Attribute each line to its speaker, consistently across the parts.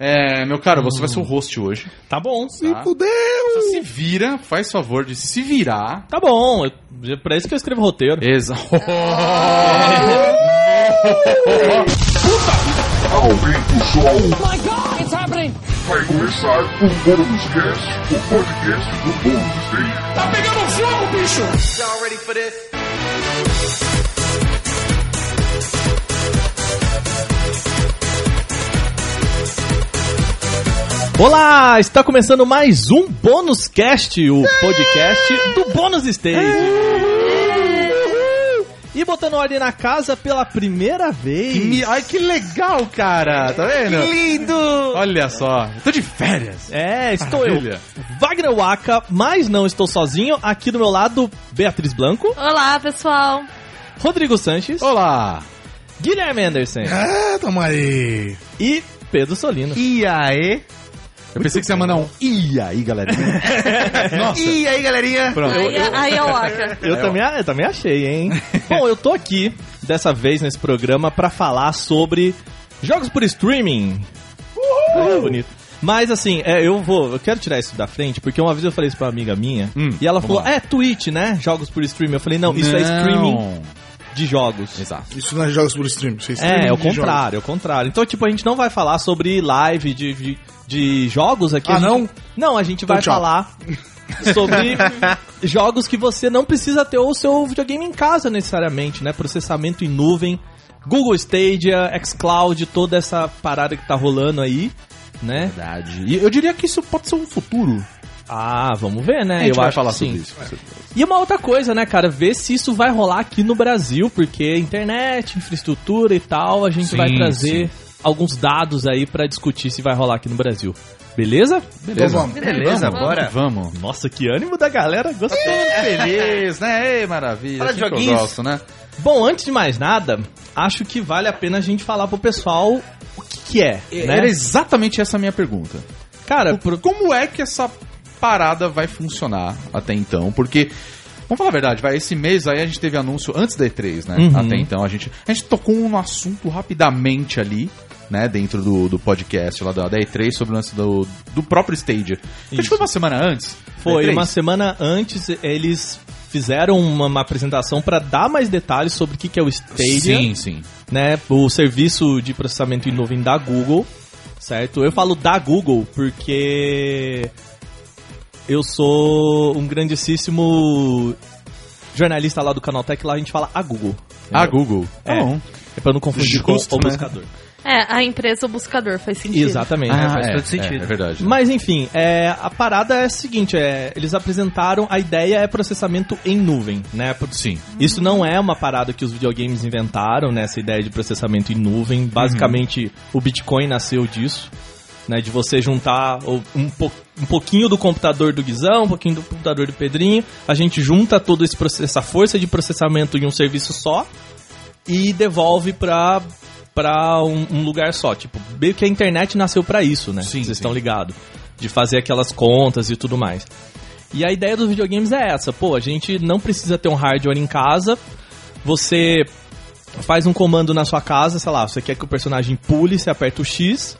Speaker 1: É, meu caro, você vai ser o host hoje.
Speaker 2: Tá bom.
Speaker 1: Tá?
Speaker 3: Fudeu!
Speaker 1: Você se vira, faz favor de se virar.
Speaker 2: Tá bom. É pra isso que eu escrevo roteiro.
Speaker 1: Exa.
Speaker 4: Aumenta o som. My God, it's happening. Vai começar o Bônus Cast, o podcast do Bônus Day.
Speaker 2: Olá, está começando mais um Bônus Cast, o podcast do Bônus Stage. E botando ordem na casa pela primeira vez.
Speaker 1: Me- Ai, que legal, cara. Tá vendo?
Speaker 2: lindo!
Speaker 1: Olha só. Eu tô de férias.
Speaker 2: É, estou
Speaker 1: Maravilha.
Speaker 2: eu, Wagner Waka, mas não estou sozinho. Aqui do meu lado, Beatriz Blanco,
Speaker 5: Olá, pessoal.
Speaker 2: Rodrigo Sanches,
Speaker 1: Oh. Olá.
Speaker 2: Guilherme Anderson
Speaker 1: Ah.
Speaker 3: É, tamo aí.
Speaker 2: e Pedro Solino.
Speaker 6: E aí?
Speaker 1: Eu pensei que você ia mandar um e aí, galerinha.
Speaker 2: É.
Speaker 1: Nossa.
Speaker 6: E aí, galerinha?
Speaker 1: Pronto.
Speaker 5: aí, aí é o Waka.
Speaker 2: Eu, também, eu também achei, hein? Bom, eu tô aqui, dessa vez, nesse programa, pra falar sobre jogos por streaming. Uhul! bonito. Mas assim, é, eu vou. Eu quero tirar isso da frente, porque uma vez eu falei isso pra uma amiga minha,
Speaker 1: Hum,
Speaker 2: e ela falou,
Speaker 1: lá.
Speaker 2: é Twitch, né? Jogos por streaming. Eu falei, não, isso é
Speaker 1: Não.
Speaker 2: streaming de jogos.
Speaker 1: Exato.
Speaker 3: Isso não é jogos por stream, isso é streaming
Speaker 2: É, é o
Speaker 3: de
Speaker 2: contrário, é o contrário. Então, tipo, a gente não vai falar sobre live de, de, de jogos aqui.
Speaker 3: Ah,
Speaker 2: a gente-
Speaker 3: não?
Speaker 2: Não, a gente
Speaker 3: Então,
Speaker 2: vai
Speaker 3: tchau.
Speaker 2: falar sobre jogos que você não precisa ter o seu videogame em casa necessariamente, né? Processamento em nuvem, Google Stadia, xCloud, toda essa parada que tá rolando aí, né?
Speaker 1: Verdade. E eu diria que isso pode ser um futuro.
Speaker 2: Ah, vamos ver, né?
Speaker 1: a gente
Speaker 2: Eu
Speaker 1: vai
Speaker 2: acho
Speaker 1: falar
Speaker 2: que sim.
Speaker 1: sobre isso.
Speaker 2: E uma outra coisa, né, cara? Ver se isso vai rolar aqui no Brasil, porque internet, infraestrutura e tal, a gente
Speaker 1: Sim,
Speaker 2: vai trazer alguns dados aí pra discutir se vai rolar aqui no Brasil. Beleza?
Speaker 3: Então vamos.
Speaker 6: Beleza,
Speaker 1: Vamos,
Speaker 6: bora.
Speaker 1: Vamos.
Speaker 2: Nossa, que ânimo da galera, gostei.
Speaker 1: Feliz, né? Ei, maravilha.
Speaker 6: Fala de
Speaker 1: Assim que eu
Speaker 6: joguinhos.
Speaker 1: gosto, né?
Speaker 2: Bom, antes de mais nada, acho que vale a pena a gente falar pro pessoal o que, que é, né?
Speaker 1: Era exatamente essa a minha pergunta.
Speaker 2: Cara,
Speaker 1: Pro- Como é que essa parada vai funcionar até então? Porque, vamos falar a verdade, vai, esse mês aí a gente teve anúncio antes da E3, né?
Speaker 2: Uhum.
Speaker 1: Até então, a gente, a gente tocou um assunto rapidamente ali, né? Dentro do, do podcast lá da, da E3 sobre o lance do, do próprio Stadia. A gente
Speaker 2: Isso.
Speaker 1: foi uma semana antes? da
Speaker 2: Foi,
Speaker 1: E3?
Speaker 2: uma semana antes eles fizeram uma, uma apresentação pra dar mais detalhes sobre o que, que é o Stadia.
Speaker 1: Sim, sim.
Speaker 2: né, o serviço de processamento em nuvem da Google, certo? Eu falo da Google porque eu sou um grandíssimo jornalista lá do Canaltech, lá a gente fala a Google.
Speaker 1: A
Speaker 2: entendeu?
Speaker 1: Google.
Speaker 2: É.
Speaker 1: Tá bom.
Speaker 2: É pra não confundir
Speaker 1: Justo,
Speaker 2: com o
Speaker 1: né?
Speaker 2: buscador.
Speaker 5: É, a empresa o buscador faz sentido.
Speaker 2: Exatamente. né?
Speaker 6: Ah, faz todo
Speaker 1: É,
Speaker 6: sentido.
Speaker 1: verdade.
Speaker 2: Mas enfim, é, a parada é a seguinte, é, eles apresentaram, a ideia é processamento em nuvem, né? Por-
Speaker 1: Sim.
Speaker 2: Isso não é uma parada que os videogames inventaram, né? Essa ideia de processamento em nuvem. Basicamente, o Bitcoin nasceu disso, né? De você juntar o- um, po- um pouquinho do computador do Guizão, um pouquinho do computador do Pedrinho. A gente junta todo esse proce- essa força de processamento em um serviço só e devolve pra para um, um lugar só, tipo, meio que a internet nasceu pra isso, né?
Speaker 1: Sim,
Speaker 2: Vocês
Speaker 1: sim.
Speaker 2: estão ligados de fazer aquelas contas e tudo mais. E a ideia dos videogames é essa, pô, a gente não precisa ter um hardware em casa. Você faz um comando na sua casa, sei lá, você quer que o personagem pule, você aperta o X.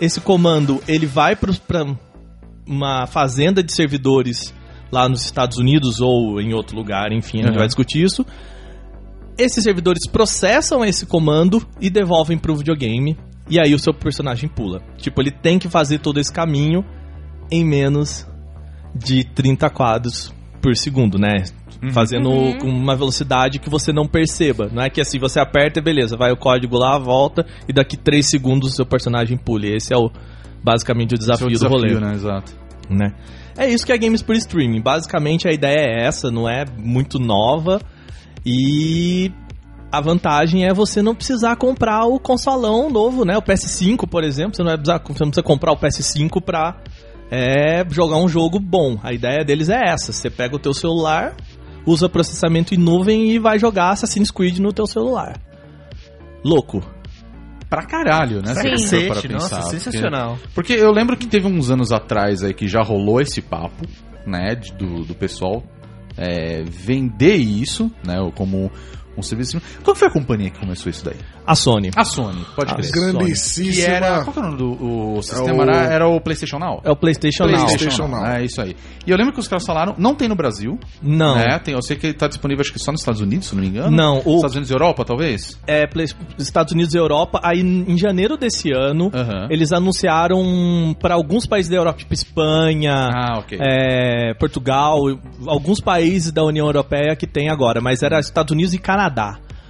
Speaker 2: Esse comando, ele vai pros- pra uma fazenda de servidores lá nos Estados Unidos ou em outro lugar, enfim, a gente
Speaker 1: Uhum.
Speaker 2: vai discutir isso. Esses servidores processam esse comando e devolvem pro videogame. E aí o seu personagem pula. Tipo, ele tem que fazer todo esse caminho em menos de 30 quadros por segundo, né? Fazendo
Speaker 5: Uhum.
Speaker 2: com uma velocidade que você não perceba. Não é que assim você aperta e beleza, vai o código lá, volta e daqui 3 segundos o seu personagem pula. E Esse é o basicamente o
Speaker 1: Esse é
Speaker 2: desafio,
Speaker 1: o
Speaker 2: do rolê,
Speaker 1: né? Exato.
Speaker 2: né? É isso que é games por streaming. Basicamente a ideia é essa, não é muito nova e a vantagem é você não precisar comprar o consolão novo, né? O PS5, por exemplo, você não, vai precisar, você não precisa comprar o PS5 pra é, jogar um jogo bom. A ideia deles é essa. Você pega o teu celular, usa processamento em nuvem e vai jogar Assassin's Creed no teu celular. Louco.
Speaker 1: Pra caralho, né?
Speaker 5: Sim.
Speaker 1: Se você for
Speaker 6: Cacete,
Speaker 1: pra
Speaker 6: nossa,
Speaker 1: pensar, porque-
Speaker 6: sensacional.
Speaker 1: Porque eu lembro que teve uns anos atrás aí que já rolou esse papo, né, de- do, do pessoal é, vender isso, né, ou como um serviço. Qual foi a companhia que começou isso daí?
Speaker 2: A Sony.
Speaker 1: A Sony, pode
Speaker 2: A
Speaker 1: crer.
Speaker 2: Sony.
Speaker 1: Que
Speaker 3: Grandissíssima.
Speaker 1: era. Qual que era o, nome do- o sistema?
Speaker 3: o-
Speaker 1: Era, era o PlayStation Now?
Speaker 2: É o PlayStation, Now.
Speaker 3: PlayStation Now.
Speaker 1: É isso aí. E eu lembro que os caras falaram, não tem no Brasil.
Speaker 2: Não.
Speaker 1: Né? Tem, eu sei que ele tá disponível acho que só nos Estados Unidos, se não me engano.
Speaker 2: Não, o-
Speaker 1: Estados Unidos e Europa, talvez?
Speaker 2: É, Play- Estados Unidos e Europa. Aí em janeiro desse ano,
Speaker 1: Aham.
Speaker 2: eles anunciaram pra alguns países da Europa, tipo Espanha,
Speaker 1: Ah, ok.
Speaker 2: é, Portugal, alguns países da União Europeia que tem agora, mas era Estados Unidos e Canadá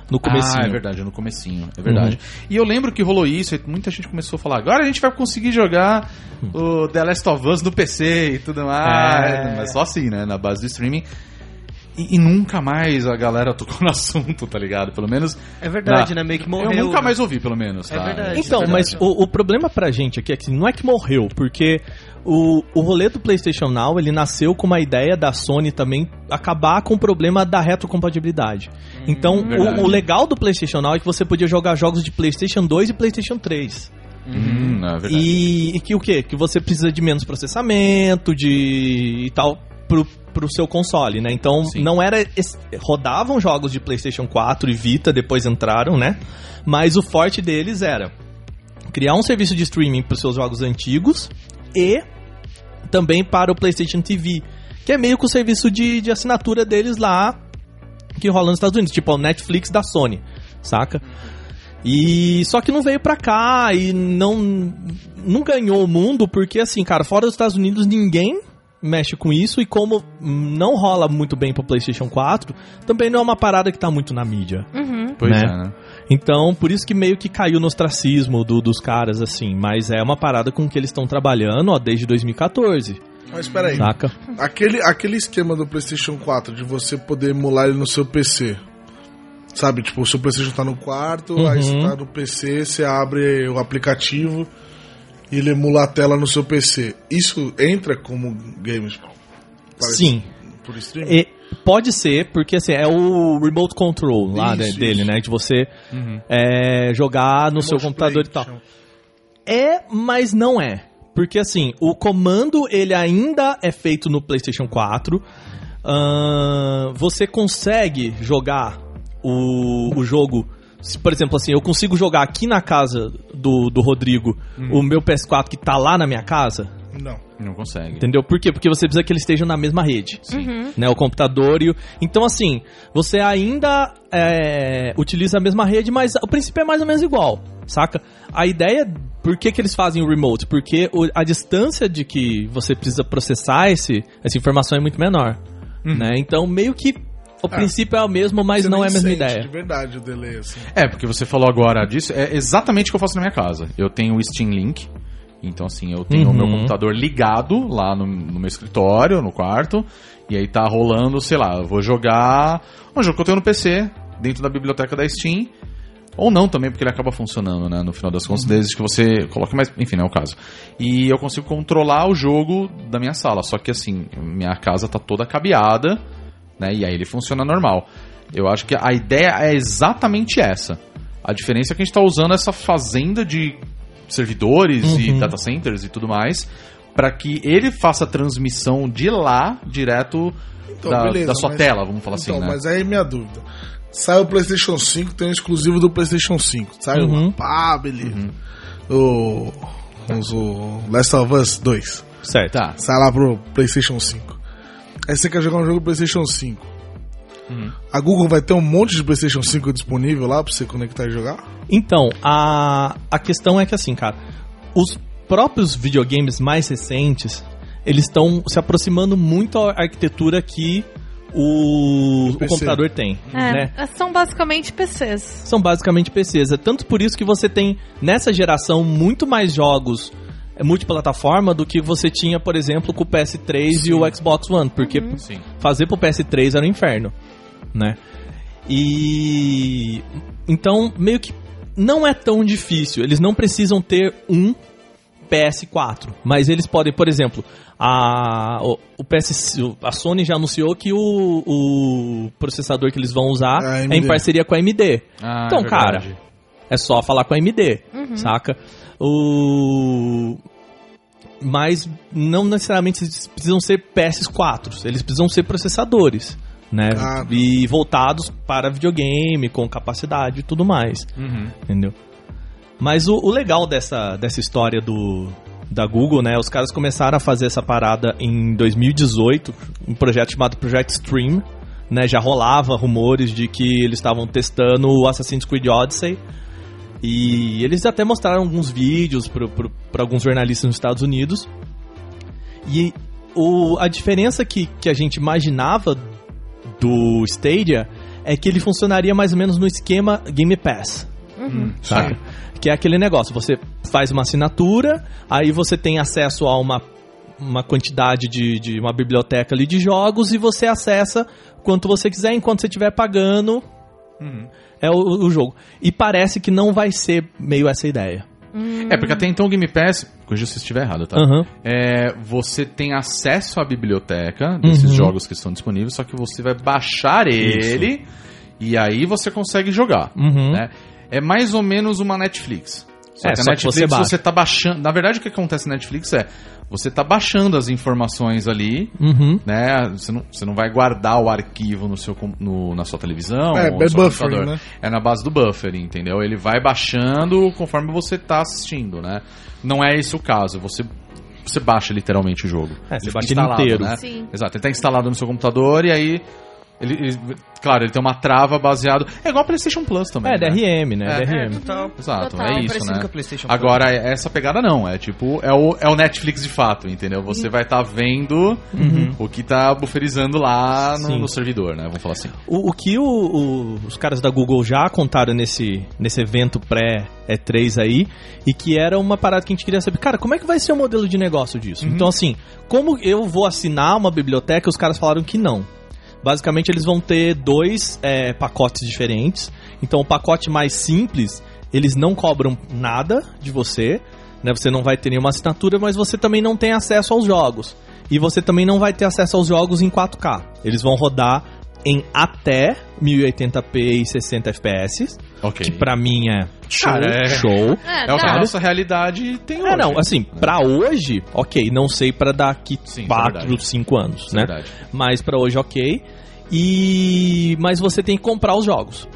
Speaker 2: no começo.
Speaker 1: Ah, é verdade, no comecinho, é verdade.
Speaker 2: Uhum.
Speaker 1: E eu lembro que rolou isso, e muita gente começou a falar, agora a gente vai conseguir jogar o The Last of Us no PC e tudo mais.
Speaker 2: É.
Speaker 1: Mas só assim, né? Na base do streaming. E, e nunca mais a galera tocou no assunto, tá ligado? Pelo menos.
Speaker 6: É verdade, né? Meio que morreu.
Speaker 1: eu nunca
Speaker 6: né?
Speaker 1: mais ouvi, pelo menos.
Speaker 6: É
Speaker 1: tá?
Speaker 6: verdade.
Speaker 2: Então,
Speaker 6: Isso é
Speaker 2: mas o, o problema pra gente aqui é que não é que morreu, porque o, o rolê do PlayStation Now, ele nasceu com uma ideia da Sony também acabar com o problema da retrocompatibilidade. então,
Speaker 6: Hum,
Speaker 2: o-
Speaker 1: verdade.
Speaker 2: o, legal do PlayStation Now é que você podia jogar jogos de PlayStation 2 e PlayStation 3.
Speaker 1: Hum, é verdade.
Speaker 2: E, e que o quê? Que você precisa de menos processamento, de e tal pro pro seu console, né? Então,
Speaker 1: Sim.
Speaker 2: não era es- rodavam jogos de PlayStation 4 e Vita, depois entraram, né? Mas o forte deles era criar um serviço de streaming para os seus jogos antigos e também para o PlayStation TV, que é meio que o serviço de, de assinatura deles lá que rola nos Estados Unidos, tipo o Netflix da Sony, saca? E só que não veio pra cá e não não ganhou o mundo porque assim, cara, fora dos Estados Unidos ninguém mexe com isso e como não rola muito bem pro PlayStation 4, também não é uma parada que tá muito na mídia.
Speaker 5: Uhum.
Speaker 1: Pois
Speaker 2: né?
Speaker 1: é, né?
Speaker 2: Então, por isso que meio que caiu no ostracismo do- dos caras, assim. Mas é uma parada com que eles estão trabalhando, ó, desde 2014,
Speaker 3: Mas peraí.
Speaker 2: saca?
Speaker 3: Aquele, aquele esquema do PlayStation 4 de você poder emular ele no seu PC. Sabe, tipo, o seu PlayStation tá no quarto, aí
Speaker 2: Uhum.
Speaker 3: você tá no PC, você abre o aplicativo e ele emula a tela no seu PC. Isso entra como games Parece-
Speaker 2: Sim.
Speaker 3: por streaming?
Speaker 2: E pode ser, porque assim, é o remote control lá
Speaker 3: Isso,
Speaker 2: de- dele,
Speaker 3: isso. Uhum.
Speaker 2: né? De você é, jogar no seu
Speaker 3: Remote
Speaker 2: computador
Speaker 3: play,
Speaker 2: e tal.
Speaker 3: que chama.
Speaker 2: É, mas não é. Porque assim, o comando ele ainda é feito no PlayStation 4. Ahn, você consegue jogar o, o jogo. Se, por exemplo, assim, eu consigo jogar aqui na casa do, do Rodrigo o meu PS4 que tá lá na minha casa,
Speaker 3: Não.
Speaker 1: Não consegue.
Speaker 2: entendeu? Por quê? Porque você precisa que eles estejam na mesma rede
Speaker 5: Uhum.
Speaker 2: né? O computador e o... Então, assim, você ainda é, utiliza a mesma rede, mas o princípio é mais ou menos igual, saca? A ideia, por que, que eles fazem o remote? Porque o- a distância de que você precisa processar esse, essa informação é muito menor, né? Então, meio que o princípio é o mesmo, mas
Speaker 3: Uhum. Você
Speaker 2: não é
Speaker 3: nem
Speaker 2: a mesma
Speaker 3: sente tipo,
Speaker 2: ideia.
Speaker 3: De verdade o delay, assim.
Speaker 1: É, porque você falou agora disso, é exatamente o que eu faço na minha casa. Eu tenho o Steam Link, então assim, eu tenho o meu
Speaker 2: Uhum.
Speaker 1: computador ligado lá no, no meu escritório, no quarto, e aí tá rolando, sei lá, eu vou jogar um jogo que eu tenho no PC, dentro da biblioteca da Steam, ou não também, porque ele acaba funcionando, né, no final das contas, desde que você coloque mais, enfim, não é o caso. E eu consigo controlar o jogo da minha sala, só que assim, minha casa tá toda cabeada, né, e aí ele funciona normal. Eu acho que a ideia é exatamente essa. A diferença é que a gente está usando essa fazenda de servidores e
Speaker 2: Uhum.
Speaker 1: data centers e tudo mais para que ele faça a transmissão de lá direto
Speaker 3: Então,
Speaker 1: da,
Speaker 3: beleza,
Speaker 1: da sua
Speaker 3: mas-
Speaker 1: tela, vamos falar
Speaker 3: Então,
Speaker 1: assim, né?
Speaker 3: mas aí é minha dúvida. Sai o PlayStation 5, tem um exclusivo do PlayStation 5. Saiu
Speaker 2: Uhum.
Speaker 3: lá. Pá, beleza. O. vamos, O Last of Us 2.
Speaker 2: Certo.
Speaker 1: Tá.
Speaker 3: Sai lá pro PlayStation 5. Aí você quer jogar um jogo do PlayStation 5.
Speaker 1: Hum.
Speaker 3: A Google vai ter um monte de PlayStation 5 disponível lá pra você conectar e jogar?
Speaker 2: Então, a, a questão é que assim, cara, os próprios videogames mais recentes, eles estão se aproximando muito à arquitetura que o, o
Speaker 3: PC.
Speaker 2: computador tem, né?
Speaker 5: É, São basicamente PCs.
Speaker 2: São basicamente PCs. É tanto por isso que você tem, nessa geração, muito mais jogos é, multiplataforma do que você tinha, por exemplo, com o PS3 e o Xbox One, porque
Speaker 1: Sim.
Speaker 2: fazer pro PS3 era um inferno, né? E então meio que não é tão difícil. Eles não precisam ter um PS4, mas eles podem, por exemplo, a o, o PS o- a Sony já anunciou que o, o processador que eles vão usar
Speaker 3: É a
Speaker 2: é em
Speaker 3: AMD.
Speaker 2: parceria com a AMD.
Speaker 1: Ah,
Speaker 2: Então,
Speaker 1: é verdade.
Speaker 2: É só falar com a AMD, saca? O... Mas não necessariamente eles precisam ser PS4, eles precisam ser processadores, né?
Speaker 3: Ah.
Speaker 2: E voltados para videogame, com capacidade e tudo mais,
Speaker 1: Uhum.
Speaker 2: entendeu? Mas o, o legal dessa, dessa história do da Google, né? Os caras começaram a fazer essa parada em 2018, um projeto chamado Project Stream, né? Já rolava rumores de que eles estavam testando o Assassin's Creed Odyssey. E eles até mostraram alguns vídeos para alguns jornalistas nos Estados Unidos. E o, a diferença que, que a gente imaginava do Stadia é que ele funcionaria mais ou menos no esquema Game Pass.
Speaker 1: Hum, Tá.
Speaker 2: Saca? Que é aquele negócio, você faz uma assinatura, aí você tem acesso a uma, uma quantidade de, de uma biblioteca ali de jogos e você acessa quanto você quiser, enquanto você estiver pagando
Speaker 1: Uhum.
Speaker 2: é o, o jogo. E parece que não vai ser meio essa ideia.
Speaker 1: É, porque até então o Game Pass, corrija se eu estiver errado, tá?
Speaker 2: Aham.
Speaker 1: É, você tem acesso à biblioteca desses
Speaker 2: Uhum.
Speaker 1: jogos que estão disponíveis, só que você vai baixar ele e aí você consegue jogar.
Speaker 2: Uhum.
Speaker 1: né? É mais ou menos uma Netflix. Só
Speaker 2: É,
Speaker 1: que a
Speaker 2: só que
Speaker 1: Netflix
Speaker 2: você baixa.
Speaker 1: você tá baixando. Na verdade, o que acontece na Netflix é você tá baixando as informações ali,
Speaker 2: Uhum.
Speaker 1: né? Você não, você não vai guardar o arquivo no seu, com- no- na sua televisão.
Speaker 3: É,
Speaker 1: ou no
Speaker 3: é
Speaker 1: seu
Speaker 3: buffering,
Speaker 1: computador.
Speaker 3: né?
Speaker 1: É na base do buffer, entendeu? Ele vai baixando conforme você tá assistindo, né? Não é esse o caso. Você, você baixa literalmente o jogo.
Speaker 2: É, você
Speaker 1: Ele
Speaker 2: baixa
Speaker 1: fica
Speaker 2: ele inteiro.
Speaker 1: né?
Speaker 5: Sim.
Speaker 1: Exato, ele tá instalado no seu computador e aí. Ele, ele- claro, ele tem uma trava baseado. É igual a PlayStation Plus também.
Speaker 2: É,
Speaker 1: né?
Speaker 2: DRM, né?
Speaker 1: É,
Speaker 6: É,
Speaker 2: DRM.
Speaker 6: total.
Speaker 1: Exato,
Speaker 2: Então
Speaker 5: Total,
Speaker 1: é
Speaker 6: É
Speaker 1: isso,
Speaker 6: parecido
Speaker 1: né?
Speaker 6: com a PlayStation Plus.
Speaker 1: Agora, é- essa pegada não, é tipo, é o, é o Netflix de fato, entendeu?
Speaker 5: Uhum.
Speaker 1: Você vai estar vendo o que tá buferizando lá no,
Speaker 2: Uhum. Sim.
Speaker 1: no servidor, né? Vamos falar assim.
Speaker 2: O, o que o- o- os caras da Google já contaram nesse, nesse evento pré-E3 aí, e que era uma parada que a gente queria saber, cara, como é que vai ser o modelo de negócio disso? Então, assim, como eu vou assinar uma biblioteca? Os caras falaram que não. Basicamente, eles vão ter dois é, pacotes diferentes. Então, o pacote mais simples, eles não cobram nada de você, né? Você não vai ter nenhuma assinatura, mas você também não tem acesso aos jogos. E você também não vai ter acesso aos jogos em 4K. Eles vão rodar em até 1080p e 60 FPS,
Speaker 1: Ok.
Speaker 2: que pra mim é show,
Speaker 1: Cara, é-
Speaker 2: show.
Speaker 5: É,
Speaker 1: É o que a
Speaker 5: dá.
Speaker 1: nossa realidade tem hoje.
Speaker 2: É, não, assim, pra hoje, OK, não sei pra daqui
Speaker 1: Sim, isso é
Speaker 2: 4,
Speaker 1: verdade.
Speaker 2: 5 anos,
Speaker 1: Isso é
Speaker 2: né?
Speaker 1: verdade.
Speaker 2: Mas pra hoje, OK. E mas você tem que comprar os jogos.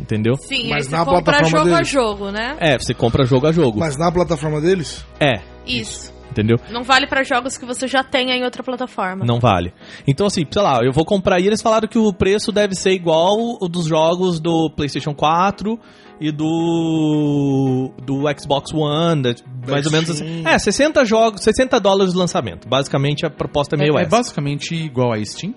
Speaker 2: Entendeu?
Speaker 5: Sim,
Speaker 3: Mas
Speaker 5: aí
Speaker 3: na
Speaker 5: você compra
Speaker 3: plataforma
Speaker 5: jogo a
Speaker 3: deles.
Speaker 5: jogo, né?
Speaker 2: É, você compra jogo a jogo.
Speaker 3: Mas na plataforma deles?
Speaker 2: É,
Speaker 5: Isso.
Speaker 2: entendeu?
Speaker 5: Não vale pra jogos que você já tenha em outra plataforma.
Speaker 2: Não vale. Então, assim, sei lá, eu vou comprar e eles falaram que o preço deve ser igual o dos jogos do PlayStation 4 e do. do Xbox One, da- mais ou menos assim. É, 60 jogos, 60 dólares de lançamento. Basicamente, a proposta é meio
Speaker 1: É, é
Speaker 2: essa.
Speaker 1: basicamente igual a Steam.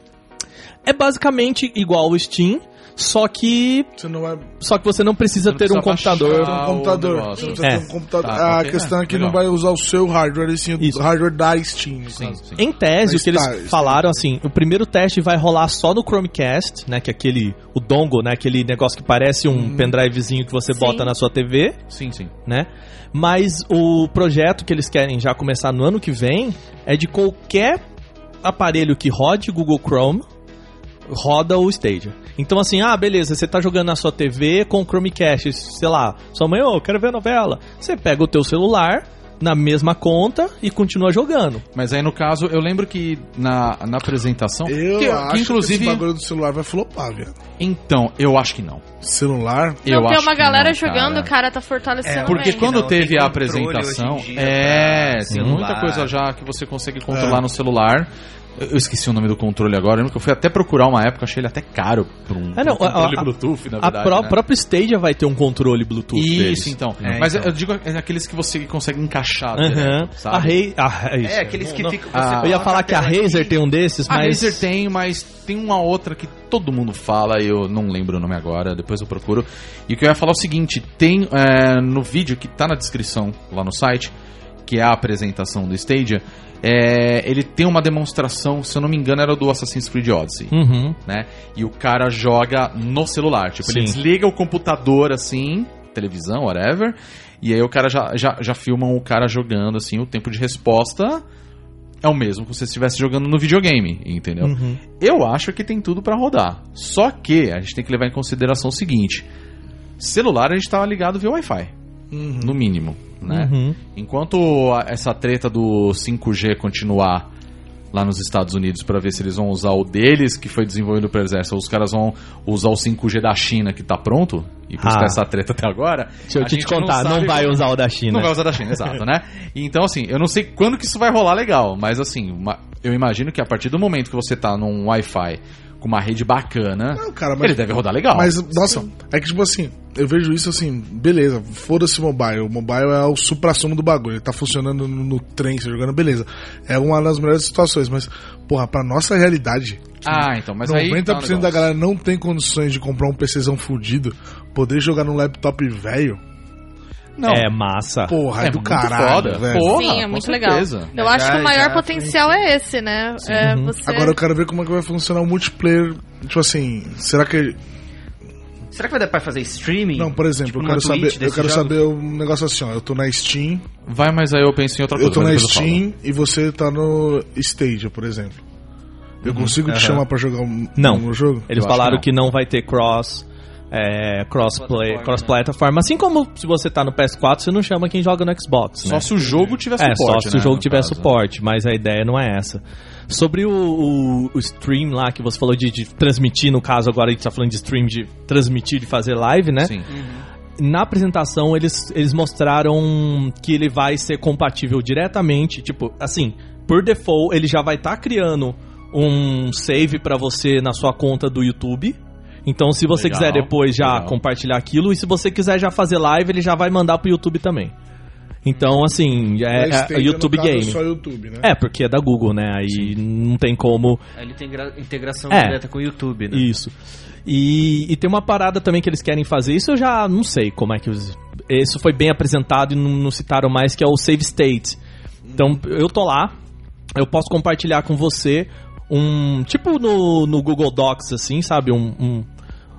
Speaker 2: É basicamente igual o Steam, só que.
Speaker 3: Você não vai.
Speaker 2: só que você não precisa
Speaker 1: Você
Speaker 2: ter
Speaker 1: não
Speaker 2: um
Speaker 1: precisa
Speaker 2: computador.
Speaker 1: baixar. Ah, o
Speaker 3: computador.
Speaker 1: negócio.
Speaker 3: Você não precisa
Speaker 2: É.
Speaker 3: ter um computador.
Speaker 1: Tá,
Speaker 3: a
Speaker 1: ok,
Speaker 3: questão é que
Speaker 1: legal.
Speaker 3: não vai usar o seu hardware, e sim
Speaker 2: Isso.
Speaker 3: o hardware da Steam. no
Speaker 1: Sim,
Speaker 3: caso.
Speaker 1: sim.
Speaker 2: Em tese,
Speaker 3: Mas
Speaker 2: o que eles
Speaker 3: tá, isso
Speaker 2: falaram, assim, o primeiro teste vai rolar só no Chromecast, né? Que é aquele, o dongle, né? Aquele negócio que parece um
Speaker 1: Uhum.
Speaker 2: pendrivezinho que você
Speaker 5: Sim.
Speaker 2: bota na sua TV,
Speaker 1: Sim, sim.
Speaker 2: né? Mas o projeto que eles querem já começar no ano que vem é de qualquer aparelho que rode Google Chrome, roda o Stadia. Então assim, ah, beleza, você tá jogando na sua TV com o Chromecast, sei lá, sua mãe, ô, eu quero ver novela. Você pega o teu celular na mesma conta e continua jogando.
Speaker 1: Mas aí no caso, eu lembro que na, na apresentação.
Speaker 3: Eu
Speaker 1: que, que
Speaker 3: acho que
Speaker 1: inclusive.
Speaker 3: esse bagulho do celular vai flopar, velho.
Speaker 1: Então, eu acho que não.
Speaker 3: Celular?
Speaker 5: Não,
Speaker 1: eu
Speaker 5: Então tem
Speaker 1: acho
Speaker 5: uma
Speaker 1: que
Speaker 5: galera
Speaker 1: não,
Speaker 5: jogando,
Speaker 1: cara.
Speaker 5: o cara tá fortalecendo
Speaker 6: É,
Speaker 1: Porque
Speaker 5: bem.
Speaker 1: quando
Speaker 6: Não, tem
Speaker 1: teve a
Speaker 6: controle hoje em
Speaker 1: apresentação,
Speaker 6: dia
Speaker 1: é,
Speaker 6: pra
Speaker 1: tem
Speaker 6: celular.
Speaker 1: muita coisa já que você consegue controlar no celular. Eu eu esqueci o nome do controle agora, eu lembro que eu fui até procurar uma época, achei ele até caro pra um,
Speaker 2: Ah, não,
Speaker 1: pra um
Speaker 2: a-
Speaker 1: controle
Speaker 2: a-
Speaker 1: Bluetooth, na
Speaker 2: A
Speaker 1: verdade.
Speaker 2: pró-
Speaker 1: né?
Speaker 2: própria Stadia vai ter um controle Bluetooth
Speaker 1: Isso,
Speaker 2: deles.
Speaker 1: então.
Speaker 6: É,
Speaker 1: Mas
Speaker 6: então.
Speaker 1: eu digo é aqueles que você consegue encaixar,
Speaker 2: Aham.
Speaker 1: direto,
Speaker 2: A
Speaker 1: né? sabe?
Speaker 2: Razer... Ah, isso.
Speaker 6: É, aqueles que
Speaker 2: Não,
Speaker 6: ficam.
Speaker 1: Ah,
Speaker 6: você
Speaker 2: Eu ia
Speaker 6: coloca
Speaker 2: falar que a
Speaker 6: tela aqui.
Speaker 2: Razer tem um desses,
Speaker 1: A
Speaker 2: mas...
Speaker 1: Razer tem, Ah, mas tem uma outra que todo mundo fala, eu não lembro o nome agora, depois eu procuro. E o que eu ia falar é o seguinte: tem é, no vídeo que tá na descrição lá no site, que é a apresentação do Stadia, é, ele tem uma demonstração, se eu não me engano, era do Assassin's Creed Odyssey,
Speaker 2: Uhum.
Speaker 1: né? E o cara joga no celular, tipo, ele
Speaker 2: Sim.
Speaker 1: desliga o computador assim, televisão, whatever, e aí o cara já, já, já filmam o cara jogando, assim, o tempo de resposta. É o mesmo que você estivesse jogando no videogame, entendeu?
Speaker 2: Uhum.
Speaker 1: Eu acho que tem tudo pra rodar. Só que a gente tem que levar em consideração o seguinte: celular a gente tava ligado via Wi-Fi,
Speaker 3: Uhum.
Speaker 1: no mínimo, né?
Speaker 2: Uhum.
Speaker 1: Enquanto a- essa treta do 5G continuar lá nos Estados Unidos para ver se eles vão usar o deles que foi desenvolvido pelo exército, ou os caras vão usar o 5G da China que tá pronto e buscar
Speaker 2: Ah.
Speaker 1: essa treta até agora.
Speaker 2: Deixa eu
Speaker 1: a
Speaker 2: te
Speaker 1: gente
Speaker 2: contar, não,
Speaker 1: sabe
Speaker 2: vai
Speaker 1: como-
Speaker 2: usar o da China.
Speaker 1: não vai usar da China, exato, né? Então, assim, eu não sei quando que isso vai rolar legal, mas assim, uma- eu imagino que a partir do momento que você tá num Wi-Fi com uma rede bacana,
Speaker 3: Não, cara, mas-
Speaker 1: ele deve rodar legal.
Speaker 3: Mas, nossa, é que tipo assim, eu vejo isso assim, beleza, foda-se o mobile. O mobile é o supra-sumo do bagulho. Ele tá funcionando no, no trem, você jogando, beleza. É uma das melhores situações, mas, porra, pra nossa realidade,
Speaker 1: ah, então, mas aí...
Speaker 3: 90%
Speaker 1: tá um negócio.
Speaker 3: da galera não tem condições de comprar um PCzão fudido, poder jogar num laptop velho,
Speaker 1: Não,
Speaker 2: É massa.
Speaker 3: porra, é, do
Speaker 1: muito
Speaker 3: caralho,
Speaker 1: foda.
Speaker 3: velho.
Speaker 1: Porra,
Speaker 5: Sim, é
Speaker 1: com
Speaker 5: muito
Speaker 1: certeza.
Speaker 5: legal. Eu acho que o maior potencial é esse, né? É você...
Speaker 3: Agora eu quero ver como é que vai funcionar o multiplayer. Tipo assim, será que.
Speaker 6: Será que vai dar pra fazer streaming?
Speaker 3: Não, por exemplo,
Speaker 6: Tipo,
Speaker 3: eu
Speaker 6: uma
Speaker 3: quero
Speaker 6: Twitch
Speaker 3: saber. Eu
Speaker 6: desses
Speaker 3: quero
Speaker 6: jogos?
Speaker 3: saber um negócio assim, ó. Eu tô na Steam,
Speaker 1: Vai, mas aí eu penso em outra coisa.
Speaker 3: eu tô
Speaker 1: mas
Speaker 3: na
Speaker 1: depois eu falo.
Speaker 3: Steam e você tá no Stadia, por exemplo. Eu consigo te
Speaker 6: aham.
Speaker 3: chamar pra jogar um,
Speaker 2: Não.
Speaker 3: um jogo?
Speaker 2: Eles
Speaker 1: Eu acho
Speaker 2: falaram
Speaker 1: que
Speaker 2: que não. vai ter cross. É, crossplay,
Speaker 6: Plataforma,
Speaker 2: cross-plataforma. Assim como se você tá no PS4, você não chama quem joga no Xbox.
Speaker 1: Só
Speaker 2: né?
Speaker 1: se o jogo tiver
Speaker 2: É,
Speaker 1: suporte,
Speaker 2: só se
Speaker 1: né,
Speaker 2: o jogo
Speaker 1: no
Speaker 2: tiver
Speaker 1: caso.
Speaker 2: suporte, mas a ideia não é essa. Sobre o, o- o stream lá que você falou de, de transmitir, no caso agora a gente tá falando de stream de transmitir, de fazer live, né?
Speaker 1: Sim.
Speaker 2: Na apresentação eles, eles mostraram que ele vai ser compatível diretamente, tipo, assim, por default ele já vai estar criando um save pra você na sua conta do YouTube. Então, se você
Speaker 1: Legal,
Speaker 2: quiser depois já
Speaker 1: legal.
Speaker 2: compartilhar aquilo, e se você quiser já fazer live, ele já vai mandar pro YouTube também. Então, assim, é,
Speaker 3: Na
Speaker 2: é,
Speaker 3: Stadia,
Speaker 2: YouTube
Speaker 3: no caso, é
Speaker 2: Game.
Speaker 3: Só YouTube, né?
Speaker 2: É, porque é da Google, né? Aí não tem como
Speaker 6: Ele tem gra- integração
Speaker 2: É.
Speaker 6: direta com o YouTube, né?
Speaker 2: isso. E, e tem uma parada também que eles querem fazer. Isso eu já não sei como é que. os- Isso foi bem apresentado e não, não citaram mais, que é o Save State. Então eu tô lá, eu posso compartilhar com você um. Tipo no, no Google Docs, assim, sabe? Um. um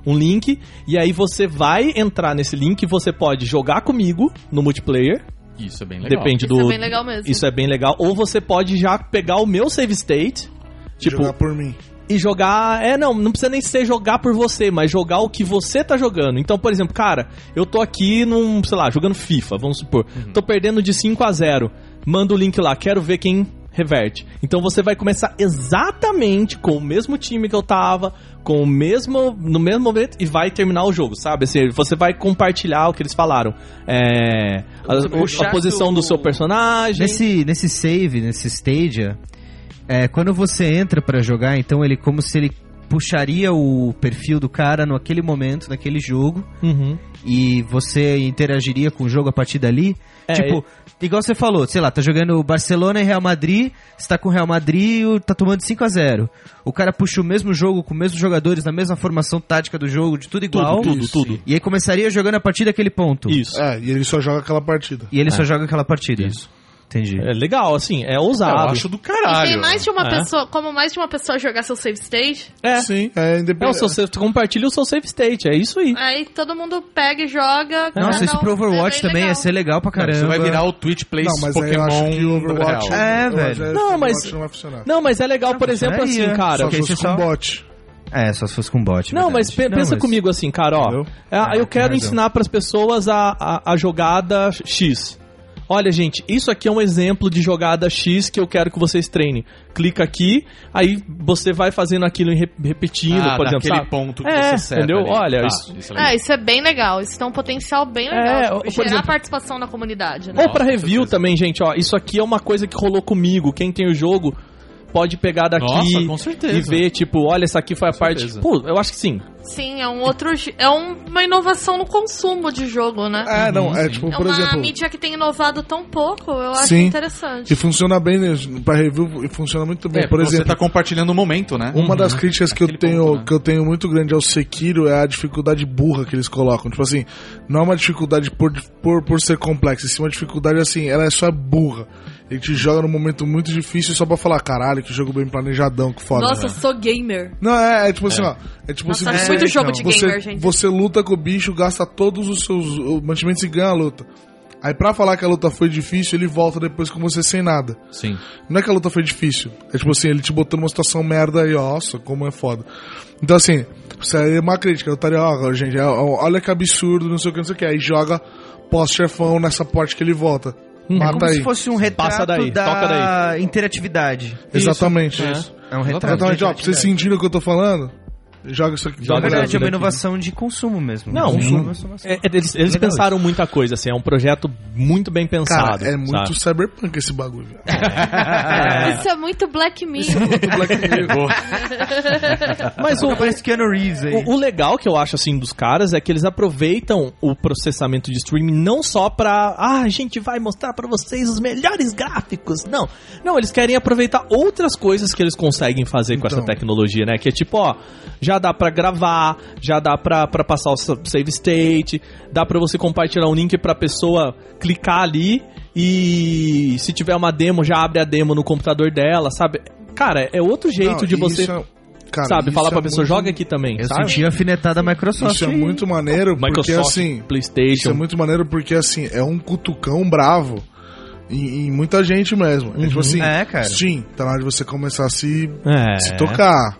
Speaker 2: um link, e aí você vai entrar nesse link, você pode jogar comigo no multiplayer,
Speaker 1: Isso é bem legal.
Speaker 2: depende
Speaker 5: Isso
Speaker 2: do...
Speaker 5: é bem legal mesmo.
Speaker 2: Isso é bem legal, ou você pode já pegar o meu save state, tipo,
Speaker 3: Jogar por mim.
Speaker 2: e jogar. É, não, não precisa nem ser jogar por você, mas jogar o que você tá jogando. Então, por exemplo, cara, eu tô aqui num, sei lá, jogando FIFA, vamos supor. Tô perdendo de 5 a 0. Manda o link lá, quero ver quem reverte. Então você vai começar exatamente com o mesmo time que eu tava, com o mesmo no mesmo momento e vai terminar o jogo, sabe? Assim, você vai compartilhar o que eles falaram. É, a,
Speaker 6: Você
Speaker 2: a
Speaker 6: puxar
Speaker 2: posição do
Speaker 6: seu-
Speaker 2: seu personagem.
Speaker 7: Nesse, nesse save, nesse Stadia, é, quando você entra pra jogar, então ele como se ele puxaria o perfil do cara no aquele momento, naquele jogo,
Speaker 2: Uhum.
Speaker 7: e você interagiria com o jogo a partir dali.
Speaker 2: É,
Speaker 7: tipo, igual você falou, sei lá, tá jogando Barcelona e Real Madrid, você tá com o Real Madrid e o- tá tomando 5 a 0 O cara puxa o mesmo jogo com os mesmos jogadores, na mesma formação tática do jogo, de tudo igual.
Speaker 2: tudo, tudo.
Speaker 7: E aí começaria jogando a partir daquele ponto.
Speaker 2: Isso.
Speaker 3: É, e ele só joga aquela partida.
Speaker 7: E ele só joga aquela partida. Isso. Entendi.
Speaker 2: É legal, assim, é
Speaker 1: Eu
Speaker 2: ousado.
Speaker 1: acho do
Speaker 5: E
Speaker 1: caralho.
Speaker 5: tem mais de uma
Speaker 2: É.
Speaker 5: pessoa... Como mais de uma pessoa jogar seu save state,
Speaker 2: É.
Speaker 3: Sim, é
Speaker 2: É, o
Speaker 3: independente.
Speaker 2: seu, você compartilha o seu save state, é isso aí.
Speaker 5: aí todo mundo pega e joga.
Speaker 7: Nossa, isso pro Overwatch também
Speaker 5: é
Speaker 7: ia ser legal pra caramba.
Speaker 1: Você vai virar o Twitch Plays
Speaker 3: não, mas aí eu
Speaker 1: Pokémon
Speaker 3: acho que o Overwatch.
Speaker 1: real.
Speaker 7: É,
Speaker 3: eu acho
Speaker 7: velho.
Speaker 3: que o
Speaker 2: Não, mas-
Speaker 3: Overwatch Não vai funcionar.
Speaker 2: Não, mas é legal, por exemplo, assim,
Speaker 7: funcionaria.
Speaker 2: cara.
Speaker 3: Só
Speaker 7: porque
Speaker 3: se
Speaker 7: aí
Speaker 3: fosse
Speaker 7: você
Speaker 3: com
Speaker 7: só-
Speaker 3: bot.
Speaker 7: É, só se fosse com bot.
Speaker 2: Não, mas pe- pensa comigo assim, cara, ó.
Speaker 3: Entendeu?
Speaker 2: Ah,
Speaker 7: É,
Speaker 2: eu quero
Speaker 7: tem razão.
Speaker 2: ensinar pras pessoas a, a, a jogada X. Olha, gente, isso aqui é um exemplo de jogada X que eu quero que vocês treinem. Clica aqui, aí você vai fazendo aquilo e re- repetindo,
Speaker 1: Ah,
Speaker 2: por exemplo,
Speaker 1: daquele
Speaker 2: sabe?
Speaker 1: ponto que
Speaker 2: É,
Speaker 1: você seta
Speaker 2: entendeu?
Speaker 1: ali.
Speaker 2: Olha,
Speaker 1: Tá,
Speaker 2: isso-
Speaker 1: é legal.
Speaker 5: É, isso é bem legal. Isso tem um potencial bem legal.
Speaker 2: É,
Speaker 5: tipo,
Speaker 2: ou, por
Speaker 5: gerar
Speaker 2: exemplo-
Speaker 5: participação na comunidade, né?
Speaker 2: Ou pra
Speaker 1: Nossa,
Speaker 2: review
Speaker 1: certeza.
Speaker 2: também, gente, ó. Isso aqui é uma coisa que rolou comigo. Quem tem o jogo pode pegar daqui
Speaker 1: Nossa, com
Speaker 2: tá e
Speaker 1: certeza.
Speaker 2: ver, tipo, olha, essa aqui foi a parte.
Speaker 1: certeza.
Speaker 2: Pô, eu acho que sim.
Speaker 5: Sim, é um outro. gi- É um- uma inovação no consumo de jogo, né?
Speaker 3: É, não, é tipo,
Speaker 5: É
Speaker 3: por
Speaker 5: uma
Speaker 3: exemplo.
Speaker 5: mídia que tem inovado tão pouco, eu acho
Speaker 3: Sim.
Speaker 5: interessante.
Speaker 3: E funciona bem, né? Pra review, e funciona muito bem.
Speaker 1: É,
Speaker 3: por
Speaker 1: porque
Speaker 3: exemplo, Um
Speaker 1: você tá compartilhando o momento, né?
Speaker 3: Uma das críticas que eu
Speaker 1: Aquele
Speaker 3: tenho
Speaker 1: ponto, né?
Speaker 3: que eu tenho muito grande ao Sekiro é a dificuldade burra que eles colocam. Tipo assim, não é uma dificuldade por, por, por ser complexa, sim uma dificuldade assim, ela é só burra. Ele te joga num momento muito difícil só pra falar, caralho, que jogo bem planejadão, que foda. né?
Speaker 5: Nossa, eu sou gamer.
Speaker 3: Não, é, é tipo assim, ó. É tipo
Speaker 5: Nossa,
Speaker 3: assim,
Speaker 5: acho
Speaker 3: você,
Speaker 5: muito jogo de
Speaker 3: você,
Speaker 5: gamer, gente.
Speaker 3: Você luta com o bicho, gasta todos os seus uh, mantimentos e ganha a luta. Aí pra falar que a luta foi difícil, ele volta depois com você sem nada.
Speaker 1: Sim.
Speaker 3: Não é que a luta foi difícil. É tipo assim, ele te botou numa situação merda aí, ó, nossa, como é foda. Então assim, isso aí é uma crítica. Eu estaria, ó, gente, ó, ó, olha que absurdo, não sei o que, não sei o que. Aí joga pós-chefão nessa parte que ele volta.
Speaker 2: Hum,
Speaker 7: É
Speaker 3: Mata
Speaker 7: como se
Speaker 3: aí.
Speaker 7: fosse um retrato
Speaker 2: Passa daí,
Speaker 7: da
Speaker 2: toca daí.
Speaker 7: interatividade.
Speaker 3: Exatamente.
Speaker 2: É.
Speaker 3: Isso.
Speaker 7: É um retrato.
Speaker 3: Exatamente,
Speaker 2: então,
Speaker 7: da
Speaker 3: ó, pra vocês
Speaker 7: interatividade.
Speaker 3: sentirem o que eu tô falando, joga isso aqui.
Speaker 7: Na
Speaker 2: Joga
Speaker 7: verdade, é
Speaker 2: Exato,
Speaker 7: uma
Speaker 2: né?
Speaker 7: inovação de consumo mesmo.
Speaker 2: Não,
Speaker 7: Consumo,
Speaker 2: um-
Speaker 7: inovação.
Speaker 2: É, é, eles eles
Speaker 7: Legal
Speaker 2: pensaram muita coisa, assim, é um projeto muito bem pensado.
Speaker 3: Cara, é muito
Speaker 2: sabe?
Speaker 3: cyberpunk esse bagulho. velho.
Speaker 5: Isso é muito Black Mirror.
Speaker 2: Mas o,
Speaker 7: Parece é Keanu Reeves aí.
Speaker 2: é, O, o legal que eu acho assim dos caras é que eles aproveitam o processamento de streaming não só pra, ah, a gente vai mostrar pra vocês os melhores gráficos. Não. Não, eles querem aproveitar outras coisas que eles conseguem fazer com essa
Speaker 3: Então.
Speaker 2: tecnologia, né? Que é tipo, ó, já dá pra gravar, já dá pra, pra passar o sa- save state, dá pra você compartilhar um link pra pessoa clicar ali e se tiver uma demo, já abre a demo no computador dela, sabe? Cara, é outro jeito
Speaker 3: Não,
Speaker 2: de você,
Speaker 3: isso é- cara,
Speaker 2: sabe,
Speaker 3: isso
Speaker 2: falar pra
Speaker 3: é
Speaker 2: pessoa,
Speaker 3: muito-
Speaker 2: joga aqui assim." também,
Speaker 7: Eu
Speaker 2: sabe?
Speaker 7: senti a afinetada da Microsoft.
Speaker 3: Isso é
Speaker 7: aí.
Speaker 3: muito maneiro, porque
Speaker 2: Microsoft,
Speaker 3: assim, Isso
Speaker 2: PlayStation.
Speaker 3: é
Speaker 1: Então-
Speaker 3: muito maneiro porque, assim, é um cutucão bravo em, em muita gente mesmo. É
Speaker 1: Uhum.
Speaker 3: tipo assim,
Speaker 7: É, cara.
Speaker 3: Steam, tá na hora de você começar a se,
Speaker 2: É.
Speaker 3: se tocar.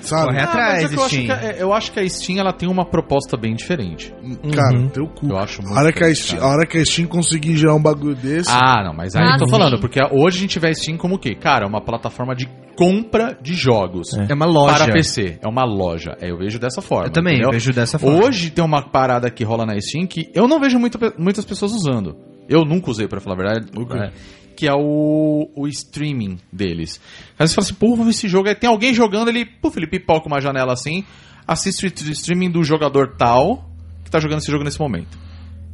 Speaker 3: Sabe?
Speaker 7: Correto. atrás,
Speaker 1: mas é que eu, acho
Speaker 7: Steam.
Speaker 1: que, a- eu acho que a Steam ela tem uma proposta bem diferente.
Speaker 3: Cara,
Speaker 2: Uhum.
Speaker 3: teu cu.
Speaker 1: Eu acho muito
Speaker 3: a, hora que a,
Speaker 1: diferente,
Speaker 3: Steam,
Speaker 1: cara.
Speaker 3: a hora que a Steam conseguir gerar um bagulho desse,
Speaker 1: Ah, não, mas aí
Speaker 5: Ah,
Speaker 1: eu tô
Speaker 5: sim.
Speaker 1: falando, porque hoje a gente vê a Steam como o quê? Cara, é uma plataforma de compra de jogos.
Speaker 7: É uma loja.
Speaker 1: Para PC, é uma loja. É, eu vejo dessa forma.
Speaker 7: Eu também
Speaker 1: entendeu?
Speaker 7: vejo
Speaker 3: Tá
Speaker 7: dessa forma.
Speaker 1: Hoje tem uma parada que rola na Steam que eu não vejo muita, muitas pessoas usando. Eu nunca usei, pra falar a verdade. né? Que é o, o streaming deles. Aí você fala assim, pô, esse jogo aí tem alguém jogando, ele, puf, ele pipoca uma janela assim, assiste o t- streaming do jogador tal que tá jogando esse jogo nesse momento.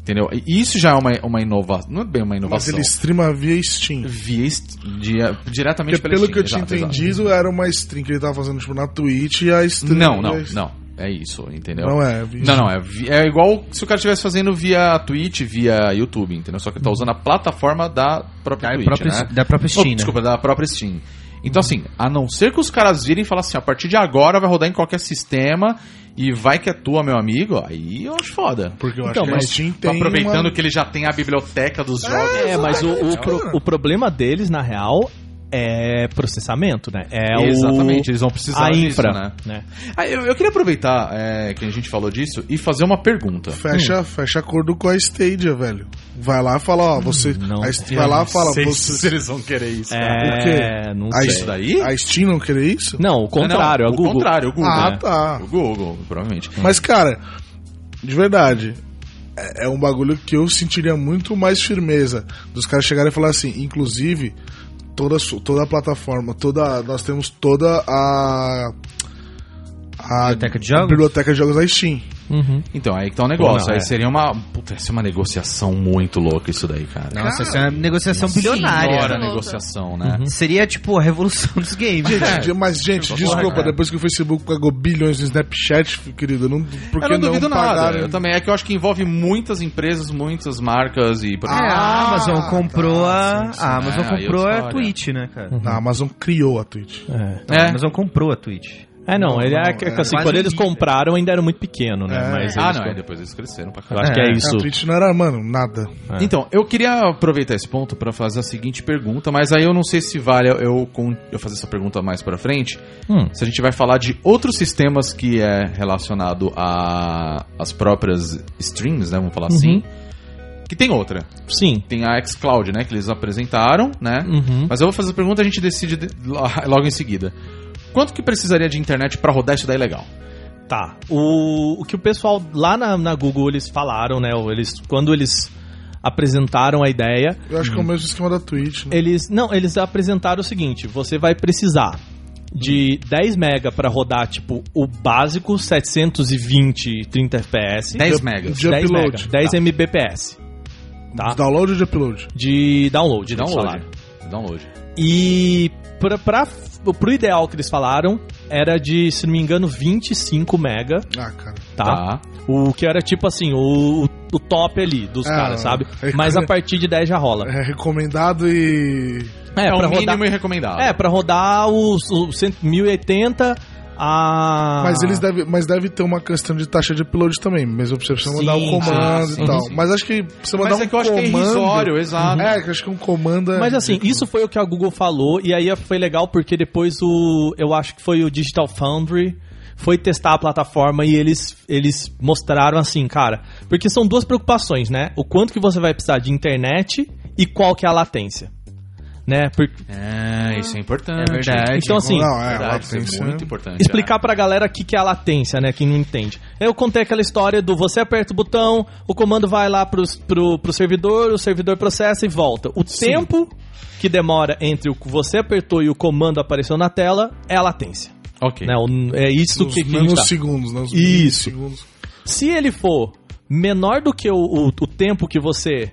Speaker 1: Entendeu? E isso já é uma, uma inovação. Não é bem uma
Speaker 3: mas
Speaker 1: inovação.
Speaker 3: ele streama via Steam.
Speaker 1: Via est- dia- diretamente pela
Speaker 3: Porque pelo
Speaker 1: Steam,
Speaker 3: que eu tinha
Speaker 1: exato, exato.
Speaker 3: entendido, era uma stream que ele tava fazendo, tipo, na Twitch e a stream...
Speaker 1: Não, não,
Speaker 3: e a-
Speaker 1: não. É isso, entendeu?
Speaker 3: Não é. via-
Speaker 1: Não, não, é, vi- é igual se o cara estivesse fazendo via Twitch, via YouTube, entendeu? Só que ele tá usando a plataforma da própria
Speaker 2: Ah, é
Speaker 7: Da
Speaker 1: Twitch,
Speaker 7: própria,
Speaker 1: né?
Speaker 7: da própria
Speaker 1: Oh,
Speaker 7: Steam. né?
Speaker 1: desculpa, da própria Steam. Então, assim, a não ser que os caras virem e falem assim, a partir de agora vai rodar em qualquer sistema e vai que é tua, meu amigo, aí eu acho foda.
Speaker 3: Porque eu
Speaker 2: Então,
Speaker 3: acho que a
Speaker 2: mas
Speaker 3: Steam
Speaker 1: Tô
Speaker 3: tem
Speaker 1: tá aproveitando
Speaker 3: uma...
Speaker 1: que ele já tem a biblioteca dos jogos.
Speaker 2: É, mas o, o, pro- o problema deles, na real, é processamento, né? É o-
Speaker 1: Exatamente, eles vão precisar
Speaker 2: a infra,
Speaker 1: disso, né?
Speaker 2: né?
Speaker 1: Ah, eu, eu queria aproveitar é, que a gente falou disso e fazer uma pergunta.
Speaker 3: Fecha, fecha acordo com a Stadia, velho. Vai lá e fala, ó, você...
Speaker 1: Hum,
Speaker 2: não.
Speaker 3: a Steam vai lá e fala, você...
Speaker 1: eles vão querer isso.
Speaker 2: É, não
Speaker 3: Aí-
Speaker 2: sei.
Speaker 1: Isso daí?
Speaker 3: A Steam não querer isso?
Speaker 2: Não, o contrário, é
Speaker 1: Não,
Speaker 2: a Google.
Speaker 1: O contrário, o Google.
Speaker 3: Ah,
Speaker 1: né?
Speaker 3: tá.
Speaker 1: O Google, provavelmente.
Speaker 3: Mas, cara, de verdade, é, é um bagulho que eu sentiria muito mais firmeza dos caras chegarem e falar assim, inclusive, toda, su- toda a plataforma, toda, nós temos toda a. A
Speaker 7: Biblioteca de jogos?
Speaker 3: biblioteca de jogos da Steam.
Speaker 2: Uhum.
Speaker 1: Então, aí que tá um negócio.
Speaker 2: Pô, não,
Speaker 1: aí
Speaker 2: é.
Speaker 1: seria uma. Puta, ia ser uma negociação muito louca isso daí, cara.
Speaker 7: Nossa, isso é uma negociação bilionária.
Speaker 1: Senhora
Speaker 5: Louca.
Speaker 1: negociação, né?
Speaker 2: Uhum.
Speaker 7: Seria tipo a revolução dos games. né?
Speaker 1: É.
Speaker 3: Gente, mas, gente, desculpa,
Speaker 1: cara.
Speaker 3: depois que o Facebook pagou bilhões no Snapchat, querido, não, por
Speaker 1: Eu
Speaker 3: que
Speaker 1: não duvido nada.
Speaker 3: pagaram?
Speaker 1: Eu também. É que eu acho que envolve muitas empresas, muitas marcas e.
Speaker 7: É, a Amazon comprou
Speaker 3: tá, sim,
Speaker 7: a.
Speaker 3: sim.
Speaker 7: A Amazon
Speaker 1: É, aí
Speaker 7: comprou
Speaker 1: outra
Speaker 7: a
Speaker 1: história.
Speaker 7: Twitch, né, cara?
Speaker 2: Uhum.
Speaker 3: A Amazon criou a Twitch.
Speaker 2: É.
Speaker 1: É.
Speaker 7: A Amazon comprou a Twitch.
Speaker 2: É, não, ele é,
Speaker 3: não,
Speaker 2: que-
Speaker 3: é.
Speaker 2: assim,
Speaker 7: Quase
Speaker 2: quando
Speaker 7: um
Speaker 2: eles
Speaker 7: nível.
Speaker 2: compraram ainda era muito pequeno, né?
Speaker 3: É.
Speaker 2: Mas
Speaker 1: Ah,
Speaker 2: eles
Speaker 1: não, é,
Speaker 2: comp-
Speaker 1: depois eles cresceram pra
Speaker 2: Eu
Speaker 1: caralho.
Speaker 2: acho que
Speaker 7: É.
Speaker 2: é
Speaker 3: A
Speaker 2: isso.
Speaker 3: Twitch não era, mano, nada.
Speaker 2: É.
Speaker 1: Então, eu queria aproveitar esse ponto pra fazer a seguinte pergunta, mas aí eu não sei se vale eu, eu con- eu fazer essa pergunta mais pra frente,
Speaker 2: Hum.
Speaker 1: se a gente vai falar de outros sistemas que é relacionado a as próprias streams, né, vamos falar assim, que tem outra.
Speaker 2: Uhum. Sim.
Speaker 1: Tem a xCloud, né, que eles apresentaram, né?
Speaker 2: Uhum.
Speaker 1: Mas eu vou fazer a pergunta, a gente decide de- logo em seguida. Quanto que precisaria de internet pra rodar isso daí legal?
Speaker 2: Tá. O, o que o pessoal lá na, na Google eles falaram, né? ou Eles, quando eles apresentaram a ideia,
Speaker 3: Eu acho que
Speaker 1: Hum.
Speaker 3: é o mesmo esquema da Twitch, né?
Speaker 2: eles não, eles apresentaram o seguinte: você vai precisar de 10 mega pra rodar tipo o básico 720 30 fps,
Speaker 1: 10 megas. Ah.
Speaker 3: de
Speaker 2: 10 mega,
Speaker 3: upload.
Speaker 2: 10 mbps, tá?
Speaker 3: Download ou de upload?
Speaker 2: De download,
Speaker 1: De
Speaker 2: eles
Speaker 1: download.
Speaker 2: falaram.
Speaker 1: De download.
Speaker 2: E pra, pra, pro ideal que eles falaram era de, se não me engano, 25 mega,
Speaker 3: Ah, cara.
Speaker 2: tá? O que era tipo assim, o, o top ali dos
Speaker 3: Ah,
Speaker 2: caras, sabe?
Speaker 3: é-
Speaker 2: Mas a partir de 10 já rola.
Speaker 3: É recomendado e.
Speaker 2: É,
Speaker 1: É, o
Speaker 2: pra rodar.
Speaker 1: mínimo e recomendado.
Speaker 2: É, pra rodar os, os 100 1080 a.
Speaker 1: Ah.
Speaker 3: Mas eles devem. Mas deve ter uma questão de taxa de upload também. Mesmo pra você precisa mandar
Speaker 2: Sim,
Speaker 3: um comando
Speaker 1: sim,
Speaker 3: e
Speaker 1: sim,
Speaker 3: tal.
Speaker 1: sim.
Speaker 3: Mas acho que você mandar
Speaker 1: Mas
Speaker 3: um
Speaker 1: é que eu acho que é
Speaker 3: comando.
Speaker 1: irrisório,
Speaker 2: Uhum.
Speaker 1: exato.
Speaker 3: É, que eu acho que um comando é.
Speaker 2: Mas assim, isso foi o que a Google falou, e aí foi legal porque depois o. Eu acho que foi o Digital Foundry. Foi testar a plataforma e eles, eles mostraram assim, cara. Porque são duas preocupações, né? O quanto que você vai precisar de internet e qual que é a latência. Né? Por-
Speaker 1: É, isso é importante.
Speaker 7: É verdade.
Speaker 2: então, assim,
Speaker 3: Não, é,
Speaker 1: É verdade, isso
Speaker 3: latência,
Speaker 1: é muito
Speaker 3: né?
Speaker 1: importante.
Speaker 2: explicar pra galera o que, que é a latência, né? Quem não entende. Eu contei aquela história do você aperta o botão, o comando vai lá pro, pro, pro servidor, o servidor processa e volta. O tempo que demora entre o que você apertou e o comando apareceu na tela é a latência.
Speaker 1: É. Ok.
Speaker 2: Né? O- É isso
Speaker 3: Os
Speaker 2: que, que a gente tá.
Speaker 3: nanosegundos, né? Os
Speaker 2: Isso.
Speaker 3: milissegundos.
Speaker 2: Se ele for menor do que o, o, o tempo que você.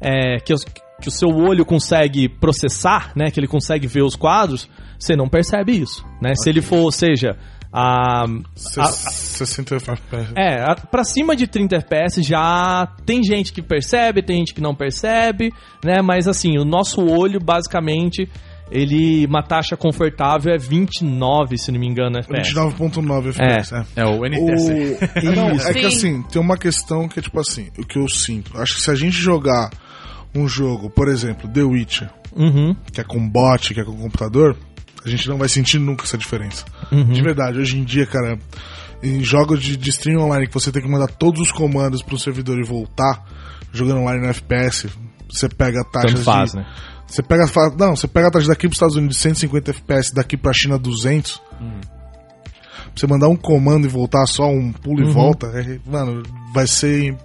Speaker 2: é, que, os- que o seu olho consegue processar, né? Que ele consegue ver os quadros, você não percebe isso. Né? Se ele for, ou seja, a,
Speaker 3: Se- 60 FPS.
Speaker 2: é, a- pra cima de 30 FPS já tem gente que percebe, tem gente que não percebe, né? Mas assim, o nosso olho, basicamente, ele. Uma taxa confortável é 29, se não me engano,
Speaker 3: É.
Speaker 2: FPS.
Speaker 3: 29.9 FPS. É.
Speaker 1: É o NTSC.
Speaker 3: O... Não, é que
Speaker 5: Sim.
Speaker 3: assim, tem uma questão que é tipo assim, o que eu sinto. Acho que se a gente jogar um jogo, por exemplo, The Witcher,
Speaker 2: Uhum.
Speaker 3: que é com bot, que é com computador, a gente não vai sentir nunca essa diferença.
Speaker 2: Uhum.
Speaker 3: De verdade, hoje em dia, cara, em jogos de, de stream online que você tem que mandar todos os comandos pro servidor e voltar, jogando online no FPS, você pega taxas
Speaker 2: Tanto faz,
Speaker 3: de...
Speaker 2: né?
Speaker 3: Você pega, a fa- não, você pega a taxa daqui pros Estados Unidos de 150 FPS, daqui pra China 200. Pra você mandar um comando e voltar só um pulo
Speaker 2: Uhum.
Speaker 3: e volta, é- mano, vai ser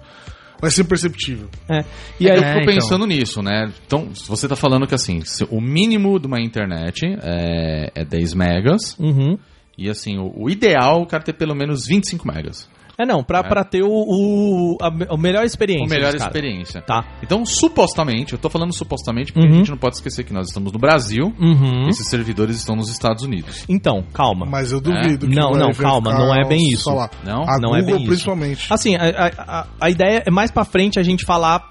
Speaker 3: vai ser imperceptível.
Speaker 2: É. E aí,
Speaker 1: eu fico
Speaker 7: É, então.
Speaker 1: pensando nisso, né? Então, você tá falando que assim, se o mínimo de uma internet é, é 10 megas.
Speaker 2: Uhum.
Speaker 1: E assim, o, o ideal é o cara ter pelo menos 25 megas.
Speaker 2: É não, pra,
Speaker 1: É.
Speaker 2: pra ter o, o, a, me- a melhor experiência.
Speaker 1: Ou melhor
Speaker 2: dos caras.
Speaker 1: experiência.
Speaker 2: Tá.
Speaker 1: Então, supostamente, eu tô falando supostamente porque
Speaker 2: Uhum.
Speaker 1: a gente não pode esquecer que nós estamos no Brasil
Speaker 2: Uhum.
Speaker 1: e esses servidores estão nos Estados Unidos.
Speaker 2: Então, calma.
Speaker 3: Mas eu duvido que
Speaker 2: É? Não,
Speaker 3: vai
Speaker 2: não,
Speaker 3: verificar
Speaker 2: calma, não é bem isso.
Speaker 3: só lá.
Speaker 1: Não?
Speaker 3: a
Speaker 2: Não é
Speaker 3: Google,
Speaker 2: bem isso.
Speaker 3: principalmente.
Speaker 2: Assim, a, a, a- a ideia é mais pra frente a gente falar,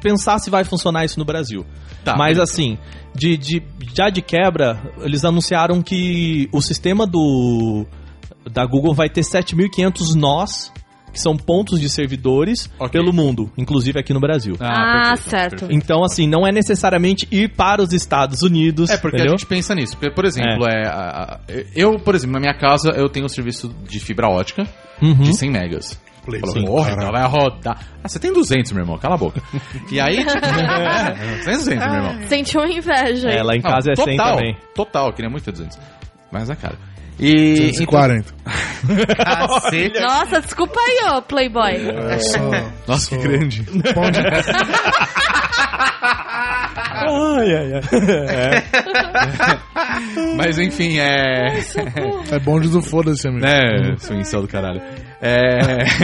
Speaker 2: pensar se vai funcionar isso no Brasil.
Speaker 1: Tá.
Speaker 2: Mas assim, de, de- já de quebra, eles anunciaram que o sistema do da Google vai ter 7.500 nós, que são pontos de servidores,
Speaker 1: Ok.
Speaker 2: pelo mundo, inclusive aqui no Brasil.
Speaker 5: Ah,
Speaker 1: perfeito,
Speaker 5: certo.
Speaker 1: perfeito.
Speaker 2: Então, assim, não é necessariamente ir para os Estados Unidos.
Speaker 1: É, porque
Speaker 2: entendeu?
Speaker 1: a gente pensa nisso. Porque, por exemplo, é. a- a- eu, por exemplo, na minha casa, eu tenho um serviço de fibra ótica
Speaker 2: Uhum.
Speaker 1: de 100 megas.
Speaker 3: Play,
Speaker 1: Falou,
Speaker 3: sim,
Speaker 1: porra,
Speaker 3: cara.
Speaker 1: então vai rodar. Ah, você tem 200, meu irmão, cala a boca. E aí, tipo, você tem 200, meu irmão.
Speaker 5: Sente uma inveja.
Speaker 2: É, lá em
Speaker 1: Não,
Speaker 2: casa é 100
Speaker 1: total,
Speaker 2: também.
Speaker 1: Total, eu queria muito ter 200. Mas é caro. E.
Speaker 3: 240.
Speaker 6: Caceta.
Speaker 5: Nossa, desculpa aí, ó, Playboy.
Speaker 3: É só-
Speaker 1: Nossa, que grande.
Speaker 3: pão de-
Speaker 2: Ai, ai, ai.
Speaker 1: Mas enfim, é.
Speaker 3: é bonde do foda-se, amigo.
Speaker 1: né, seu incel do caralho. É.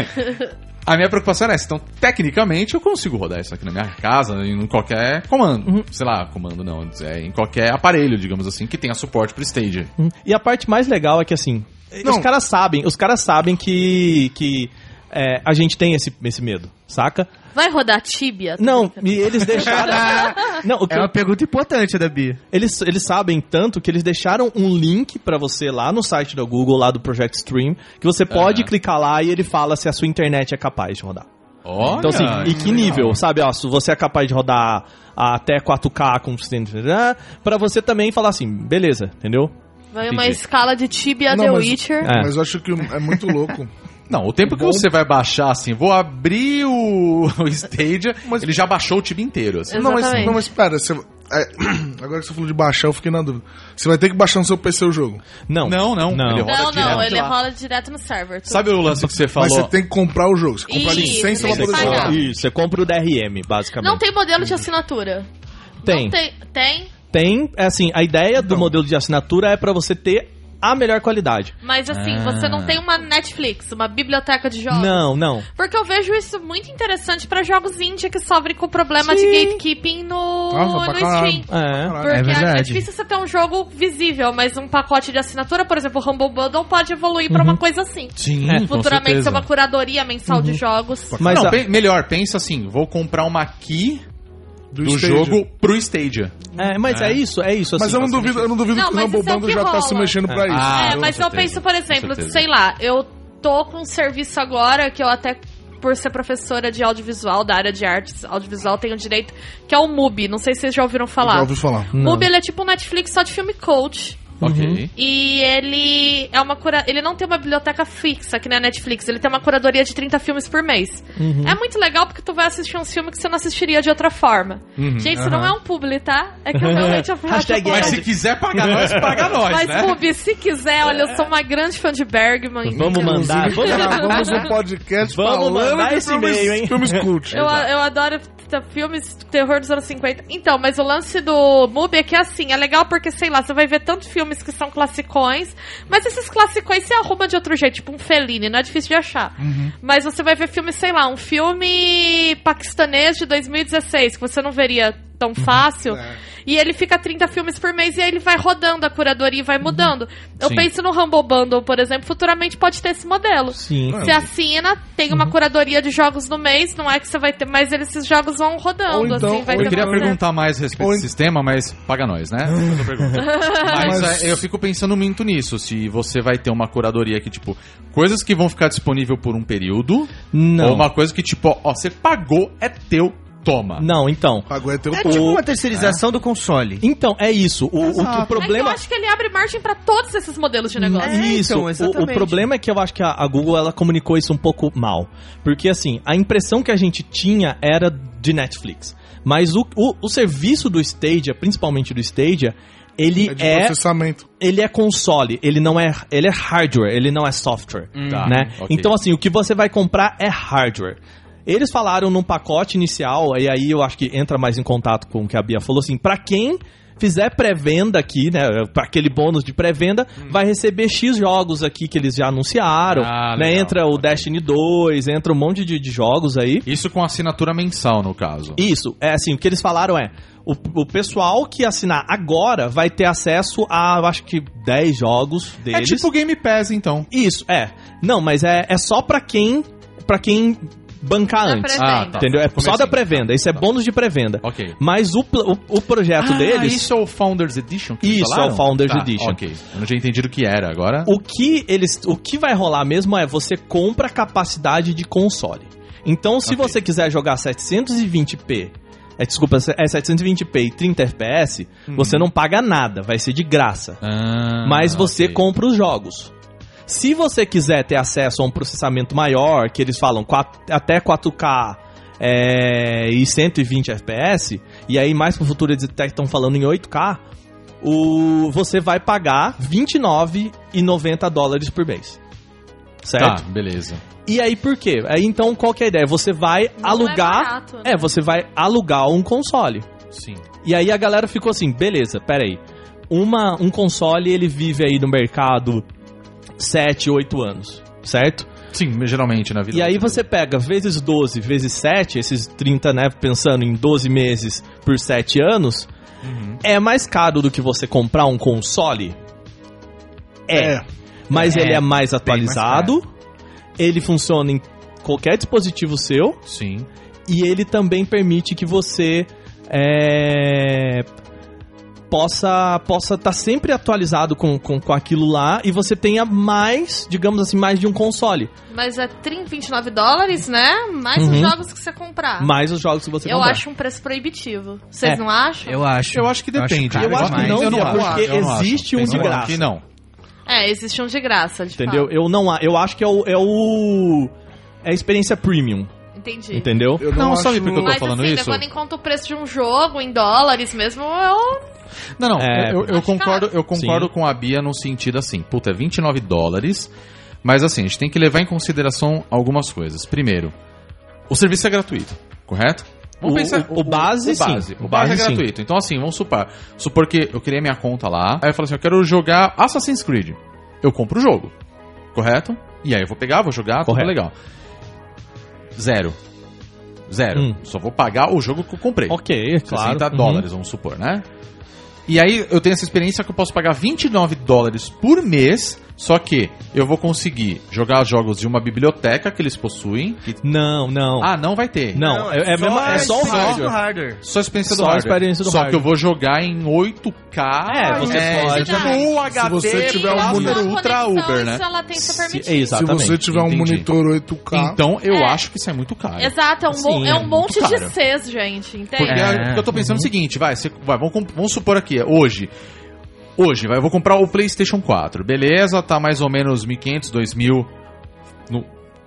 Speaker 1: A minha preocupação era essa. Então, tecnicamente, eu consigo rodar isso aqui na minha casa, em qualquer comando. Sei lá, comando não. É, em qualquer aparelho, digamos assim, que tenha suporte pro Stage.
Speaker 2: Uhum. E a parte mais legal é que assim, os caras sabem, os caras sabem que que é, a gente tem esse, esse medo, saca?
Speaker 5: Vai rodar tíbia?
Speaker 2: Não, e eles deixaram. não, o que
Speaker 7: É uma pergunta importante da Bia.
Speaker 2: Eles, eles sabem tanto que eles deixaram um link pra você lá no site da Google, lá do Project Stream, que você pode
Speaker 1: Aham.
Speaker 2: clicar lá e ele fala se a sua internet é capaz de rodar.
Speaker 1: Olha,
Speaker 2: Então, assim, e que nível, sabe? Ó, se você é capaz de rodar até 4K com 100, pra você também falar assim, beleza, entendeu?
Speaker 5: Vai uma
Speaker 2: Entendi.
Speaker 5: escala de tíbia
Speaker 3: Não,
Speaker 5: The
Speaker 3: mas-
Speaker 5: Witcher.
Speaker 2: É.
Speaker 3: Mas eu acho que é muito louco.
Speaker 1: Não, o tempo que
Speaker 3: Bom.
Speaker 1: você vai baixar, assim, vou abrir o, o Stadia, ele já baixou o time inteiro, assim.
Speaker 3: Não, mas,
Speaker 5: Exatamente.
Speaker 3: não, mas pera, você- é, agora que você falou de baixar, eu fiquei na dúvida. Você vai ter que baixar no seu PC o jogo.
Speaker 2: Não.
Speaker 1: Não, não,
Speaker 2: Não.
Speaker 1: ele roda
Speaker 5: Não,
Speaker 1: direto
Speaker 5: não, ele
Speaker 1: lá.
Speaker 5: rola direto no server. tudo.
Speaker 1: Sabe o lance que você falou?
Speaker 3: Mas você tem que comprar o jogo. Você comprar a
Speaker 5: Isso,
Speaker 3: licença
Speaker 5: tem
Speaker 3: pra
Speaker 5: que
Speaker 3: poder
Speaker 5: pagar.
Speaker 3: jogar.
Speaker 2: Isso, você compra o DRM, basicamente.
Speaker 5: Não tem modelo de assinatura.
Speaker 2: é Tem.
Speaker 5: Não tem. Tem,
Speaker 2: Tem, é assim, a ideia do modelo de assinatura é pra você ter a melhor qualidade.
Speaker 5: mas assim, você não tem uma Netflix, uma biblioteca de jogos.
Speaker 2: Não, não.
Speaker 5: Porque eu vejo isso muito interessante pra jogos indie que sofrem com problema de gatekeeping no,
Speaker 3: Nossa, pra
Speaker 5: no
Speaker 3: caralho.
Speaker 5: Steam.
Speaker 2: É.
Speaker 5: Porque
Speaker 7: É
Speaker 5: é,
Speaker 7: verdade.
Speaker 5: difícil você ter um jogo visível, mas um pacote de assinatura, por exemplo, o Humble Bundle pode evoluir pra uma coisa assim.
Speaker 1: Sim,
Speaker 2: É.
Speaker 1: com
Speaker 5: Futuramente ser
Speaker 1: certeza.
Speaker 5: uma curadoria mensal de jogos.
Speaker 2: Mas
Speaker 1: não,
Speaker 2: a-
Speaker 1: pe- melhor, pensa assim, vou comprar uma key do,
Speaker 3: Stadia.
Speaker 1: jogo pro Stadia.
Speaker 2: É, mas é. isso, é isso.
Speaker 3: Mas
Speaker 2: assim,
Speaker 3: eu não duvido, eu não duvido
Speaker 5: Não,
Speaker 3: que o
Speaker 5: mas
Speaker 3: Rumble
Speaker 5: isso é o
Speaker 3: Bando
Speaker 5: que
Speaker 3: já tá
Speaker 5: rola.
Speaker 3: se mexendo pra isso.
Speaker 1: Ah,
Speaker 5: é,
Speaker 1: com
Speaker 5: mas eu
Speaker 1: certeza,
Speaker 5: penso, por exemplo,
Speaker 1: com certeza.
Speaker 5: sei lá, eu tô com um serviço agora que eu até por ser professora de audiovisual, da área de artes audiovisual, tenho direito, que é o MUBI. Não sei se vocês já ouviram falar.
Speaker 3: Já ouvi falar.
Speaker 5: MUBI, ele é tipo um Netflix só de filme coach.
Speaker 1: Ok.
Speaker 5: E ele é uma cura... ele não tem uma biblioteca fixa que nem a Netflix, ele tem uma curadoria de 30 filmes por mês. É muito legal porque tu vai assistir uns filmes que você não assistiria de outra forma.
Speaker 1: Uhum,
Speaker 5: Gente, isso não é um publi, tá? É que eu realmente eu
Speaker 2: Hashtag
Speaker 1: Mas se quiser pagar nós, paga nós,
Speaker 5: Mas,
Speaker 1: né? É.
Speaker 5: Bubi, se quiser, olha, eu sou uma grande fã de Bergman.
Speaker 2: Vamos
Speaker 5: então-
Speaker 2: mandar, vamos mandar.
Speaker 3: Gravamos um podcast
Speaker 2: Vamos
Speaker 3: falando
Speaker 2: mandar
Speaker 3: de
Speaker 2: esse
Speaker 3: filmes,
Speaker 2: e-mail, hein?
Speaker 3: filmes cult.
Speaker 5: Eu, eu adoro t- filmes de terror dos anos 50. Então, mas o lance do Mubi é que assim, é legal porque, sei lá, você vai ver tantos filmes que são classicões, mas esses classicões se arruma de outro jeito, tipo um Fellini, não é difícil de achar. Mas você vai ver filmes, sei lá, um filme paquistanês de 2016, que você não veria tão fácil. E ele fica 30 filmes por mês e aí ele vai rodando a curadoria e vai mudando. Eu
Speaker 1: Sim.
Speaker 5: penso no Humble Bundle, por exemplo, futuramente pode ter esse modelo.
Speaker 2: Sim.
Speaker 5: Você assina, tem uma curadoria de jogos no mês, não é que você vai ter, mas eles- esses jogos vão rodando,
Speaker 3: Ou então-
Speaker 5: assim, vai
Speaker 3: ou
Speaker 1: Eu
Speaker 5: ter
Speaker 1: queria
Speaker 5: uma-
Speaker 1: perguntar mais a respeito
Speaker 3: Ou
Speaker 1: do
Speaker 3: en-
Speaker 1: sistema, mas paga nós, né? mas é, eu fico pensando muito nisso, se você vai ter uma curadoria que, tipo, coisas que vão ficar disponível por um período,
Speaker 2: Não.
Speaker 1: ou uma coisa que, tipo, ó, você pagou, é teu, toma.
Speaker 2: Não, então.
Speaker 3: Aguenta o
Speaker 7: É
Speaker 3: povo.
Speaker 7: tipo uma terceirização do console.
Speaker 2: Então, é isso. O, o- o,
Speaker 5: É que eu
Speaker 2: problema. Hum,
Speaker 5: acho que ele abre margem pra todos esses modelos de negócio.
Speaker 7: É,
Speaker 2: Isso,
Speaker 7: então,
Speaker 2: o- o,
Speaker 7: exatamente.
Speaker 2: problema é que eu acho que a, a Google ela comunicou isso um pouco mal. Porque assim, a impressão que a gente tinha era de Netflix. Mas o, o, o serviço do Stadia, principalmente do Stadia, ele
Speaker 3: É de
Speaker 2: é,
Speaker 3: processamento.
Speaker 2: ele é console, ele não é, ele é hardware, ele não é software,
Speaker 1: Tá,
Speaker 2: né?
Speaker 1: ok.
Speaker 2: Então assim, o que você vai comprar é hardware. Eles falaram num pacote inicial, e aí eu acho que entra mais em contato com o que a Bia falou assim, pra quem fizer pré-venda aqui, né, para aquele bônus de pré-venda,
Speaker 1: Hum.
Speaker 2: vai receber X jogos aqui que eles já anunciaram,
Speaker 1: Ah,
Speaker 2: né?
Speaker 1: legal.
Speaker 2: Entra o Destiny 2, entra um monte de- de jogos aí.
Speaker 1: Isso com assinatura mensal, no caso.
Speaker 2: Isso, é assim, o que eles falaram é, o, o pessoal que assinar agora vai ter acesso a, eu acho que 10 jogos deles.
Speaker 1: É tipo Game Pass, então.
Speaker 2: Isso, é. Não, mas é, é só pra quem, para quem bancar
Speaker 5: Na
Speaker 2: antes.
Speaker 5: pré-venda.
Speaker 1: Ah, tá.
Speaker 2: Entendeu? É só
Speaker 1: Comecinho.
Speaker 2: da pré-venda, isso é
Speaker 1: Tá.
Speaker 2: bônus de pré-venda.
Speaker 1: Ok.
Speaker 2: Mas o, pl- o, o projeto
Speaker 1: Ah,
Speaker 2: deles,
Speaker 1: isso é o Founders Edition que
Speaker 2: Isso,
Speaker 1: falaram?
Speaker 2: é o Founders
Speaker 1: Tá,
Speaker 2: Edition.
Speaker 1: Ok, eu não tinha entendido o que era agora.
Speaker 2: o que eles, o que vai rolar mesmo é você compra capacidade de console. Então, se
Speaker 1: Ok.
Speaker 2: você quiser jogar 720p, é, desculpa, é 720p e 30 fps,
Speaker 1: Uhum.
Speaker 2: você não paga nada, vai ser de graça.
Speaker 1: Ah,
Speaker 2: mas você
Speaker 1: ok.
Speaker 2: compra os jogos. Se você quiser ter acesso a um processamento maior, que eles falam quat- até 4K é, e 120 FPS, e aí mais pro futuro eles até estão falando em 8K, o, você vai pagar 29,90 dólares por mês. Certo?
Speaker 1: Tá, beleza.
Speaker 2: E aí por quê? Aí, então qual que é a ideia? Você vai
Speaker 5: Não É,
Speaker 2: alugar.
Speaker 5: barato, né?
Speaker 2: É, você vai alugar um console.
Speaker 1: Sim.
Speaker 2: E aí a galera ficou assim, beleza, peraí. Uma, um console, ele vive aí no mercado 7, 8 anos, certo?
Speaker 1: Sim, geralmente na vida.
Speaker 2: E aí você pega vezes 12, vezes 7, esses 30, né, pensando em 12 meses por 7 anos,
Speaker 1: Uhum.
Speaker 2: é mais caro do que você comprar um console? É. Mas
Speaker 7: É,
Speaker 2: ele é mais
Speaker 7: caro.
Speaker 2: atualizado, ele funciona em qualquer dispositivo seu,
Speaker 1: Sim.
Speaker 2: e ele também permite que você é, possa possa estar sempre atualizado com, com, com aquilo lá e você tenha mais, digamos assim, mais de um console.
Speaker 5: Mas é 30, 29 dólares, né? Mais os
Speaker 2: Uhum.
Speaker 5: jogos que você comprar.
Speaker 2: Mais os jogos que você
Speaker 5: Ah. eu
Speaker 2: comprar.
Speaker 5: acho um preço proibitivo. Vocês
Speaker 2: É.
Speaker 5: não acham?
Speaker 7: Eu acho.
Speaker 1: Eu acho que depende.
Speaker 7: caro
Speaker 2: Eu acho que
Speaker 7: demais.
Speaker 2: não,
Speaker 1: eu
Speaker 2: Bia,
Speaker 1: acho,
Speaker 2: porque
Speaker 1: eu não
Speaker 2: existe
Speaker 1: acho.
Speaker 2: um de
Speaker 1: Eu acho
Speaker 2: graça.
Speaker 1: que não.
Speaker 5: É, existe um de graça, de
Speaker 2: Entendeu? Eu não a- eu acho que é o é o é a experiência premium,
Speaker 5: fato. Entendi.
Speaker 2: entendeu?
Speaker 3: Eu
Speaker 1: Não,
Speaker 3: não, acho...
Speaker 1: sabe por que eu tô-
Speaker 5: Mas
Speaker 1: falando
Speaker 5: assim,
Speaker 1: isso?
Speaker 5: levando em conta o preço de um jogo em dólares mesmo, eu...
Speaker 1: Não, não,
Speaker 2: É,
Speaker 1: eu, eu
Speaker 5: acho
Speaker 1: concordo,
Speaker 5: caro.
Speaker 1: eu concordo
Speaker 2: Sim.
Speaker 1: com a Bia no sentido assim, puta, é 29 dólares, mas assim, a gente tem que levar em consideração algumas coisas. Primeiro, o serviço é gratuito, correto?
Speaker 2: O- o- o base,
Speaker 1: o base,
Speaker 2: sim.
Speaker 1: O base é
Speaker 2: Base, sim.
Speaker 1: gratuito. Então assim, vamos supor, supor que eu criei minha conta lá, aí eu falo assim, eu quero jogar Assassin's Creed. Eu compro o jogo, correto? E aí eu vou pegar, vou jogar, tudo
Speaker 2: Correto.
Speaker 1: legal. Zero. Zero.
Speaker 2: Hum.
Speaker 1: Só vou pagar o jogo que eu comprei.
Speaker 2: OK, claro.
Speaker 1: 60
Speaker 2: Uhum.
Speaker 1: dólares, vamos supor, né? E aí eu tenho essa experiência que eu posso pagar 29 dólares por mês, só que eu vou conseguir jogar jogos de uma biblioteca que eles possuem. que-
Speaker 2: Uhum. Não, não.
Speaker 1: Ah, não vai ter.
Speaker 2: não, é, é mesmo- é só o
Speaker 7: hardware.
Speaker 2: hardware.
Speaker 7: hardware.
Speaker 1: Só a experiência do
Speaker 2: Só a
Speaker 1: hardware.
Speaker 2: experiência do
Speaker 1: Só
Speaker 2: hardware.
Speaker 1: que eu vou jogar em 8K.
Speaker 2: É, você pode.
Speaker 1: tipo, Full HD,
Speaker 3: Se você tiver um
Speaker 1: Blaster
Speaker 3: monitor
Speaker 1: Ultra Uber, né?
Speaker 5: Isso, ela tem que ser
Speaker 2: Se-
Speaker 5: permitida.
Speaker 3: Se
Speaker 2: exatamente.
Speaker 3: você tiver um
Speaker 1: entendi.
Speaker 3: monitor 8K...
Speaker 1: Então eu
Speaker 5: É.
Speaker 1: acho que isso é muito caro.
Speaker 5: Exato, é um,
Speaker 2: Sim,
Speaker 5: mon- é
Speaker 2: é
Speaker 5: um
Speaker 2: muito
Speaker 5: monte de
Speaker 1: caro.
Speaker 5: Cs, gente, entende?
Speaker 1: Porque
Speaker 7: É.
Speaker 1: eu tô pensando o seguinte, vai, você- vai, vamos, com- vamos supor aqui, hoje, Hoje, vai, eu vou comprar o PlayStation 4. Beleza, tá mais ou menos 1.500, 2.000 no,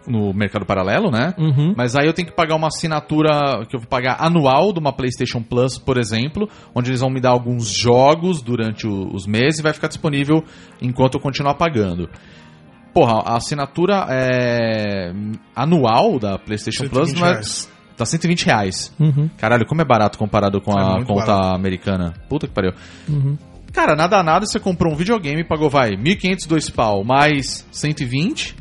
Speaker 1: no mercado paralelo, né?
Speaker 2: Uhum.
Speaker 1: Mas aí eu tenho que pagar uma assinatura que eu vou pagar anual de uma PlayStation Plus, por exemplo, onde eles vão me dar alguns jogos durante o- os meses e vai ficar disponível enquanto eu continuar pagando. Porra, a assinatura é, anual da PlayStation Plus
Speaker 3: 120
Speaker 1: não é,
Speaker 3: reais.
Speaker 1: tá 120 reais.
Speaker 2: Uhum.
Speaker 1: Caralho, como é barato comparado com
Speaker 3: É
Speaker 1: a
Speaker 3: muito
Speaker 1: conta
Speaker 3: barato.
Speaker 1: americana. Puta que pariu.
Speaker 2: uhum.
Speaker 1: Cara, nada a nada, você comprou um videogame e pagou, vai, 1.500, dois pau, mais 120.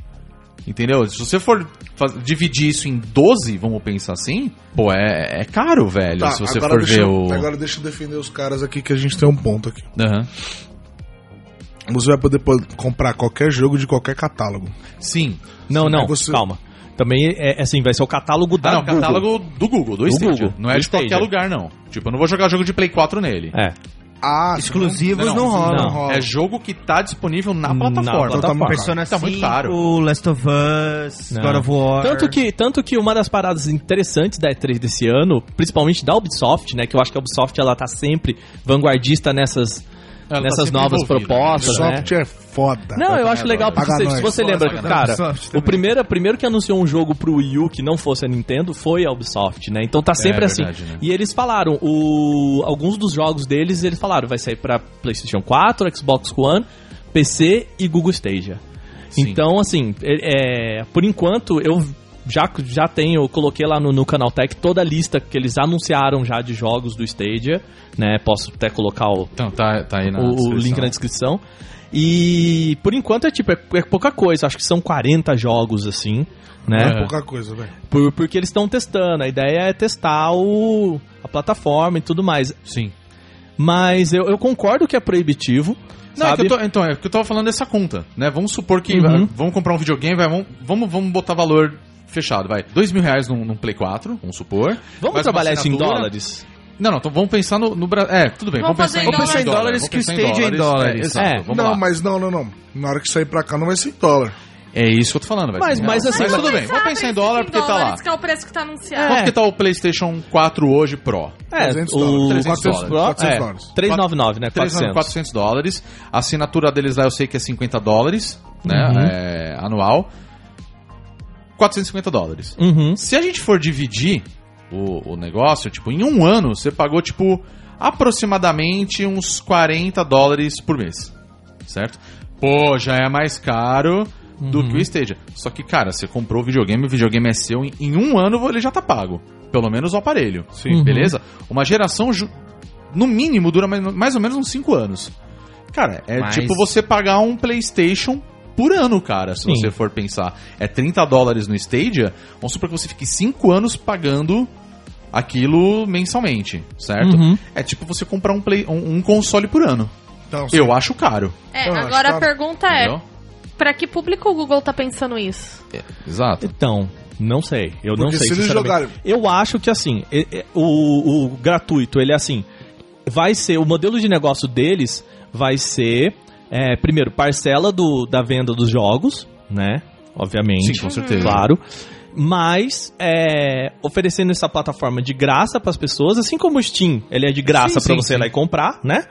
Speaker 1: Entendeu? Se você for fa- dividir isso em 12, vamos pensar assim, pô, é, é caro, velho,
Speaker 3: Tá,
Speaker 1: se você
Speaker 3: agora
Speaker 1: for
Speaker 3: deixa
Speaker 1: ver
Speaker 3: eu-
Speaker 1: o...
Speaker 3: Agora deixa eu defender os caras aqui que a gente tem um ponto aqui.
Speaker 1: Aham.
Speaker 3: Você vai poder po- comprar qualquer jogo de qualquer catálogo.
Speaker 1: Sim.
Speaker 2: Não, não,
Speaker 3: mas você-
Speaker 2: calma. Também é é assim, vai ser o catálogo da
Speaker 1: Ah, não,
Speaker 2: Google.
Speaker 1: catálogo do Google, do,
Speaker 2: Do
Speaker 1: Stadia.
Speaker 2: Google,
Speaker 1: Não é
Speaker 2: do
Speaker 1: de qualquer
Speaker 2: Stadia.
Speaker 1: lugar, não. Tipo, eu não vou jogar jogo de Play 4 nele.
Speaker 2: É,
Speaker 3: Ah,
Speaker 7: Exclusivos
Speaker 1: não,
Speaker 7: não,
Speaker 1: não
Speaker 7: rolam. Então
Speaker 2: não.
Speaker 3: rola.
Speaker 1: É jogo que tá disponível na
Speaker 2: Na
Speaker 1: plataforma.
Speaker 2: plataforma.
Speaker 3: Totalmente.
Speaker 7: Persona
Speaker 1: Tá
Speaker 7: 5,
Speaker 1: muito caro.
Speaker 7: Last of Us,
Speaker 2: Não.
Speaker 7: God of War.
Speaker 2: Tanto que, tanto que uma das paradas interessantes da E3 desse ano, principalmente da Ubisoft, né? Que eu acho que a Ubisoft ela tá sempre vanguardista nessas,
Speaker 1: Ela tá
Speaker 2: nessas
Speaker 1: sempre
Speaker 2: novas
Speaker 1: envolvida, né?
Speaker 2: propostas, né?
Speaker 3: Ubisoft é foda.
Speaker 2: Não, eu acho legal porque
Speaker 3: Paga
Speaker 2: você,
Speaker 3: nós.
Speaker 2: se você lembra,
Speaker 1: Paga
Speaker 2: cara,
Speaker 7: nós. Ubisoft
Speaker 2: o
Speaker 7: também.
Speaker 2: primeiro, primeiro que anunciou um jogo pro Wii U que não fosse a Nintendo foi a Ubisoft, né? Então tá sempre
Speaker 1: é
Speaker 2: assim.
Speaker 1: verdade, né?
Speaker 2: E eles falaram, o, alguns dos jogos deles, eles falaram, vai sair pra PlayStation 4, Xbox One, PC e Google Stadia.
Speaker 1: Sim.
Speaker 2: Então, assim, é, é, por enquanto eu já, já tenho, eu coloquei lá no, no Canaltech toda a lista que eles anunciaram já de jogos do Stadia, né? Posso até colocar o,
Speaker 1: Então, tá, tá aí na
Speaker 2: o- o,
Speaker 1: descrição.
Speaker 2: link na descrição. E por enquanto é tipo, é, é pouca coisa, acho que são 40 jogos assim,
Speaker 3: É
Speaker 2: né?
Speaker 3: pouca coisa, velho.
Speaker 2: Por- porque eles estão testando, a ideia é testar o, a plataforma e tudo mais.
Speaker 1: Sim.
Speaker 2: Mas eu, eu concordo que é proibitivo,
Speaker 1: Não, é que
Speaker 2: sabe?
Speaker 1: eu tô- então, é que eu tava falando dessa conta, né? Vamos supor que
Speaker 2: Uhum.
Speaker 1: ah, vamos comprar um videogame, vai, vamos, vamos, vamos botar valor fechado, vai. Dois mil reais num, num Play 4, vamos supor. Mais
Speaker 2: Vamos
Speaker 1: uma
Speaker 2: trabalhar isso em
Speaker 1: assinatura.
Speaker 2: dólares?
Speaker 1: Não, não, então vamos pensar no, no Brasil. É, tudo bem,
Speaker 5: Vamos
Speaker 1: vamos, pensar
Speaker 5: fazer em
Speaker 1: vamos pensar
Speaker 7: dólares.
Speaker 1: vamos
Speaker 7: que o
Speaker 1: pensar
Speaker 7: stage é em dólares.
Speaker 1: É, exato,
Speaker 2: É,
Speaker 1: vamos
Speaker 3: não,
Speaker 1: lá.
Speaker 3: mas não, não, não. Na hora que sair pra cá não vai ser em dólar.
Speaker 1: É isso que eu tô falando, vai.
Speaker 2: Mas-
Speaker 1: ser em
Speaker 2: mas
Speaker 1: dólar.
Speaker 2: assim,
Speaker 1: mas tudo bem,
Speaker 5: Mas
Speaker 1: vamos
Speaker 5: abre
Speaker 1: pensar em
Speaker 5: isso
Speaker 1: dólar porque tá lá.
Speaker 5: dólares, que é o preço que tá anunciado.
Speaker 1: Quanto que tá o PlayStation 4 hoje Pro?
Speaker 2: É,
Speaker 3: 300
Speaker 2: o
Speaker 3: dólares.
Speaker 1: 400
Speaker 2: Pro,
Speaker 3: dólares.
Speaker 2: é,
Speaker 3: 400 dólares.
Speaker 2: 399, né?
Speaker 1: 300,
Speaker 2: 400.
Speaker 1: 400 dólares. A assinatura deles lá eu sei que é 50 dólares, né?
Speaker 2: Uhum.
Speaker 1: É, anual. 450 dólares.
Speaker 2: Uhum.
Speaker 1: um. Se a gente for dividir o, o negócio, tipo, em um ano você pagou, tipo, aproximadamente uns 40 dólares por mês. Certo? Pô, já é mais caro
Speaker 7: uhum.
Speaker 1: do
Speaker 2: Uhum.
Speaker 1: que o Stadia. Só que, cara, você comprou o videogame, o videogame é seu, em, em um ano ele já tá pago. Pelo menos o aparelho.
Speaker 2: Sim.
Speaker 1: Beleza? Uma geração, ju- no mínimo, dura mais, mais ou menos uns 5 anos. Cara, é
Speaker 7: Mas-
Speaker 1: tipo você pagar um PlayStation por ano, cara, se
Speaker 2: Sim.
Speaker 1: você for pensar. É 30 dólares no Stadia, vamos supor que você fique 5 anos pagando aquilo mensalmente, certo?
Speaker 2: Uhum.
Speaker 1: É tipo você comprar um, play, um, um console por ano.
Speaker 3: Então,
Speaker 1: Eu acho tá caro,
Speaker 5: É,
Speaker 3: Eu acho
Speaker 5: agora
Speaker 3: caro.
Speaker 5: a pergunta é,
Speaker 1: entendeu?
Speaker 5: pra que público o Google tá pensando isso?
Speaker 1: Exato.
Speaker 2: Então, não sei. Eu não
Speaker 3: Porque
Speaker 2: sei.
Speaker 3: se eles
Speaker 2: sinceramente.
Speaker 3: jogarem-
Speaker 2: Eu acho que assim, e- e- o, o gratuito, ele é assim. Vai ser. O modelo de negócio deles vai ser. é, primeiro, parcela do, da venda dos jogos, né? Obviamente.
Speaker 1: Sim, com certeza.
Speaker 2: Claro. Mas é, oferecendo essa plataforma de graça para as pessoas, assim como o Steam, ele é de graça
Speaker 1: Sim,
Speaker 2: para
Speaker 1: sim,
Speaker 2: você
Speaker 1: sim.
Speaker 2: ir lá e comprar, né?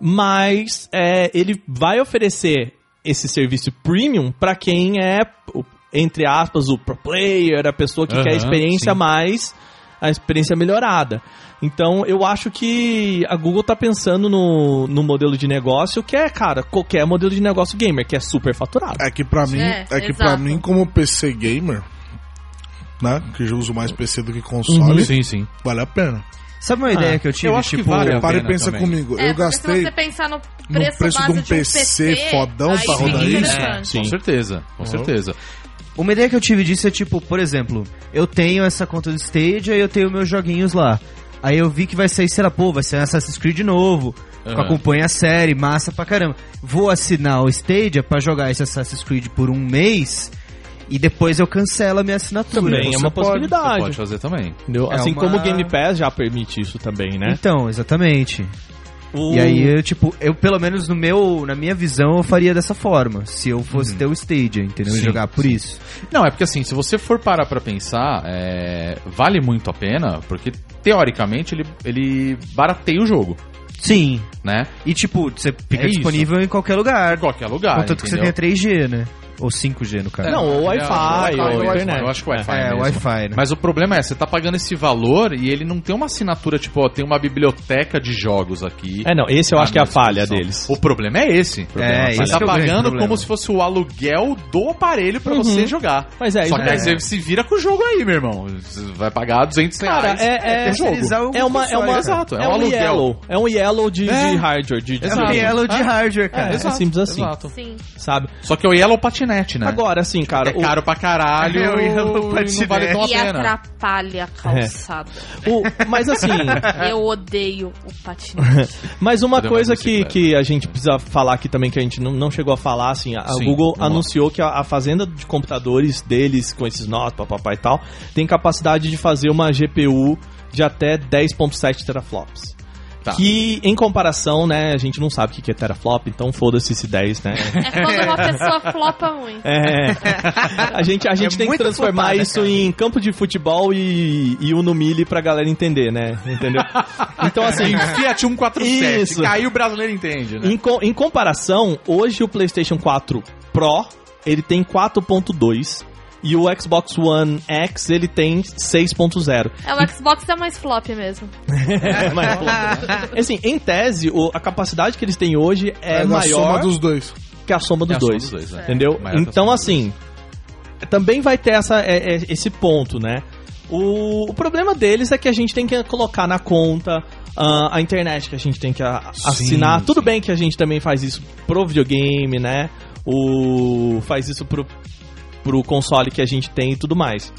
Speaker 2: Mas é, ele vai oferecer esse serviço premium para quem é, o- entre aspas, o pro player, a pessoa que
Speaker 1: Aham,
Speaker 2: quer a experiência
Speaker 1: sim.
Speaker 2: mais, a experiência melhorada. Então eu acho que a Google tá pensando no, no modelo de negócio que é, cara, qualquer modelo de negócio gamer, que é super faturado.
Speaker 3: É que pra mim,
Speaker 5: É,
Speaker 3: é, que pra
Speaker 5: exato.
Speaker 3: mim como PC gamer, né, que eu uso mais
Speaker 2: Uhum.
Speaker 3: PC do que console,
Speaker 1: Sim, sim.
Speaker 3: vale a pena.
Speaker 7: Sabe uma ideia que eu tive?
Speaker 1: eu acho que
Speaker 7: tipo,
Speaker 1: vale a
Speaker 3: Para e
Speaker 1: pena
Speaker 3: pensa
Speaker 1: também.
Speaker 3: comigo,
Speaker 5: é, porque
Speaker 3: eu
Speaker 5: se
Speaker 3: gastei
Speaker 5: você pensar no preço,
Speaker 3: no preço
Speaker 5: base
Speaker 3: de um PC fodão
Speaker 5: aí
Speaker 3: pra
Speaker 5: fica
Speaker 3: rodar
Speaker 1: isso,
Speaker 5: interessante.
Speaker 1: Com certeza,
Speaker 7: Uhum.
Speaker 1: com certeza.
Speaker 7: Uma ideia que eu tive disso é tipo, por exemplo, eu tenho essa conta do Stadia e eu tenho meus joguinhos lá. Aí eu vi que vai sair, sei lá, pô, vai sair um Assassin's Creed novo.
Speaker 1: Aham.
Speaker 7: Eu acompanho a série, massa pra caramba. Vou assinar o Stadia pra jogar esse Assassin's Creed por um mês e depois eu cancelo a minha assinatura.
Speaker 2: Também é uma
Speaker 1: Você
Speaker 2: possibilidade.
Speaker 1: pode fazer também.
Speaker 2: entendeu?
Speaker 7: É
Speaker 2: assim
Speaker 7: uma-
Speaker 2: como o Game Pass já permite isso também, né?
Speaker 7: Então, exatamente.
Speaker 2: O-
Speaker 7: E aí, eu, tipo, eu pelo menos no meu, na minha visão, eu faria dessa forma. Se eu fosse ter o Stadia, entendeu? E
Speaker 1: Sim,
Speaker 7: jogar por isso.
Speaker 1: Não, é porque assim, se você for parar pra pensar, é, vale muito a pena, porque teoricamente ele, ele barateia o jogo.
Speaker 7: Sim.
Speaker 1: né?
Speaker 7: E tipo, você fica
Speaker 1: É isso.
Speaker 7: disponível em qualquer lugar.
Speaker 1: Em qualquer lugar,
Speaker 7: Contanto que você tenha
Speaker 1: entendeu?
Speaker 7: 3G, né? Ou 5G, no caso.
Speaker 2: Não,
Speaker 1: é,
Speaker 2: ou Wi-Fi,
Speaker 1: eu acho que
Speaker 2: ou
Speaker 1: Wi-Fi,
Speaker 2: internet.
Speaker 1: Eu acho que Wi-Fi
Speaker 7: é,
Speaker 1: mesmo.
Speaker 7: Wi-Fi, né?
Speaker 1: Mas o problema é, você tá pagando esse valor e ele não tem uma assinatura, tipo, ó, tem uma biblioteca de jogos aqui.
Speaker 2: É, não, esse eu acho que é a
Speaker 1: na minha
Speaker 2: falha
Speaker 1: disposição.
Speaker 2: deles.
Speaker 1: O problema é esse.
Speaker 7: É,
Speaker 1: você
Speaker 7: esse
Speaker 1: tá
Speaker 7: que é o grande
Speaker 1: pagando
Speaker 7: problema.
Speaker 1: como se fosse o aluguel do aparelho pra
Speaker 2: Uhum.
Speaker 1: você jogar.
Speaker 2: Mas é,
Speaker 1: Só
Speaker 2: isso
Speaker 1: que aí
Speaker 2: é.
Speaker 1: você se vira com o jogo aí, meu irmão. Você vai pagar 200
Speaker 2: Cara,
Speaker 1: reais.
Speaker 2: é, é,
Speaker 1: o jogo.
Speaker 7: terceirizar o
Speaker 2: é uma, é uma,
Speaker 7: console, cara.
Speaker 1: Exato, é
Speaker 2: é
Speaker 1: um
Speaker 2: um
Speaker 1: aluguel.
Speaker 2: yellow, é um yellow de,
Speaker 1: É.
Speaker 2: de hardware, de, de
Speaker 1: Exato.
Speaker 7: É um
Speaker 2: hardware.
Speaker 7: yellow de hardware, cara.
Speaker 2: É, simples assim.
Speaker 1: Ah, exato.
Speaker 5: Sim.
Speaker 2: sabe?
Speaker 1: Só que é o Yellow Patinete, né?
Speaker 2: Agora, assim, cara,
Speaker 1: é caro pra caralho
Speaker 7: É, o
Speaker 1: e
Speaker 7: Yellow
Speaker 1: não
Speaker 7: Patinete.
Speaker 1: vale tão a
Speaker 5: E
Speaker 1: pena. É.
Speaker 5: atrapalha a calçada.
Speaker 2: o, o, mas assim,
Speaker 5: Eu odeio o patinete.
Speaker 2: mas uma
Speaker 1: Cadê mais
Speaker 2: coisa
Speaker 1: esse,
Speaker 2: que,
Speaker 1: cara?
Speaker 2: que a gente precisa falar aqui também, que a gente não, não chegou a falar, assim, a, a
Speaker 1: Sim,
Speaker 2: Google
Speaker 1: vamos lá.
Speaker 2: anunciou que a, a fazenda de computadores deles, com esses nós, papapá e tal, tem capacidade de fazer uma GPU de até 10.7 teraflops.
Speaker 1: Tá.
Speaker 2: Que, em comparação, né, a gente não sabe o que que é teraflop, então foda-se esse 10, né?
Speaker 5: É quando uma pessoa flopa muito.
Speaker 2: É. A gente, a gente tem que
Speaker 7: muita
Speaker 2: transformar
Speaker 7: flopada,
Speaker 2: isso em campo de futebol e, e Uno Mille pra galera entender, né? Entendeu? Então, assim.
Speaker 1: Fiat 147.
Speaker 2: Isso.
Speaker 1: Caiu o brasileiro entende, né?
Speaker 2: em, co- em comparação, hoje o PlayStation 4 Pro ele tem 4.2 e o Xbox One X ele tem 6.0.
Speaker 5: É, o Xbox é mais flop mesmo.
Speaker 2: É, mas, pô, assim, em tese, o- a capacidade que eles têm hoje é,
Speaker 3: da
Speaker 2: maior
Speaker 3: soma dos dois.
Speaker 2: que a soma dos
Speaker 1: É a soma
Speaker 2: dois.
Speaker 1: dois, né?
Speaker 2: Entendeu?
Speaker 1: Maior que a
Speaker 2: então,
Speaker 1: soma
Speaker 2: assim, também vai ter essa, é- é- esse ponto, né? O, o problema deles é que a gente tem que colocar na conta ah, a internet que a gente tem que a- assinar. Tudo bem que a gente também faz isso pro videogame, né? O, faz isso pro, pro console que a gente tem e tudo mais.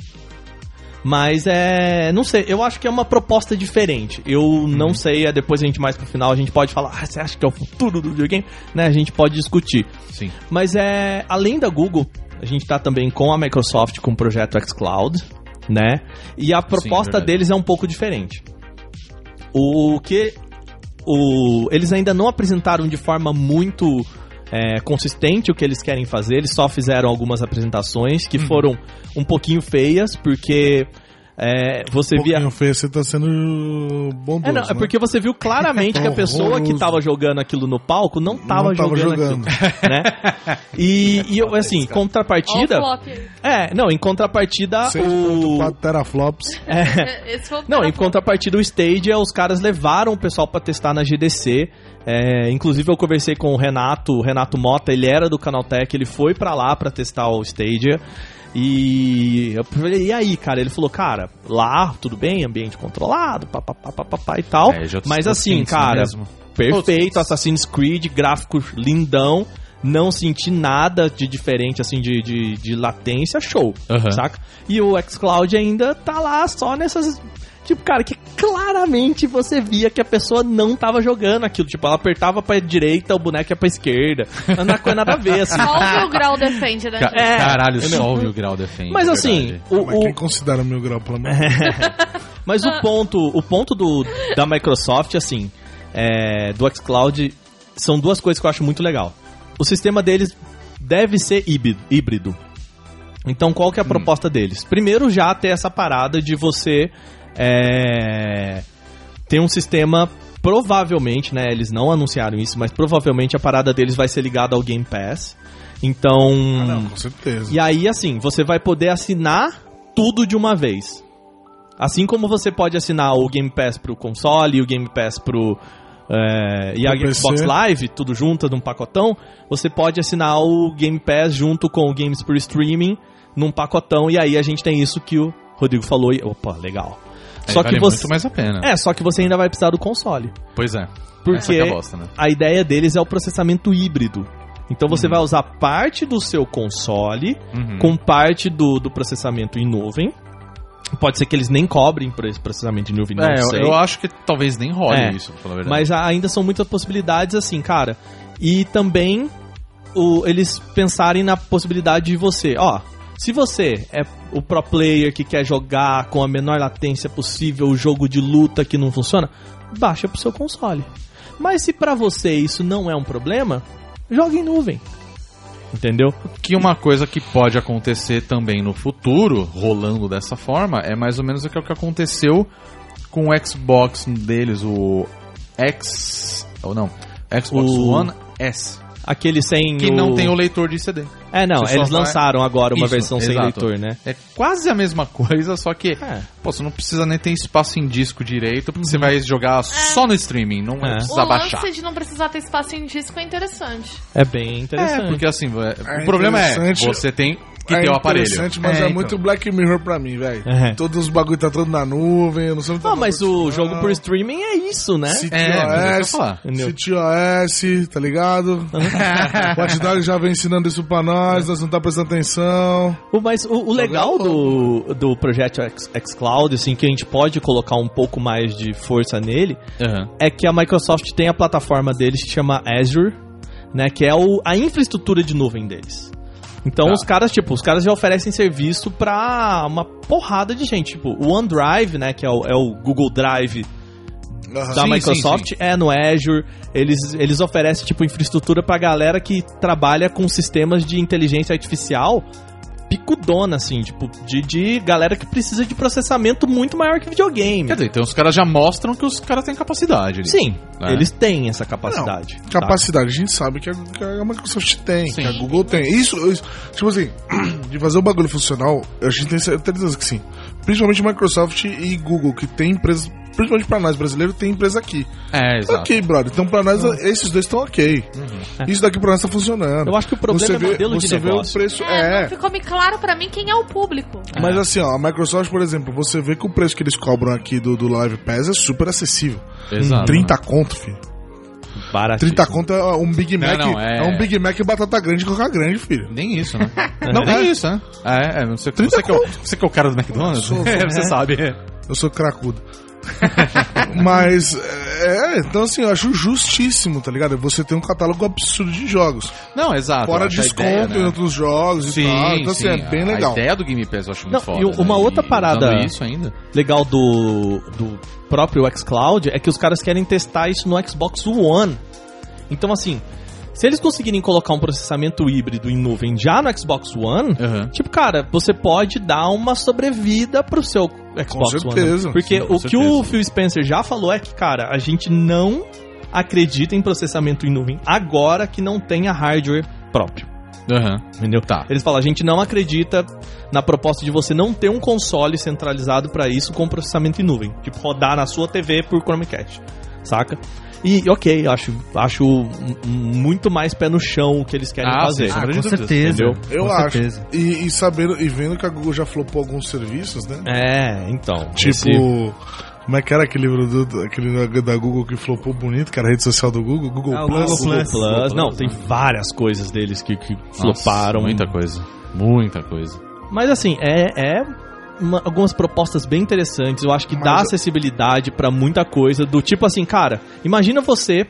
Speaker 2: Mas é. Não sei, eu acho que é uma proposta diferente. Eu
Speaker 1: Uhum.
Speaker 2: não sei, é depois a gente mais pro final, a gente pode falar, ah, você acha que é o futuro do videogame? Né? A gente pode discutir.
Speaker 1: Sim.
Speaker 2: Mas é, além da Google, a gente tá também com a Microsoft com o projeto xCloud, né? E a proposta
Speaker 1: verdade.
Speaker 2: deles é um pouco diferente. O que o, eles ainda não apresentaram de forma muito é, consistente o que eles querem fazer, eles só fizeram algumas apresentações que foram um pouquinho feias, porque é, você via.
Speaker 3: Um Pouquinho feio, você tá sendo bondoso,
Speaker 2: É, não, é
Speaker 3: né?
Speaker 2: porque você viu claramente que a pessoa que
Speaker 3: Horroroso.
Speaker 2: tava jogando aquilo no palco não tava,
Speaker 3: né? Não tava
Speaker 2: jogando,
Speaker 3: jogando.
Speaker 2: aquilo, né? E, e eu, assim,
Speaker 5: Olha o
Speaker 2: contrapartida...
Speaker 5: flop aí.
Speaker 2: É, não, em contrapartida Ah, o...
Speaker 3: 6.4 teraflops.
Speaker 5: Esse foi
Speaker 2: Não,
Speaker 5: o
Speaker 2: em
Speaker 5: problema.
Speaker 2: contrapartida o Stadia, os caras levaram o pessoal pra testar na GDC. É, inclusive eu conversei com o Renato, o Renato Mota, ele era do Canaltech, ele foi pra lá pra testar o Stadia. E eu falei, e aí, cara? Ele falou, cara, lá tudo bem, ambiente controlado, papapá, papapá e tal.
Speaker 1: É, já tô-
Speaker 2: Mas
Speaker 1: tô
Speaker 2: assim,
Speaker 1: quente, não é
Speaker 2: cara,
Speaker 1: mesmo?
Speaker 2: perfeito, Assassin's Creed, gráfico lindão. Não senti nada de diferente, assim, de, de, de latência, show,
Speaker 1: Aham.
Speaker 2: saca? E o xCloud ainda tá lá só nessas... Tipo, cara, que claramente você via que a pessoa não tava jogando aquilo. Tipo, ela apertava pra direita, o boneco ia pra esquerda. Não é coisa nada a ver, assim.
Speaker 5: Só o Mil Grau defende, né?
Speaker 1: Ca-
Speaker 2: É,
Speaker 1: Caralho,
Speaker 2: entendeu?
Speaker 1: só o Mil Grau defende.
Speaker 2: Mas
Speaker 1: é
Speaker 2: assim,
Speaker 1: verdade.
Speaker 2: o,
Speaker 3: Mas
Speaker 2: o- É.
Speaker 3: quem considera o mil grau, pelo amor de Deus?
Speaker 2: Mas o ponto, o ponto do, da Microsoft, assim, é, do xCloud, são duas coisas que eu acho muito legal. O sistema deles deve ser híbrido. híbrido. Então, qual
Speaker 3: Hum.
Speaker 2: que é a proposta deles? Primeiro, já ter essa parada de você é, ter um sistema, provavelmente, né, eles não anunciaram isso, mas provavelmente a parada deles vai ser ligada ao Game Pass. Então...
Speaker 3: Ah, não, com certeza.
Speaker 2: E aí, assim, você vai poder assinar tudo de uma vez. Assim como você pode assinar o Game Pass pro console, o Game Pass pro. é, e a
Speaker 3: Pro
Speaker 2: Xbox
Speaker 3: PC.
Speaker 2: Live, tudo junto num pacotão. Você pode assinar o Game Pass junto com o Games por Streaming num pacotão. E aí a gente tem isso que o Rodrigo falou. E, opa, legal.
Speaker 1: Aí
Speaker 2: Só
Speaker 1: vale
Speaker 2: que você.
Speaker 1: muito mais a pena.
Speaker 2: É, só que você ainda vai precisar do console.
Speaker 1: Pois é. Essa
Speaker 2: Porque
Speaker 1: que é a bosta, né?
Speaker 2: a ideia deles é o processamento híbrido. Então você vai usar parte do seu console
Speaker 1: Uhum.
Speaker 2: com parte do, do processamento em nuvem. Pode ser que eles nem cobrem por esse processamento em nuvem, não
Speaker 1: É,
Speaker 2: sei.
Speaker 1: eu, eu acho que talvez nem role
Speaker 2: É.
Speaker 1: isso, pra falar a verdade.
Speaker 2: Mas a- ainda são muitas possibilidades, assim, cara. E também o- eles pensarem na possibilidade de você, ó. Se você é o pro player que quer jogar com a menor latência possível o jogo de luta que não funciona, baixa pro seu console. Mas se pra você isso não é um problema, joga em nuvem. Entendeu?
Speaker 1: Que uma coisa que pode acontecer também no futuro, rolando dessa forma, é mais ou menos o que é o que aconteceu com o Xbox deles, o X. Ou não. Xbox
Speaker 2: O-
Speaker 1: One S.
Speaker 2: Aquele sem.
Speaker 1: Que
Speaker 2: o-
Speaker 1: não tem o leitor de CD.
Speaker 2: É, não,
Speaker 1: Você
Speaker 2: eles
Speaker 1: só vai-
Speaker 2: lançaram agora uma
Speaker 1: Isso,
Speaker 2: versão sem
Speaker 1: exato.
Speaker 2: leitor, né?
Speaker 1: É quase a mesma coisa, só que
Speaker 2: É.
Speaker 1: pô, você não precisa nem ter espaço em disco direito, porque você vai jogar só no streaming, não
Speaker 2: É.
Speaker 1: vai
Speaker 5: É. O
Speaker 1: precisa
Speaker 5: lance
Speaker 1: baixar.
Speaker 5: de não precisar ter espaço em disco é interessante.
Speaker 2: É bem
Speaker 1: É,
Speaker 2: interessante.
Speaker 1: porque assim, é-
Speaker 3: É
Speaker 1: o problema é,
Speaker 3: interessante.
Speaker 1: você tem que
Speaker 3: é
Speaker 1: ter o aparelho.
Speaker 3: interessante, mas
Speaker 7: É,
Speaker 3: é,
Speaker 7: então.
Speaker 3: muito Black Mirror pra mim, velho.
Speaker 2: É.
Speaker 3: Todos os bagulho tá todo na nuvem, eu não sei o que tá
Speaker 2: Não, mas o
Speaker 3: acontecendo.
Speaker 2: jogo por streaming é isso, né?
Speaker 3: CTOS,
Speaker 1: É, mas é o que eu ia falar.
Speaker 2: Entendeu?
Speaker 3: CTOS, tá ligado? o
Speaker 1: Uhum.
Speaker 3: Watch Dog já vem ensinando isso pra nós, nós não tá prestando atenção.
Speaker 2: O- Mas o, o legal do, do projeto X, xCloud, assim, que a gente pode colocar um pouco mais de força nele,
Speaker 1: Aham.
Speaker 2: é que a Microsoft tem a plataforma deles que chama Azure, né? Que é o, a infraestrutura de nuvem deles. Então
Speaker 1: Tá.
Speaker 2: os caras, tipo, os caras já oferecem serviço pra uma porrada de gente. Tipo, o OneDrive, né? Que é o, é o Google Drive
Speaker 3: Aham.
Speaker 2: da
Speaker 1: Sim,
Speaker 2: Microsoft, é no Azure. Eles, eles oferecem, tipo, infraestrutura pra galera que trabalha com sistemas de inteligência artificial picudona, assim, tipo, de, de galera que precisa de processamento muito maior que videogame.
Speaker 1: Quer dizer, então os caras já mostram que os caras têm capacidade. ali.
Speaker 2: Sim,
Speaker 1: É.
Speaker 2: eles têm essa capacidade. tá?
Speaker 3: Capacidade, a gente sabe que a, que a Microsoft tem,
Speaker 1: Sim.
Speaker 3: que a Google tem. Isso, isso- tipo assim, de fazer o bagulho funcional, a gente tem certeza que sim. Principalmente Microsoft e Google, que tem empresas, principalmente pra nós brasileiros, tem empresa aqui.
Speaker 1: É, exato.
Speaker 3: Ok, brother. Então pra nós, esses dois estão ok. Isso daqui pra nós tá funcionando.
Speaker 2: Eu acho que o problema é o modelo de
Speaker 3: você vê o
Speaker 2: negócio.
Speaker 3: preço.
Speaker 5: É,
Speaker 3: É.
Speaker 5: não ficou me claro pra mim quem é o público.
Speaker 3: Mas assim, ó, a Microsoft, por exemplo, você vê que o preço que eles cobram aqui do, do Live Pass é super acessível.
Speaker 1: Exato. É
Speaker 3: 30 conto, filho.
Speaker 2: Baratíssimo.
Speaker 3: 30 conto é um Big
Speaker 1: Não,
Speaker 3: Mac.
Speaker 1: não, é-
Speaker 3: é... um Big Mac e batata grande e coca grande, filho.
Speaker 1: Nem isso, né? não, nem isso, né? É, é, não sei,
Speaker 3: 30
Speaker 1: você, que é o, você que é o cara do McDonald's?
Speaker 3: Sou, né? sou.
Speaker 1: É, você sabe.
Speaker 3: Eu sou cracudo. Mas, é, então assim, eu acho justíssimo, tá ligado? Você tem um catálogo absurdo de jogos.
Speaker 1: Não, exato.
Speaker 3: Fora
Speaker 1: eu acho a
Speaker 3: desconto
Speaker 1: ideia, né?
Speaker 3: em outros jogos
Speaker 1: Sim,
Speaker 3: e tal. Então assim,
Speaker 1: sim,
Speaker 3: é bem
Speaker 1: a-
Speaker 3: legal.
Speaker 1: A ideia do Game Pass eu acho
Speaker 2: Não,
Speaker 1: muito
Speaker 2: e
Speaker 1: foda. né?
Speaker 2: uma outra parada-
Speaker 1: usando isso ainda.
Speaker 2: legal do, do próprio xCloud é que os caras querem testar isso no Xbox One. Então, assim, se eles conseguirem colocar um processamento híbrido em nuvem já no Xbox One,
Speaker 1: Aham.
Speaker 2: tipo, cara, você pode dar uma sobrevida pro seu Xbox
Speaker 3: certeza.
Speaker 2: One. né? Porque
Speaker 1: Sim, com
Speaker 2: o que o
Speaker 1: certeza.
Speaker 2: Phil Spencer já falou é que, cara, a gente não acredita em processamento em nuvem agora que não tenha hardware próprio.
Speaker 1: Aham.
Speaker 2: Entendeu?
Speaker 1: Tá.
Speaker 2: Eles falam, a gente não acredita na proposta de você não ter um console centralizado pra isso com processamento em nuvem. Tipo, rodar na sua TV por Chromecast, saca? E, ok, acho, acho um- um- muito mais pé no chão o que eles querem
Speaker 1: Ah,
Speaker 2: fazer.
Speaker 1: sim,
Speaker 7: Ah,
Speaker 1: Sombra
Speaker 7: com
Speaker 1: de dúvidas,
Speaker 7: certeza.
Speaker 2: entendeu?
Speaker 3: Eu
Speaker 7: com
Speaker 3: acho.
Speaker 7: Certeza.
Speaker 3: E, e sabendo, e vendo que a Google já flopou alguns serviços, né?
Speaker 2: É, então.
Speaker 3: Tipo,
Speaker 2: esse-
Speaker 3: como é que era aquele livro do, do- aquele da- da Google que flopou bonito, que era a rede social do Google? Google
Speaker 7: Ah, o
Speaker 3: Plus.
Speaker 2: Google Plus.
Speaker 1: Google
Speaker 2: Não,
Speaker 1: Plus,
Speaker 2: tem
Speaker 1: né?
Speaker 2: várias coisas deles que, que
Speaker 1: Nossa,
Speaker 2: floparam.
Speaker 1: Muita coisa. Muita coisa.
Speaker 2: Mas assim, é, é uma- algumas propostas bem interessantes. Eu acho que dá
Speaker 3: Mas-
Speaker 2: acessibilidade pra muita coisa. Do tipo assim, cara, imagina você,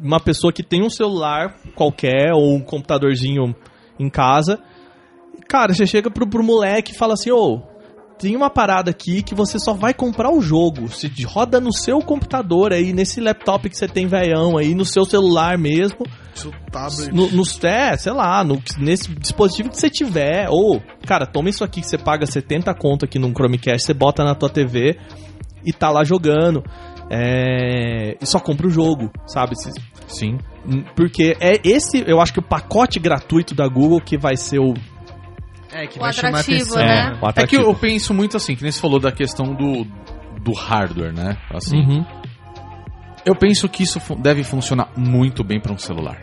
Speaker 2: uma pessoa que tem um celular qualquer ou um computadorzinho em casa. Cara, você chega pro, pro moleque e fala assim, ô. tem uma parada aqui que você só vai comprar o jogo. Se de- roda no seu computador aí, nesse laptop que você tem velhão aí, no seu celular mesmo.
Speaker 3: Seu tablet.
Speaker 2: No, nos, é, sei lá, no, nesse dispositivo que você tiver. Ou, cara, toma isso aqui que você paga 70 conto aqui num Chromecast, você bota na tua TV e tá lá jogando. É, e só compra o jogo, sabe? Se-
Speaker 1: Sim.
Speaker 2: Porque é esse, eu acho que o pacote gratuito da Google que vai ser o,
Speaker 7: É, que
Speaker 5: O
Speaker 7: vai chamar
Speaker 5: atrativo,
Speaker 7: atenção.
Speaker 5: né?
Speaker 2: o
Speaker 3: Tá
Speaker 1: É que
Speaker 2: atrativo.
Speaker 1: eu penso muito assim, que nem você falou da questão do, do hardware, né? Assim,
Speaker 2: Uhum.
Speaker 1: eu penso que isso fu- deve funcionar muito bem para um celular.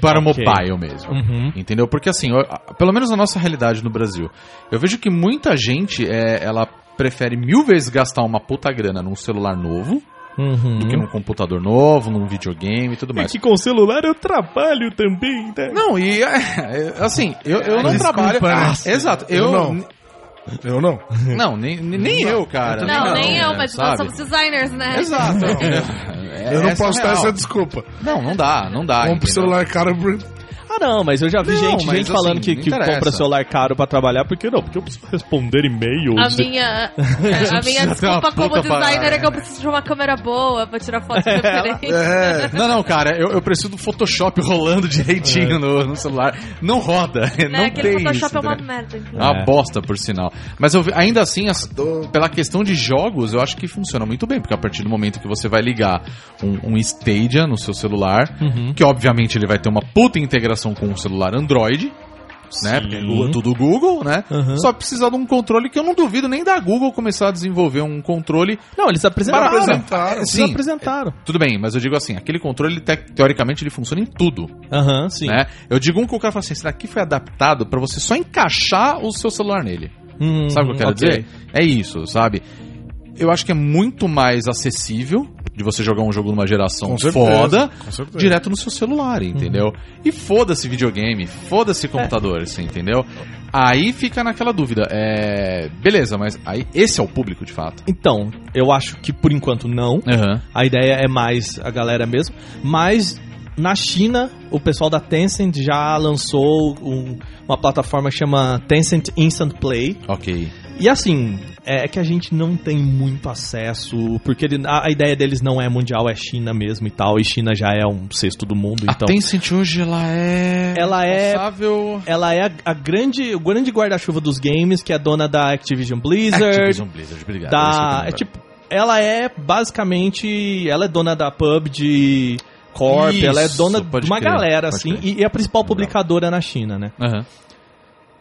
Speaker 1: Para o
Speaker 2: Ok.
Speaker 1: mobile mesmo.
Speaker 2: Uhum.
Speaker 1: Entendeu? Porque assim, eu- a- pelo menos na nossa realidade no Brasil, eu vejo que muita gente, é, ela prefere mil vezes gastar uma puta grana num celular novo
Speaker 2: Uhum.
Speaker 1: do que num computador novo, num videogame e tudo mais.
Speaker 2: com o celular eu trabalho também, né?
Speaker 1: Não, e é, é, assim, eu, eu não
Speaker 7: Desculpa,
Speaker 1: trabalho.
Speaker 7: né?
Speaker 1: Ah, Exato, eu,
Speaker 3: Eu
Speaker 1: não.
Speaker 3: não. Eu não.
Speaker 1: Não, nem, nem- nem eu, cara. é,
Speaker 5: Não, nem eu, mas
Speaker 1: né? sabe?
Speaker 5: nós somos designers, né?
Speaker 1: Exato.
Speaker 3: Não.
Speaker 1: É,
Speaker 3: eu não
Speaker 1: essa é
Speaker 3: posso
Speaker 1: a
Speaker 3: dar
Speaker 1: real.
Speaker 3: essa desculpa.
Speaker 1: Não, não dá, não dá.
Speaker 3: Compre
Speaker 1: entendeu?
Speaker 3: celular caro por
Speaker 2: Ah, não, mas eu já vi
Speaker 1: Não,
Speaker 2: gente,
Speaker 1: mas
Speaker 2: gente falando
Speaker 1: assim,
Speaker 2: que,
Speaker 1: não
Speaker 2: que
Speaker 1: interessa.
Speaker 2: compra celular caro pra trabalhar, porque não, porque eu preciso responder e-mails.
Speaker 5: A minha, a
Speaker 1: precisa
Speaker 5: minha
Speaker 1: ter uma
Speaker 5: desculpa como
Speaker 1: puta
Speaker 5: designer
Speaker 1: parada,
Speaker 5: é que eu
Speaker 1: né?
Speaker 5: preciso de uma câmera boa pra tirar foto
Speaker 2: É,
Speaker 5: diferente.
Speaker 3: É,
Speaker 1: Não, não, cara, eu, eu preciso do Photoshop rolando direitinho no, no celular. Não roda,
Speaker 5: Né?
Speaker 1: não
Speaker 5: Aquele
Speaker 1: tem isso,
Speaker 5: Photoshop é uma
Speaker 1: né?
Speaker 5: merda. então.
Speaker 1: É uma
Speaker 2: É.
Speaker 1: bosta, por sinal. Mas eu vi- ainda assim, as-
Speaker 3: Adoro.
Speaker 1: pela questão de jogos, eu acho que funciona muito bem, porque a partir do momento que você vai ligar um, um Stadia no seu celular,
Speaker 2: Uhum.
Speaker 1: que obviamente ele vai ter uma puta integração com o celular Android, né? Porque é Gu- tudo Google, né?
Speaker 2: Uhum.
Speaker 1: Só precisa de um controle que eu não duvido nem da Google começar a desenvolver um controle.
Speaker 2: Não, eles apresentaram.
Speaker 1: Para-
Speaker 3: apresentaram.
Speaker 2: Eles
Speaker 1: Sim.
Speaker 2: apresentaram.
Speaker 1: Tudo bem, mas eu digo assim, aquele controle, ele te- teoricamente, ele funciona em tudo.
Speaker 2: Aham, sim.
Speaker 1: né? Eu digo um que o cara fala assim, esse daqui foi adaptado pra você só encaixar o seu celular nele.
Speaker 2: Hum,
Speaker 1: Sabe o que eu quero
Speaker 2: ok.
Speaker 1: dizer? É isso, sabe? Eu acho que é muito mais acessível de você jogar um jogo numa geração
Speaker 3: Com certeza,
Speaker 1: foda
Speaker 3: com certeza.
Speaker 1: direto no seu celular, entendeu? E foda-se videogame, foda-se computador, assim, entendeu? Aí fica naquela dúvida. É. Beleza, mas aí esse é o público de fato.
Speaker 2: Então, eu acho que por enquanto não.
Speaker 1: Aham.
Speaker 2: A ideia é mais a galera mesmo. Mas na China, o pessoal da Tencent já lançou um- uma plataforma que chama Tencent Instant Play.
Speaker 1: Ok.
Speaker 2: E assim, é que a gente não tem muito acesso, porque ele- a, a ideia deles não é mundial, é China mesmo e tal. E China já é um sexto do mundo, então.
Speaker 1: a Tencent hoje ela é.
Speaker 2: Ela é
Speaker 1: responsável-
Speaker 2: ela é a, a grande, o grande guarda-chuva dos games, que é dona da Activision Blizzard,
Speaker 1: Activision Blizzard, obrigado. é isso que eu
Speaker 2: da,
Speaker 1: tenho
Speaker 2: é tipo, ela é basicamente, ela é dona da PUBG Corp,
Speaker 1: Isso,
Speaker 2: ela é dona
Speaker 1: pode
Speaker 2: de uma
Speaker 1: crer,
Speaker 2: galera
Speaker 1: pode
Speaker 2: assim,
Speaker 1: crer.
Speaker 2: e, e a principal
Speaker 1: Legal.
Speaker 2: publicadora na China, né?
Speaker 1: pra lembrar. Aham.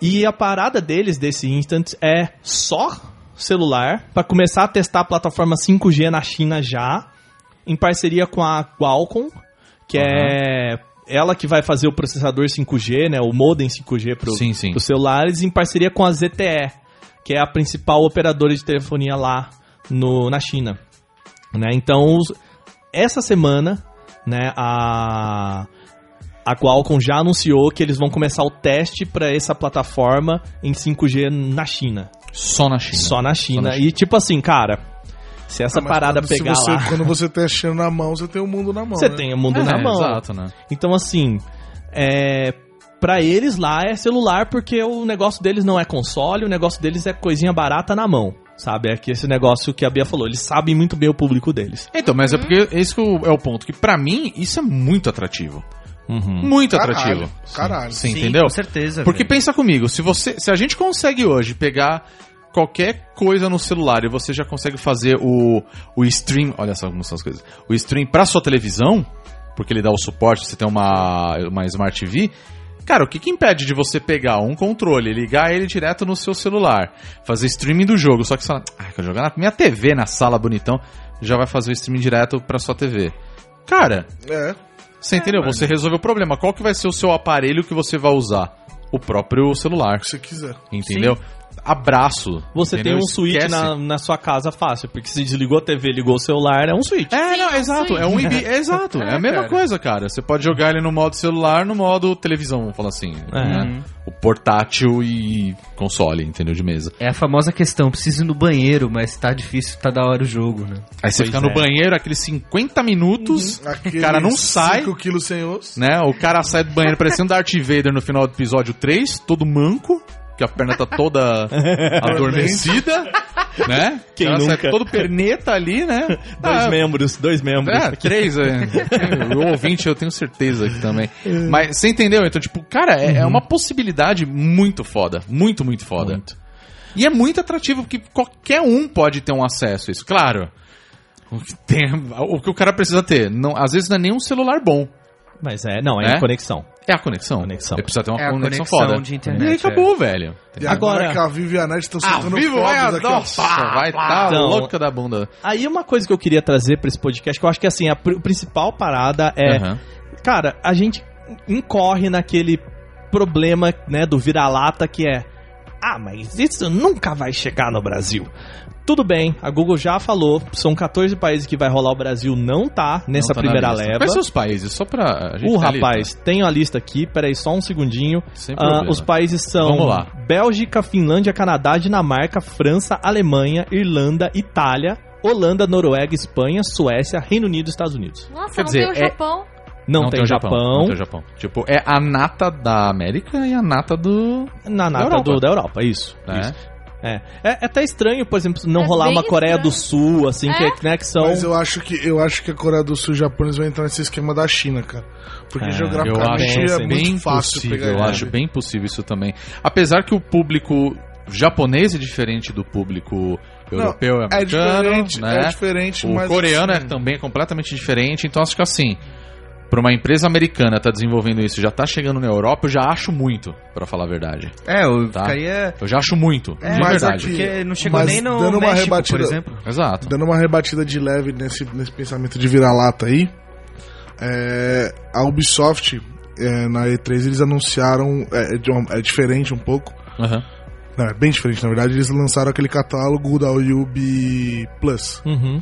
Speaker 2: E a parada deles desse Instant é só celular pra começar a testar a plataforma 5G na China já, em parceria com a Qualcomm, que é ela que vai fazer o processador 5G, né, o modem 5G pro,
Speaker 1: Sim, sim.
Speaker 2: dos celulares em parceria com a ZTE, que é a principal operadora de telefonia lá no, na China. Né? Então, os- essa semana, né, a, a Qualcomm já anunciou que eles vão começar o teste para essa plataforma em 5G na China.
Speaker 1: Só na China.
Speaker 2: Só na China.
Speaker 1: na China.
Speaker 2: E tipo assim, cara, se essa
Speaker 3: Ah, Mas tá
Speaker 2: parada
Speaker 3: quando- se
Speaker 2: pegar
Speaker 3: você-
Speaker 2: lá,
Speaker 3: Quando você tem a China na mão, você tem o mundo na mão.
Speaker 2: você
Speaker 3: né?
Speaker 2: tem o mundo
Speaker 1: É,
Speaker 2: na mão.
Speaker 1: Exato, né?
Speaker 2: Então, assim, é, para eles lá é celular porque o negócio deles não é console, o negócio deles é coisinha barata na mão, sabe? É que esse negócio que a Bia falou, eles sabem muito bem o público deles.
Speaker 1: Então, mas é porque esse que eu- é o ponto. Que pra mim, isso é muito atrativo. Muito
Speaker 3: Caralho,
Speaker 1: atrativo.
Speaker 3: caralho.
Speaker 1: Sim,
Speaker 7: Sim,
Speaker 1: entendeu?
Speaker 7: Com certeza.
Speaker 1: Porque
Speaker 7: velho.
Speaker 1: pensa comigo, se você. Se a gente consegue hoje pegar qualquer coisa no celular e você já consegue fazer o, o stream. Olha só como são as coisas. O stream pra sua televisão, porque ele dá o suporte, você tem uma, uma Smart TV. Cara, o que, que impede de você pegar um controle, ligar ele direto no seu celular, fazer streaming do jogo? Só que você fala, ah, quero jogar na minha TV, na sala bonitão, já vai fazer o streaming direto pra sua TV. Cara,
Speaker 3: É.
Speaker 1: você entendeu? Você resolveu o problema. Qual que vai ser o seu aparelho que você vai usar? O próprio celular,
Speaker 3: Se quiser.
Speaker 1: entendeu? Abraço.
Speaker 2: Você
Speaker 1: entendeu?
Speaker 2: tem um Switch
Speaker 1: Esquece.
Speaker 2: na, na sua casa fácil, porque se desligou a TV, ligou o celular, é um Switch.
Speaker 1: É, não,
Speaker 5: Sim,
Speaker 1: exato. É um IB. É exato. É, a mesma coisa, cara. Você pode jogar ele no modo celular, no modo televisão, vamos falar assim.
Speaker 2: É. Uhum.
Speaker 1: né? O portátil e console, entendeu? De mesa.
Speaker 7: É a famosa questão, preciso ir no banheiro, mas tá difícil, tá da hora o jogo, né?
Speaker 1: Aí você
Speaker 2: Pois
Speaker 1: fica
Speaker 2: é. Uhum.
Speaker 1: no banheiro aqueles 50 minutos, o
Speaker 3: Aquele
Speaker 1: cara não sai,
Speaker 3: 5 quilos sem osso.
Speaker 1: né? O cara sai do banheiro parecendo Darth Vader no final do episódio 3, todo manco, que a perna tá toda adormecida, né?
Speaker 2: Quem
Speaker 1: O cara sai
Speaker 2: nunca?
Speaker 1: todo perneta ali, né?
Speaker 2: Dois
Speaker 1: Ah,
Speaker 2: membros, dois membros.
Speaker 1: É, três. é. O ouvinte eu tenho certeza que também. Mas você entendeu? Então, tipo, cara, é,
Speaker 2: Uhum.
Speaker 1: é uma possibilidade muito foda. Muito, muito foda.
Speaker 2: Muito.
Speaker 1: E é muito atrativo, porque qualquer um pode ter um acesso a isso. Claro. O que, tem- o que o cara precisa ter. Não, às vezes não é nem um celular bom.
Speaker 2: Mas é, não, é,
Speaker 1: É?
Speaker 2: conexão.
Speaker 1: É a conexão.
Speaker 2: Conexão.
Speaker 1: Ele precisa ter uma
Speaker 7: É a
Speaker 1: conexão,
Speaker 7: conexão
Speaker 1: foda.
Speaker 7: de internet,
Speaker 1: e aí
Speaker 7: é.
Speaker 1: acabou, velho.
Speaker 3: E agora, tá
Speaker 2: Agora-
Speaker 3: que a Vivi e a Nath estão soltando
Speaker 1: vai,
Speaker 3: fotos aqui. ó.
Speaker 1: é, nossa, vai tá
Speaker 2: Então-
Speaker 1: louca da bunda.
Speaker 2: Aí uma coisa que eu queria trazer pra esse podcast, que eu acho que assim, a pr- principal parada é
Speaker 1: Aham.
Speaker 2: Cara, a gente incorre naquele problema, né, do vira-lata que é: "Ah, mas isso nunca vai chegar no Brasil". Tudo bem, a Google já falou, são 14 países que vai rolar o Brasil não tá nessa
Speaker 1: Não tá na
Speaker 2: primeira
Speaker 1: lista.
Speaker 2: leva.
Speaker 1: Quais são os países? Só pra... a gente
Speaker 2: O
Speaker 1: tá ali,
Speaker 2: rapaz, tenho a lista aqui, peraí só um segundinho.
Speaker 1: tá? Sem
Speaker 2: Ah,
Speaker 1: problema.
Speaker 2: os países são
Speaker 1: Vamos lá.
Speaker 2: Bélgica, Finlândia, Canadá, Dinamarca, França, Alemanha, Irlanda, Itália, Holanda, Noruega, Espanha, Suécia, Reino Unido e Estados Unidos.
Speaker 5: Nossa,
Speaker 1: Ah, Quer
Speaker 5: não
Speaker 1: dizer,
Speaker 5: tem o
Speaker 1: é-
Speaker 5: Japão.
Speaker 2: Não, tem,
Speaker 1: o
Speaker 2: Japão.
Speaker 1: Não tem o Japão. Tipo, é a nata da América e a nata do.
Speaker 2: Na nata
Speaker 1: Europa.
Speaker 2: do- da Europa, isso.
Speaker 1: né?
Speaker 2: isso. É. é. é até estranho, por exemplo, não
Speaker 5: É
Speaker 2: rolar
Speaker 5: bem
Speaker 2: uma Coreia
Speaker 5: estranho.
Speaker 2: do Sul, assim,
Speaker 5: É.
Speaker 2: que, né,
Speaker 1: Então-
Speaker 2: que são.
Speaker 3: Mas eu acho que eu acho que a Coreia do Sul e o Japão eles vão entrar nesse esquema da China, cara. Porque
Speaker 2: É,
Speaker 1: Eu acho
Speaker 3: geograficamente é
Speaker 2: assim,
Speaker 1: bem
Speaker 3: muito fácil
Speaker 1: possível,
Speaker 3: pegar
Speaker 1: eu
Speaker 3: ele.
Speaker 1: acho bem possível isso também. Apesar que o público japonês é diferente do público europeu e
Speaker 3: É
Speaker 1: americano,
Speaker 3: diferente,
Speaker 1: né?
Speaker 3: é diferente,
Speaker 1: o
Speaker 3: mas
Speaker 1: coreano
Speaker 3: assim,
Speaker 1: é também completamente diferente, então acho que assim, para uma empresa americana tá desenvolvendo isso, já tá chegando na Europa, eu já acho muito, pra falar a verdade.
Speaker 7: É, eu
Speaker 1: Tá.
Speaker 7: ficaria.
Speaker 1: Eu já acho muito,
Speaker 7: É,
Speaker 1: de
Speaker 3: mas
Speaker 1: verdade.
Speaker 3: aqui-
Speaker 7: porque não chegou
Speaker 3: mas
Speaker 7: nem no
Speaker 3: dando uma
Speaker 7: México,
Speaker 3: rebatida-
Speaker 7: por exemplo.
Speaker 1: Exato.
Speaker 3: Dando uma rebatida de leve nesse, nesse pensamento de vira-lata aí, é, a Ubisoft é, na E3 eles anunciaram, é, é de uma- é diferente um pouco,
Speaker 1: Aham.
Speaker 3: não, é bem diferente na verdade, eles lançaram aquele catálogo da Ubi Plus.
Speaker 2: Uhum.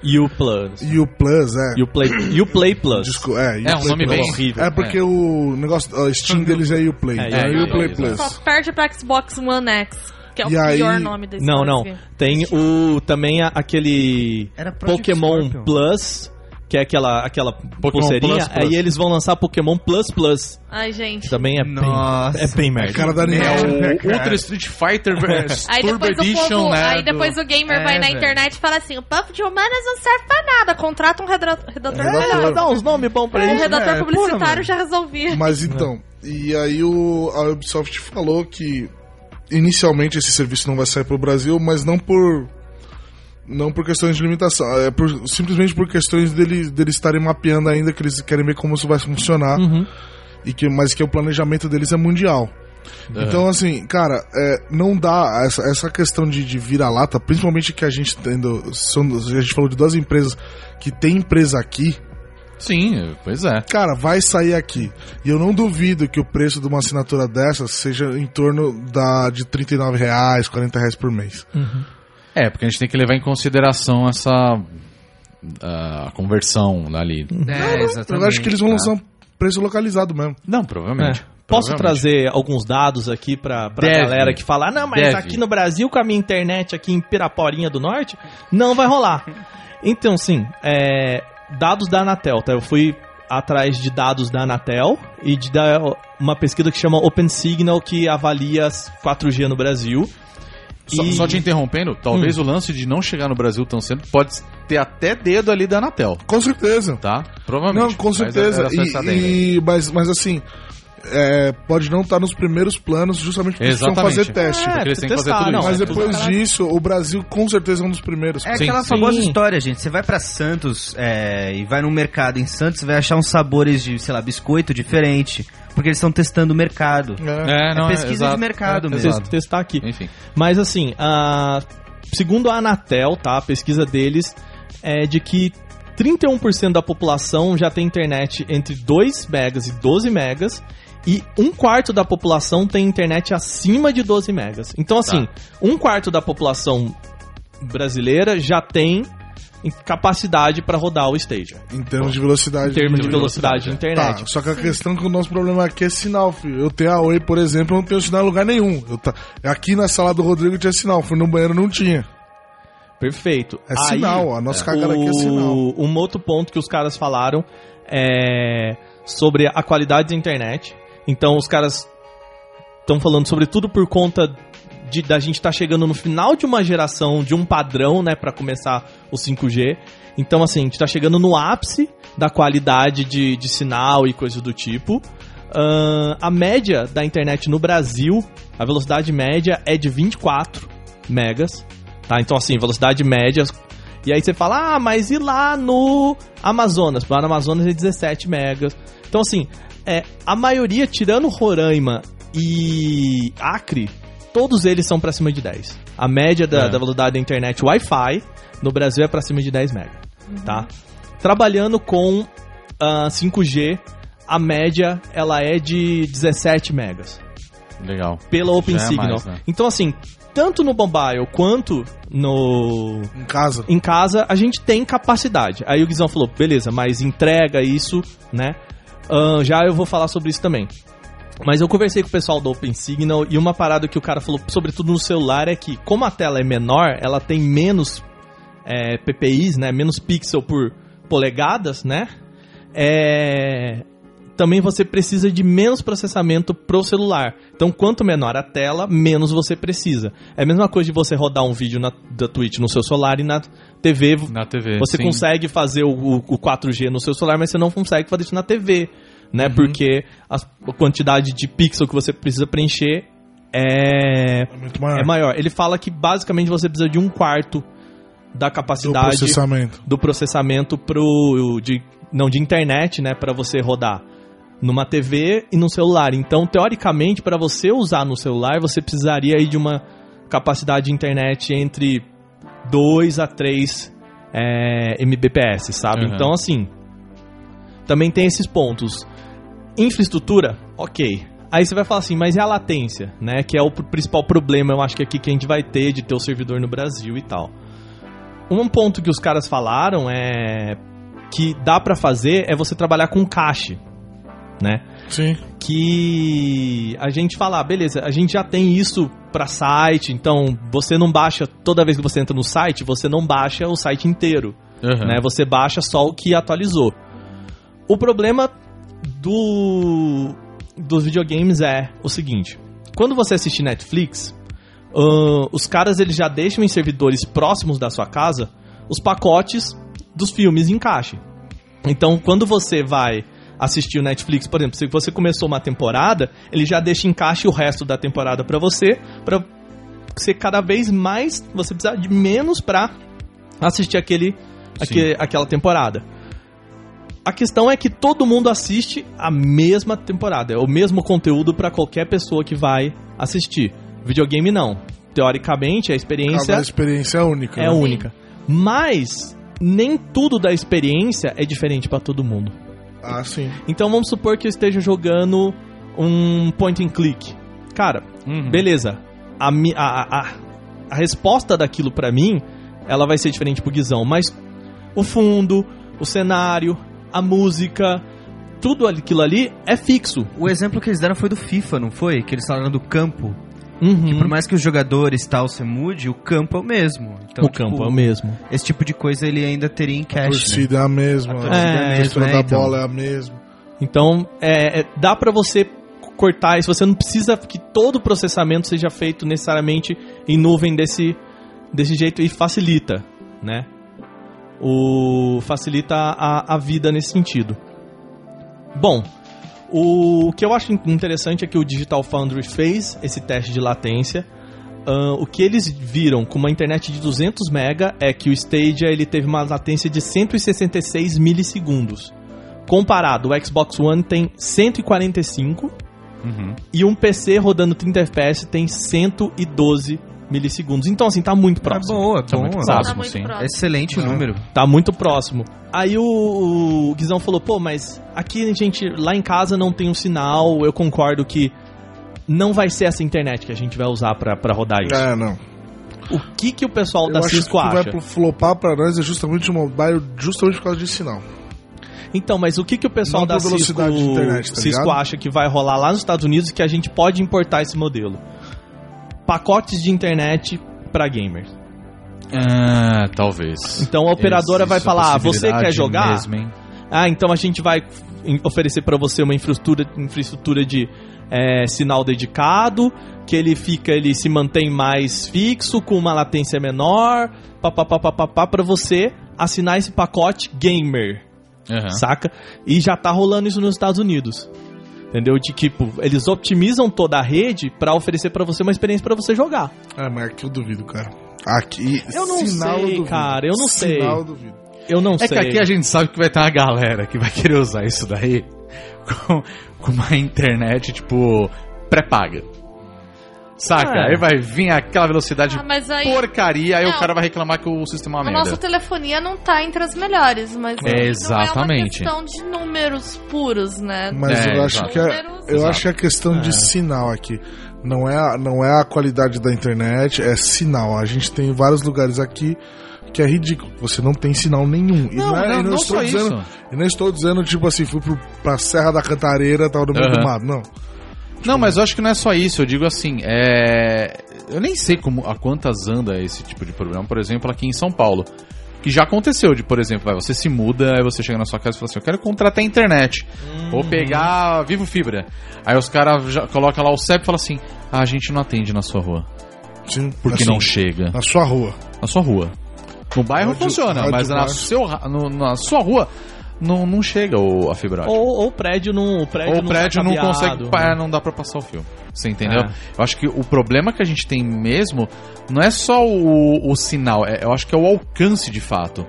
Speaker 2: E o Plus.
Speaker 3: E o Plus, é.
Speaker 2: E o Play, e o Play Plus.
Speaker 3: Disco- é, e
Speaker 1: É
Speaker 3: o
Speaker 1: um
Speaker 3: Play
Speaker 1: nome
Speaker 3: Plus.
Speaker 1: bem
Speaker 2: horrível.
Speaker 3: É porque o negócio, o Steam deles é Uplay.
Speaker 2: É,
Speaker 3: É, é,
Speaker 1: é,
Speaker 3: Uplay
Speaker 1: é,
Speaker 3: Plus.
Speaker 5: Só perde pra Xbox One X, que é o
Speaker 3: E aí-
Speaker 5: pior nome desse
Speaker 2: Não, não. Tem o também a- aquele
Speaker 7: Era Project
Speaker 2: Pokémon
Speaker 7: Scorpion.
Speaker 2: Plus, que é aquela aquela pulseirinha.
Speaker 1: Plus, Plus.
Speaker 2: Aí eles vão lançar Pokémon Plus Plus.
Speaker 5: Ai, gente.
Speaker 2: Também é
Speaker 7: Nossa.
Speaker 2: bem é bem merda.
Speaker 3: Cara da Nintendo.
Speaker 1: É o Ultra Street Fighter é,
Speaker 5: Aí
Speaker 1: Turbo
Speaker 5: depois, o
Speaker 1: Edition,
Speaker 5: povo,
Speaker 1: né?
Speaker 5: aí
Speaker 1: do-
Speaker 5: depois o gamer
Speaker 7: É,
Speaker 5: vai na
Speaker 7: velho.
Speaker 5: internet e fala assim: o papo de humanas não serve pra nada, contrata um redator, redator,
Speaker 2: É, dá uns nomes bons pra
Speaker 5: um
Speaker 2: eles.
Speaker 5: redator
Speaker 3: é, porra,
Speaker 5: publicitário
Speaker 3: mano.
Speaker 5: já resolvia.
Speaker 3: Mas então, e aí o, a Ubisoft falou que inicialmente esse serviço não vai sair pro Brasil, mas não por não por questões de limitação, é por- simplesmente por questões deles deles estarem mapeando ainda que eles querem ver como isso vai funcionar
Speaker 2: Uhum.
Speaker 3: e que mas que o planejamento deles é mundial.
Speaker 1: Aham.
Speaker 3: Então assim, cara, é, não dá essa, essa questão de, de vira-lata, principalmente que a gente tendo são, a gente falou de duas empresas que tem empresa aqui
Speaker 1: Sim, pois é.
Speaker 3: Cara, vai sair aqui. E eu não duvido que o preço de uma assinatura dessas seja em torno da, de R$ 39 reais, 40 reais por mês.
Speaker 2: uhum.
Speaker 1: É, porque a gente tem que levar em consideração essa ah, conversão ali.
Speaker 7: É, exatamente.
Speaker 3: eu acho que eles vão lançar um preço localizado mesmo.
Speaker 1: Não,
Speaker 2: É.
Speaker 1: provavelmente.
Speaker 2: Posso
Speaker 1: Provavelmente.
Speaker 2: trazer alguns dados aqui pra, pra
Speaker 1: Deve.
Speaker 2: galera que fala, "Ah, não, mas
Speaker 1: Deve.
Speaker 2: aqui no Brasil, com a minha internet aqui em Piraporinha do Norte, não vai rolar. então, sim, é, dados da Anatel, tá? Eu fui atrás de dados da Anatel e de da- uma pesquisa que chama OpenSignal, que avalia as 4G no Brasil.
Speaker 1: Só,
Speaker 2: E-
Speaker 1: só te interrompendo, talvez o lance de não chegar no Brasil tão cedo pode ter até dedo ali da Anatel,
Speaker 3: Com certeza.
Speaker 1: tá? Provavelmente.
Speaker 3: Não, com
Speaker 1: Mas
Speaker 3: certeza.
Speaker 1: era só essa
Speaker 3: E-
Speaker 1: adenda aí.
Speaker 3: e- mas, mas assim, é, pode não estar nos primeiros planos justamente porque eles vão
Speaker 1: Exatamente.
Speaker 3: fazer teste.
Speaker 1: Porque eles têm que fazer
Speaker 2: É, testar,
Speaker 1: tudo
Speaker 2: não,
Speaker 1: isso.
Speaker 3: mas
Speaker 2: é
Speaker 3: depois
Speaker 2: tudo-
Speaker 3: disso, o Brasil com certeza é um dos primeiros.
Speaker 7: É
Speaker 1: Sim,
Speaker 7: aquela
Speaker 1: sim.
Speaker 7: famosa
Speaker 2: Sim.
Speaker 7: história, gente. Você vai pra Santos é, e vai num mercado em Santos, você vai achar uns sabores de, sei lá, biscoito diferente. Porque eles estão testando o mercado.
Speaker 3: É.
Speaker 1: É, não,
Speaker 7: é pesquisa
Speaker 1: exato.
Speaker 7: de mercado
Speaker 1: É,
Speaker 7: mesmo.
Speaker 1: exato.
Speaker 2: Tes- Testar aqui.
Speaker 1: Enfim.
Speaker 2: Mas assim, a- segundo a Anatel, tá, a pesquisa deles é de que 31% da população já tem internet entre 2 megas e 12 megas e um quarto da população tem internet acima de 12 megas. Então assim, um quarto da população brasileira já tem capacidade para rodar o Stadia.
Speaker 3: Em termos de velocidade.
Speaker 2: Em termos de velocidade é de
Speaker 3: Tá,
Speaker 2: internet.
Speaker 3: só que a questão que o nosso problema aqui é sinal, filho. Eu tenho a Oi, por exemplo, eu não tenho sinal em lugar nenhum. Eu tá... Aqui na sala do Rodrigo tinha sinal, fui no banheiro não tinha.
Speaker 2: Perfeito.
Speaker 3: É
Speaker 2: Aí-
Speaker 3: sinal, a nossa cagada aqui é sinal.
Speaker 2: Um outro ponto que os caras falaram é sobre a qualidade da internet. Então os caras estão falando sobretudo por conta de, da gente estar chegando no final de uma geração, de um padrão, né, para começar o 5G. Então assim, a gente tá chegando no ápice da qualidade de, de sinal e coisa do tipo. Ahn, a média da internet no Brasil, a velocidade média é de 24 megas, tá? Então assim, velocidade média, e aí você fala, ah, mas e lá no Amazonas? Lá no Amazonas é 17 megas. Então, assim, é, a maioria, tirando Roraima e Acre, todos eles são pra cima de 10. A média da,
Speaker 1: É.
Speaker 2: da velocidade da internet Wi-Fi no Brasil é pra cima de 10 megas, tá? Trabalhando com ah, 5G, a média ela é de 17 megas
Speaker 1: Legal.
Speaker 2: pela OpenSignal.
Speaker 1: mais, né?
Speaker 2: Então, assim, tanto no mobile quanto no
Speaker 3: Em casa.
Speaker 2: em casa a gente tem capacidade. Aí o Guizão falou, beleza, mas entrega isso, né? Ahn, já eu vou falar sobre isso também. Mas eu conversei com o pessoal do OpenSignal e uma parada que o cara falou, sobretudo no celular, é que como a tela é menor, ela tem menos é, PPIs, né? Menos pixel por polegadas, né? é, também você precisa de menos processamento pro celular. Então, quanto menor a tela, menos você precisa. É a mesma coisa de você rodar um vídeo na, da Twitch no seu celular e na TV.
Speaker 1: Na TV.
Speaker 2: Você
Speaker 1: É, sim.
Speaker 2: consegue fazer o, o- o 4G no seu celular, mas você não consegue fazer isso na TV, né? Porque a, a quantidade de pixel que você precisa preencher é,
Speaker 3: É muito maior.
Speaker 2: é maior. Ele fala que basicamente você precisa de um quarto da
Speaker 3: do
Speaker 2: capacidade
Speaker 3: processamento.
Speaker 2: do processamento pro de não de internet, né, Pra você rodar numa TV e num celular. Então, teoricamente, pra você usar no celular, você precisaria aí de uma capacidade de internet entre 2 a 3 é, Mbps, sabe?
Speaker 1: Uhum.
Speaker 2: Então, assim, também tem esses pontos. Infraestrutura, ok. Aí você vai falar assim, mas e a latência, né? Que é o pr- principal problema, eu acho que aqui que a gente vai ter de ter o servidor no Brasil e tal. Um ponto que os caras falaram é que dá pra fazer é você trabalhar com cache, né?
Speaker 3: Sim.
Speaker 2: que a gente fala, ah, beleza, a gente já tem isso pra site, então você não baixa toda vez que você entra no site, você não baixa o site inteiro,
Speaker 1: Aham.
Speaker 2: né? Você baixa só o que atualizou. O problema do dos videogames é o seguinte: quando você assiste Netflix, ahn, os caras eles já deixam em servidores próximos da sua casa os pacotes dos filmes em caixa. Então, quando você vai assistir o Netflix, por exemplo, se você começou uma temporada, ele já deixa em caixa o resto da temporada pra você, pra ser cada vez mais, você precisar de menos pra assistir aquele, aque- aquela temporada. A questão é que todo mundo assiste a mesma temporada, é o mesmo conteúdo pra qualquer pessoa que vai assistir. Videogame não. Teoricamente, a experiência
Speaker 3: Cada experiência é única.
Speaker 2: é
Speaker 3: né?
Speaker 2: única. Mas nem tudo da experiência é diferente pra todo mundo.
Speaker 3: Ah, sim.
Speaker 2: Então vamos supor que eu esteja jogando um point and click. Cara,
Speaker 7: Hum.
Speaker 1: Uhum.
Speaker 2: beleza. A, mi- a, a, a resposta daquilo pra mim, ela vai ser diferente pro Guizão, mas o fundo, o cenário, a música, tudo aquilo ali é fixo.
Speaker 7: O exemplo que eles deram foi do FIFA, não foi? Que eles falaram do campo. Que
Speaker 2: Uhum.
Speaker 7: por mais que os jogadores tal se mude, o campo é o mesmo. Então,
Speaker 2: o
Speaker 7: tipo,
Speaker 2: campo é o mesmo.
Speaker 7: Esse tipo de coisa ele ainda teria em
Speaker 3: A
Speaker 7: cash. né?
Speaker 3: torcida é a mesma.
Speaker 7: A
Speaker 2: torcida é a
Speaker 3: a
Speaker 7: mesma,
Speaker 3: textura
Speaker 7: né,
Speaker 3: da
Speaker 7: então.
Speaker 3: bola é a mesma.
Speaker 2: Então, é, é- dá pra você cortar isso. Você não precisa que todo o processamento seja feito necessariamente em nuvem desse, desse jeito e facilita, né? O, facilita a, a vida nesse sentido. Bom, o, que eu acho in- interessante é que o Digital Foundry fez esse teste de latência. Ahn, o que eles viram com uma internet de 200 mega é que o Stadia ele teve uma latência de 166 milissegundos comparado, o Xbox One tem 145
Speaker 1: Uhum.
Speaker 2: e um PC rodando 30 FPS tem 112 milissegundos. Então, assim, tá muito
Speaker 7: Tá
Speaker 2: próximo.
Speaker 7: boa,
Speaker 1: Tá
Speaker 7: bom.
Speaker 2: né?
Speaker 1: muito
Speaker 7: ó.
Speaker 1: próximo,
Speaker 5: Tá muito
Speaker 1: sim.
Speaker 5: próximo.
Speaker 7: Excelente
Speaker 3: É.
Speaker 7: número.
Speaker 2: Tá muito próximo. Aí o, o Guizão falou, pô, mas aqui, gente, lá em casa não tem um sinal. Eu concordo que não vai ser essa internet que a gente vai usar pra, pra rodar isso.
Speaker 3: É, não.
Speaker 2: O que que o pessoal da
Speaker 3: Eu acho que
Speaker 2: Cisco
Speaker 3: o que vai
Speaker 2: acha?
Speaker 3: pro flopar pra nós é justamente o mobile, justamente por causa de sinal.
Speaker 2: Então, mas o que, que o pessoal
Speaker 3: Não
Speaker 2: da
Speaker 3: por
Speaker 2: Cisco,
Speaker 3: velocidade de internet, tá
Speaker 2: Cisco
Speaker 3: ligado?
Speaker 2: acha que vai rolar lá nos Estados Unidos e que a gente pode importar esse modelo? Pacotes de internet para gamers.
Speaker 1: Ah, talvez.
Speaker 2: Então a operadora vai
Speaker 3: é
Speaker 1: Existe
Speaker 2: falar: ah,
Speaker 1: essa
Speaker 2: você quer
Speaker 1: possibilidade
Speaker 2: jogar?
Speaker 1: mesmo, hein?
Speaker 2: Ah, então a gente vai em- oferecer para você uma infraestrutura, infraestrutura de é, sinal dedicado, que ele fica, ele se mantém mais fixo, com uma latência menor, papapá, para você assinar esse pacote gamer.
Speaker 1: Aham.
Speaker 2: saca? E já tá rolando isso nos Estados Unidos. Entendeu? De tipo, eles otimizam toda a rede pra oferecer pra você uma experiência pra você jogar.
Speaker 3: É, mas aqui eu duvido, cara. Aqui,
Speaker 2: Eu não
Speaker 3: sinal
Speaker 2: sei,
Speaker 3: eu duvido.
Speaker 2: cara, eu não sei.
Speaker 3: Sinal eu duvido.
Speaker 2: Eu não
Speaker 1: É
Speaker 2: sei.
Speaker 1: que aqui a gente sabe que vai ter uma galera que vai querer usar isso daí com, com uma internet, tipo, pré-paga. Saca?
Speaker 2: Ah.
Speaker 1: Aí vai vir aquela velocidade
Speaker 5: Ah, mas aí
Speaker 1: porcaria, aí o
Speaker 5: Não.
Speaker 1: cara vai reclamar que o sistema é uma
Speaker 5: a
Speaker 1: merda.
Speaker 5: nossa telefonia não tá entre as melhores, mas não
Speaker 1: Exatamente.
Speaker 5: é uma questão de números puros, né?
Speaker 3: Mas
Speaker 1: É,
Speaker 3: eu acho
Speaker 1: exato.
Speaker 3: que é,
Speaker 5: Números-
Speaker 3: eu
Speaker 1: Exato.
Speaker 3: acho que é questão de sinal aqui. Não é, a- não é a qualidade da internet, é sinal. A gente tem vários lugares aqui que é ridículo. Você não tem sinal nenhum. E
Speaker 1: Não,
Speaker 3: é-
Speaker 1: não,
Speaker 3: eu
Speaker 1: não
Speaker 3: estou
Speaker 1: só
Speaker 3: dizendo,
Speaker 1: isso.
Speaker 3: Eu não estou dizendo, tipo assim, fui pro, pra Serra da Cantareira, tal, no meio
Speaker 1: Aham.
Speaker 3: do mato. Não.
Speaker 1: Não, mas eu acho que não é só isso. Eu digo assim, é... Eu nem sei como, a quantas anda esse tipo de problema. Por exemplo, aqui em São Paulo. Que que já aconteceu, de, por exemplo, vai, você se muda, aí você chega na sua casa e fala assim, eu quero contratar a internet,
Speaker 2: Hum.
Speaker 1: ou
Speaker 2: Uhum.
Speaker 1: pegar Vivo Fibra. Aí os caras já colocam lá o CEP e falam assim, ah, a gente não atende na sua rua,
Speaker 3: Sim,
Speaker 1: porque
Speaker 3: assim,
Speaker 1: não chega.
Speaker 3: Na sua rua.
Speaker 1: Na sua rua. No bairro
Speaker 3: Rádio-
Speaker 1: funciona,
Speaker 3: rádio
Speaker 1: mas na,
Speaker 3: bairro.
Speaker 1: seu ra- no- na sua rua não, não chega o, a fibra ótica.
Speaker 2: Ou, ou o prédio não. O prédio,
Speaker 1: Ou o
Speaker 2: não
Speaker 1: prédio
Speaker 2: tá
Speaker 1: não
Speaker 2: cabeado,
Speaker 1: consegue.
Speaker 2: né?
Speaker 1: pa- Não dá pra passar o fio. Você entendeu?
Speaker 2: É.
Speaker 1: Eu acho que o problema que a gente tem mesmo não é só o, o sinal, é- eu acho que é o alcance de fato.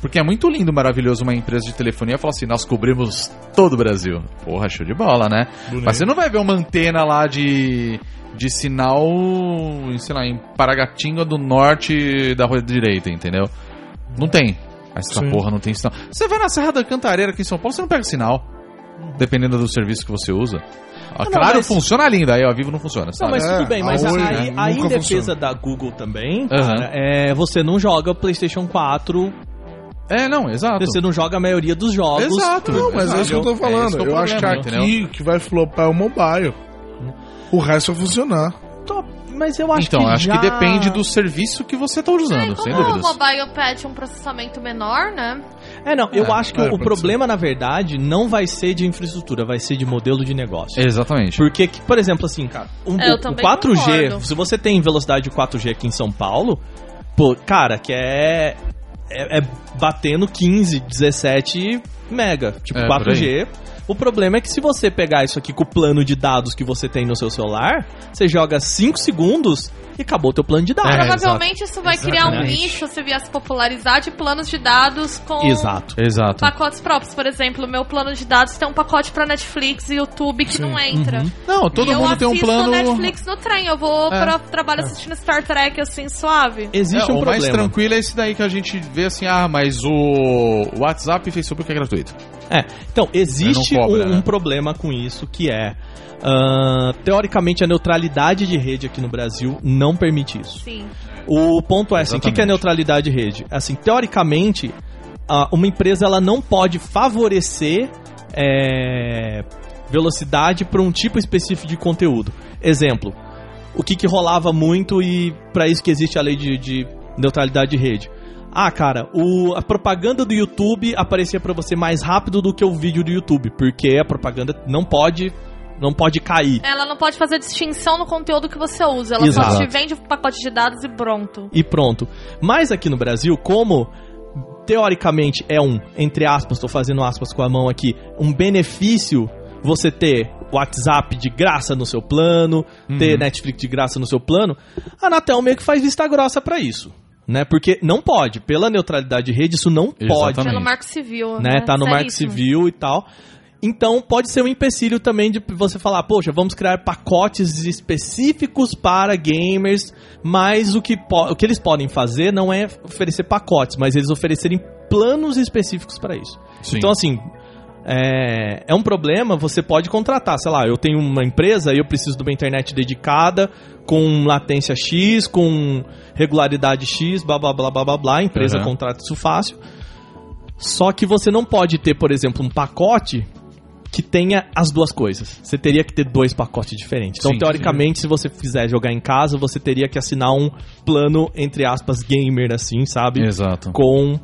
Speaker 1: Porque é muito lindo, maravilhoso uma empresa de telefonia falar assim: nós cobrimos todo o Brasil. Porra, show de bola, né?
Speaker 3: Bonito.
Speaker 1: Mas você não vai ver uma antena lá de, de sinal, em, sei lá, em Paragatinga do Norte da Rua Direita, entendeu? Não tem. Essa
Speaker 3: Sim.
Speaker 1: porra não tem sinal. Você vai na Serra da Cantareira aqui em São Paulo, você não pega sinal. Dependendo do serviço que você usa. Ah,
Speaker 2: Uhum. Não,
Speaker 1: claro,
Speaker 2: mas-
Speaker 1: funciona lindo. Aí, ó, vivo não funciona,
Speaker 2: Não,
Speaker 1: sabe?
Speaker 2: mas
Speaker 3: É,
Speaker 2: tudo bem, mas
Speaker 3: a Oi,
Speaker 2: aí,
Speaker 3: né?
Speaker 2: aí em
Speaker 3: Nunca
Speaker 2: defesa
Speaker 3: funciona.
Speaker 2: da Google também,
Speaker 1: Aham.
Speaker 2: cara, é, você não joga PlayStation 4,
Speaker 1: É, não, exato.
Speaker 2: você não joga a maioria dos jogos.
Speaker 1: Exato.
Speaker 3: Não, mas é isso que eu tô falando. eu acho que aqui o que vai flopar é o mobile. O resto vai funcionar.
Speaker 2: Tô- Mas eu acho
Speaker 1: Então,
Speaker 2: que.
Speaker 1: acho
Speaker 2: já-
Speaker 1: que depende do serviço que você tá usando,
Speaker 5: É,
Speaker 1: sem
Speaker 5: como o
Speaker 1: dúvidas.
Speaker 5: mobile pede um processamento menor, né?
Speaker 2: É, não, eu acho que
Speaker 3: é,
Speaker 2: o
Speaker 3: pode
Speaker 2: problema, na verdade, não vai ser de infraestrutura, vai ser de modelo de negócio.
Speaker 1: Exatamente.
Speaker 2: Porque, que, por exemplo, assim, cara, um,
Speaker 5: É, eu
Speaker 2: o
Speaker 5: também
Speaker 2: 4G,
Speaker 5: concordo.
Speaker 2: se você tem velocidade de 4G aqui em São Paulo, pô, cara, que é. É, é batendo 15, 17 mega. Tipo,
Speaker 1: É,
Speaker 2: 4G. O problema é que se você pegar isso aqui com o plano de dados que você tem no seu celular, você joga 5 segundos e acabou o teu plano de dados.
Speaker 1: É,
Speaker 5: Provavelmente isso vai criar um
Speaker 2: Exatamente.
Speaker 5: nicho se vier se popularizar de planos de dados com
Speaker 2: Exato.
Speaker 1: Exato.
Speaker 5: pacotes próprios. Por exemplo, meu plano de dados tem um pacote pra Netflix e YouTube que não entra.
Speaker 2: Uhum.
Speaker 1: Não, Uhum. todo
Speaker 5: E eu
Speaker 1: mundo tem um
Speaker 5: assisto
Speaker 1: plano.
Speaker 5: Netflix no trem, eu vou
Speaker 1: É.
Speaker 5: pra trabalho assistindo Star Trek assim, suave.
Speaker 2: Existe
Speaker 1: É,
Speaker 2: um
Speaker 1: o mais
Speaker 2: problema.
Speaker 1: tranquilo é esse daí que a gente vê assim, ah, mas o WhatsApp e Facebook é gratuito.
Speaker 2: É, então, existe
Speaker 1: Não cobra,
Speaker 2: um,
Speaker 1: né?
Speaker 2: um problema com isso, que é. ah, teoricamente, a neutralidade de rede aqui no Brasil não permite isso.
Speaker 5: Sim.
Speaker 2: O ponto é assim, o que que é
Speaker 1: Exatamente.
Speaker 2: neutralidade de rede? Assim, teoricamente, a- uma empresa ela não pode favorecer é, velocidade para um tipo específico de conteúdo. Exemplo, o que, que rolava muito e para isso que existe a lei de, de neutralidade de rede. Ah, cara, o- a propaganda do YouTube aparecia para você mais rápido do que o vídeo do YouTube, porque a propaganda não pode não pode cair.
Speaker 5: Ela não pode fazer distinção no conteúdo que você usa. Ela
Speaker 2: Exato.
Speaker 5: só te vende o pacote de dados e pronto.
Speaker 2: e pronto. Mas aqui no Brasil, como teoricamente é um, entre aspas, estou fazendo aspas com a mão aqui, um benefício você ter WhatsApp de graça no seu plano, ter Netflix de graça no seu plano, a Anatel meio que faz vista grossa pra isso, né? Porque não pode, pela neutralidade de rede, isso não pode
Speaker 1: Exatamente.
Speaker 5: Pelo Marco Civil.
Speaker 2: né? Tá no Marco
Speaker 5: Seríssimo.
Speaker 2: Civil e tal. Então pode ser um empecilho também de você falar, poxa, vamos criar pacotes específicos para gamers, mas o que, po- o que eles podem fazer não é oferecer pacotes, mas eles oferecerem planos específicos para isso.
Speaker 1: Sim.
Speaker 2: Então, assim, é, é um problema, você pode contratar, sei lá, eu tenho uma empresa e eu preciso de uma internet dedicada, com latência X, com regularidade X, blá blá blá blá blá blá, a empresa
Speaker 1: Aham.
Speaker 2: contrata isso fácil. Só que você não pode ter, por exemplo, um pacote que tenha as duas coisas. Você teria que ter dois pacotes diferentes. Então,
Speaker 1: Sim,
Speaker 2: teoricamente, se você quiser jogar em casa, você teria que assinar um plano, entre aspas, gamer, assim, sabe?
Speaker 1: Exato.
Speaker 2: com.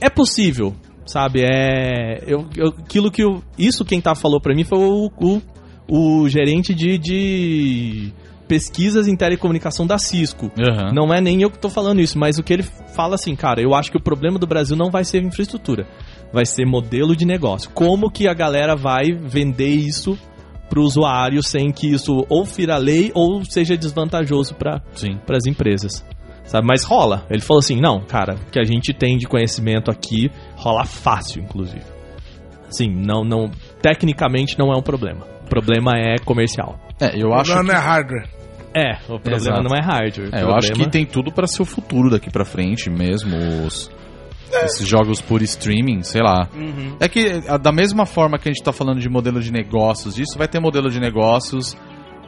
Speaker 2: É possível, sabe? É. Eu, eu- aquilo que. o isso quem tá falou pra mim foi o, o, o gerente de, de pesquisas em telecomunicação da Cisco.
Speaker 1: Aham.
Speaker 2: Não é nem eu que tô falando isso, mas o que ele fala assim, cara, eu acho que o problema do Brasil não vai ser infraestrutura, vai ser modelo de negócio. Como que a galera vai vender isso pro usuário sem que isso ou fira lei ou seja desvantajoso para
Speaker 1: Sim.
Speaker 2: para as empresas. Sabe, mas rola. Ele falou assim: "Não, cara, o que a gente tem de conhecimento aqui rola fácil, inclusive". Assim, não não tecnicamente não é um problema. O problema é comercial.
Speaker 1: É, eu
Speaker 3: O
Speaker 1: acho
Speaker 3: problema
Speaker 1: que...
Speaker 3: não é hardware.
Speaker 2: É, o problema
Speaker 1: Exato.
Speaker 2: não é hardware. o
Speaker 1: É, eu acho
Speaker 2: problema-
Speaker 1: que tem tudo pra ser o futuro daqui pra frente mesmo, os-
Speaker 7: É.
Speaker 1: esses jogos por streaming, sei lá.
Speaker 7: Uhum.
Speaker 1: É que a- da mesma forma que a gente tá falando de modelo de negócios, isso vai ter modelo de negócios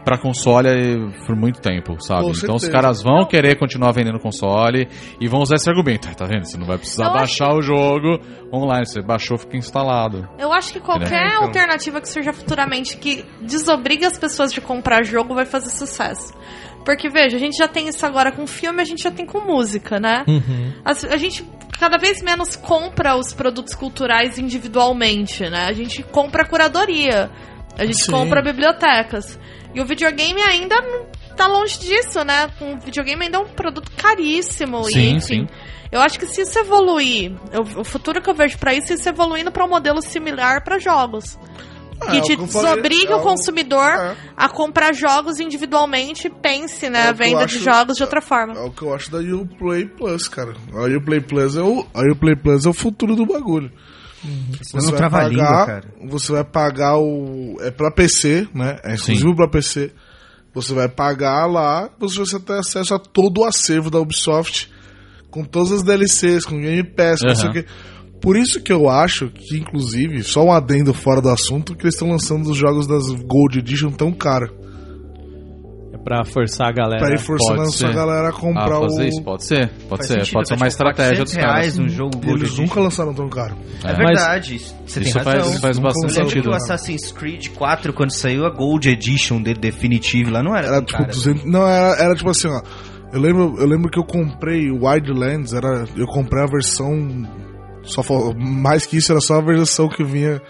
Speaker 1: pra console eh, por muito tempo, sabe?
Speaker 3: Com
Speaker 1: então os
Speaker 3: certeza.
Speaker 1: caras vão querer continuar vendendo console e vão usar esse argumento. Ah, Tá vendo? Você não vai precisar
Speaker 5: Eu acho-
Speaker 1: baixar o jogo online, você baixou, fica instalado.
Speaker 5: Eu acho que qualquer alternativa que surja futuramente que desobrigue as pessoas de comprar jogo vai fazer sucesso. Porque, veja, a gente já tem isso agora com filme, a gente já tem com música, né?
Speaker 2: Uhum.
Speaker 5: As- A, gente cada vez menos compra os produtos culturais individualmente, né? A gente compra curadoria, a gente
Speaker 3: Sim.
Speaker 5: compra bibliotecas. E o videogame ainda não tá longe disso, né? O videogame ainda é um produto caríssimo. e,
Speaker 1: Sim, sim.
Speaker 5: enfim, Eu acho que se isso evoluir, eu- o futuro que eu vejo pra isso é isso evoluindo pra um modelo similar pra jogos.
Speaker 3: é
Speaker 5: que
Speaker 3: o
Speaker 5: te
Speaker 3: que eu falei,
Speaker 5: desobriga
Speaker 3: é
Speaker 5: o
Speaker 3: o-
Speaker 5: consumidor
Speaker 3: É.
Speaker 5: a comprar jogos individualmente e pense
Speaker 3: É o
Speaker 5: na
Speaker 3: que eu
Speaker 5: venda
Speaker 3: acho-
Speaker 5: de jogos de outra forma.
Speaker 3: É o que eu acho da Uplay Plus, cara. A Uplay Plus é o, a Uplay Plus é o futuro do bagulho.
Speaker 7: Mas não trava a língua, cara.
Speaker 3: Você vai pagar o. É pra PC, né? É exclusivo pra PC. Você vai pagar lá, você vai ter acesso a todo o acervo da Ubisoft, com todas as DLCs, com Game Pass, com não sei o
Speaker 1: Aham.
Speaker 3: quê. Por isso que eu acho que, inclusive, só um adendo fora do assunto, que eles estão lançando os jogos das Gold Edition tão caro.
Speaker 2: É pra forçar a galera.
Speaker 3: pra ir forçando
Speaker 1: pode
Speaker 3: essa
Speaker 1: ser.
Speaker 3: galera a
Speaker 1: Ah,
Speaker 3: comprar
Speaker 1: fazer
Speaker 3: o.
Speaker 1: isso? Pode ser, pode
Speaker 7: Faz
Speaker 1: ser.
Speaker 7: sentido,
Speaker 1: pode ser
Speaker 7: tá,
Speaker 1: uma
Speaker 7: tipo,
Speaker 1: estratégia
Speaker 7: 400
Speaker 1: dos caras.
Speaker 7: reais um jogo
Speaker 3: E
Speaker 7: Gold
Speaker 3: eles nunca
Speaker 7: Edition.
Speaker 3: lançaram tão caro.
Speaker 7: É
Speaker 1: É.
Speaker 7: verdade, isso- você
Speaker 1: Isso
Speaker 7: tem razão.
Speaker 1: faz, faz
Speaker 7: Eu
Speaker 1: bastante
Speaker 7: lembro que
Speaker 1: sentido.
Speaker 7: o Assassin's Creed 4, quando saiu a Gold Edition dele definitivo lá, não era,
Speaker 3: Era
Speaker 7: tão
Speaker 3: tipo
Speaker 7: cara.
Speaker 3: 200. Não, era, era tipo assim, ó. Eu lembro, eu lembro que eu comprei o Wildlands, era, eu comprei a versão. Só, fal- mais que isso, era só a versão que vinha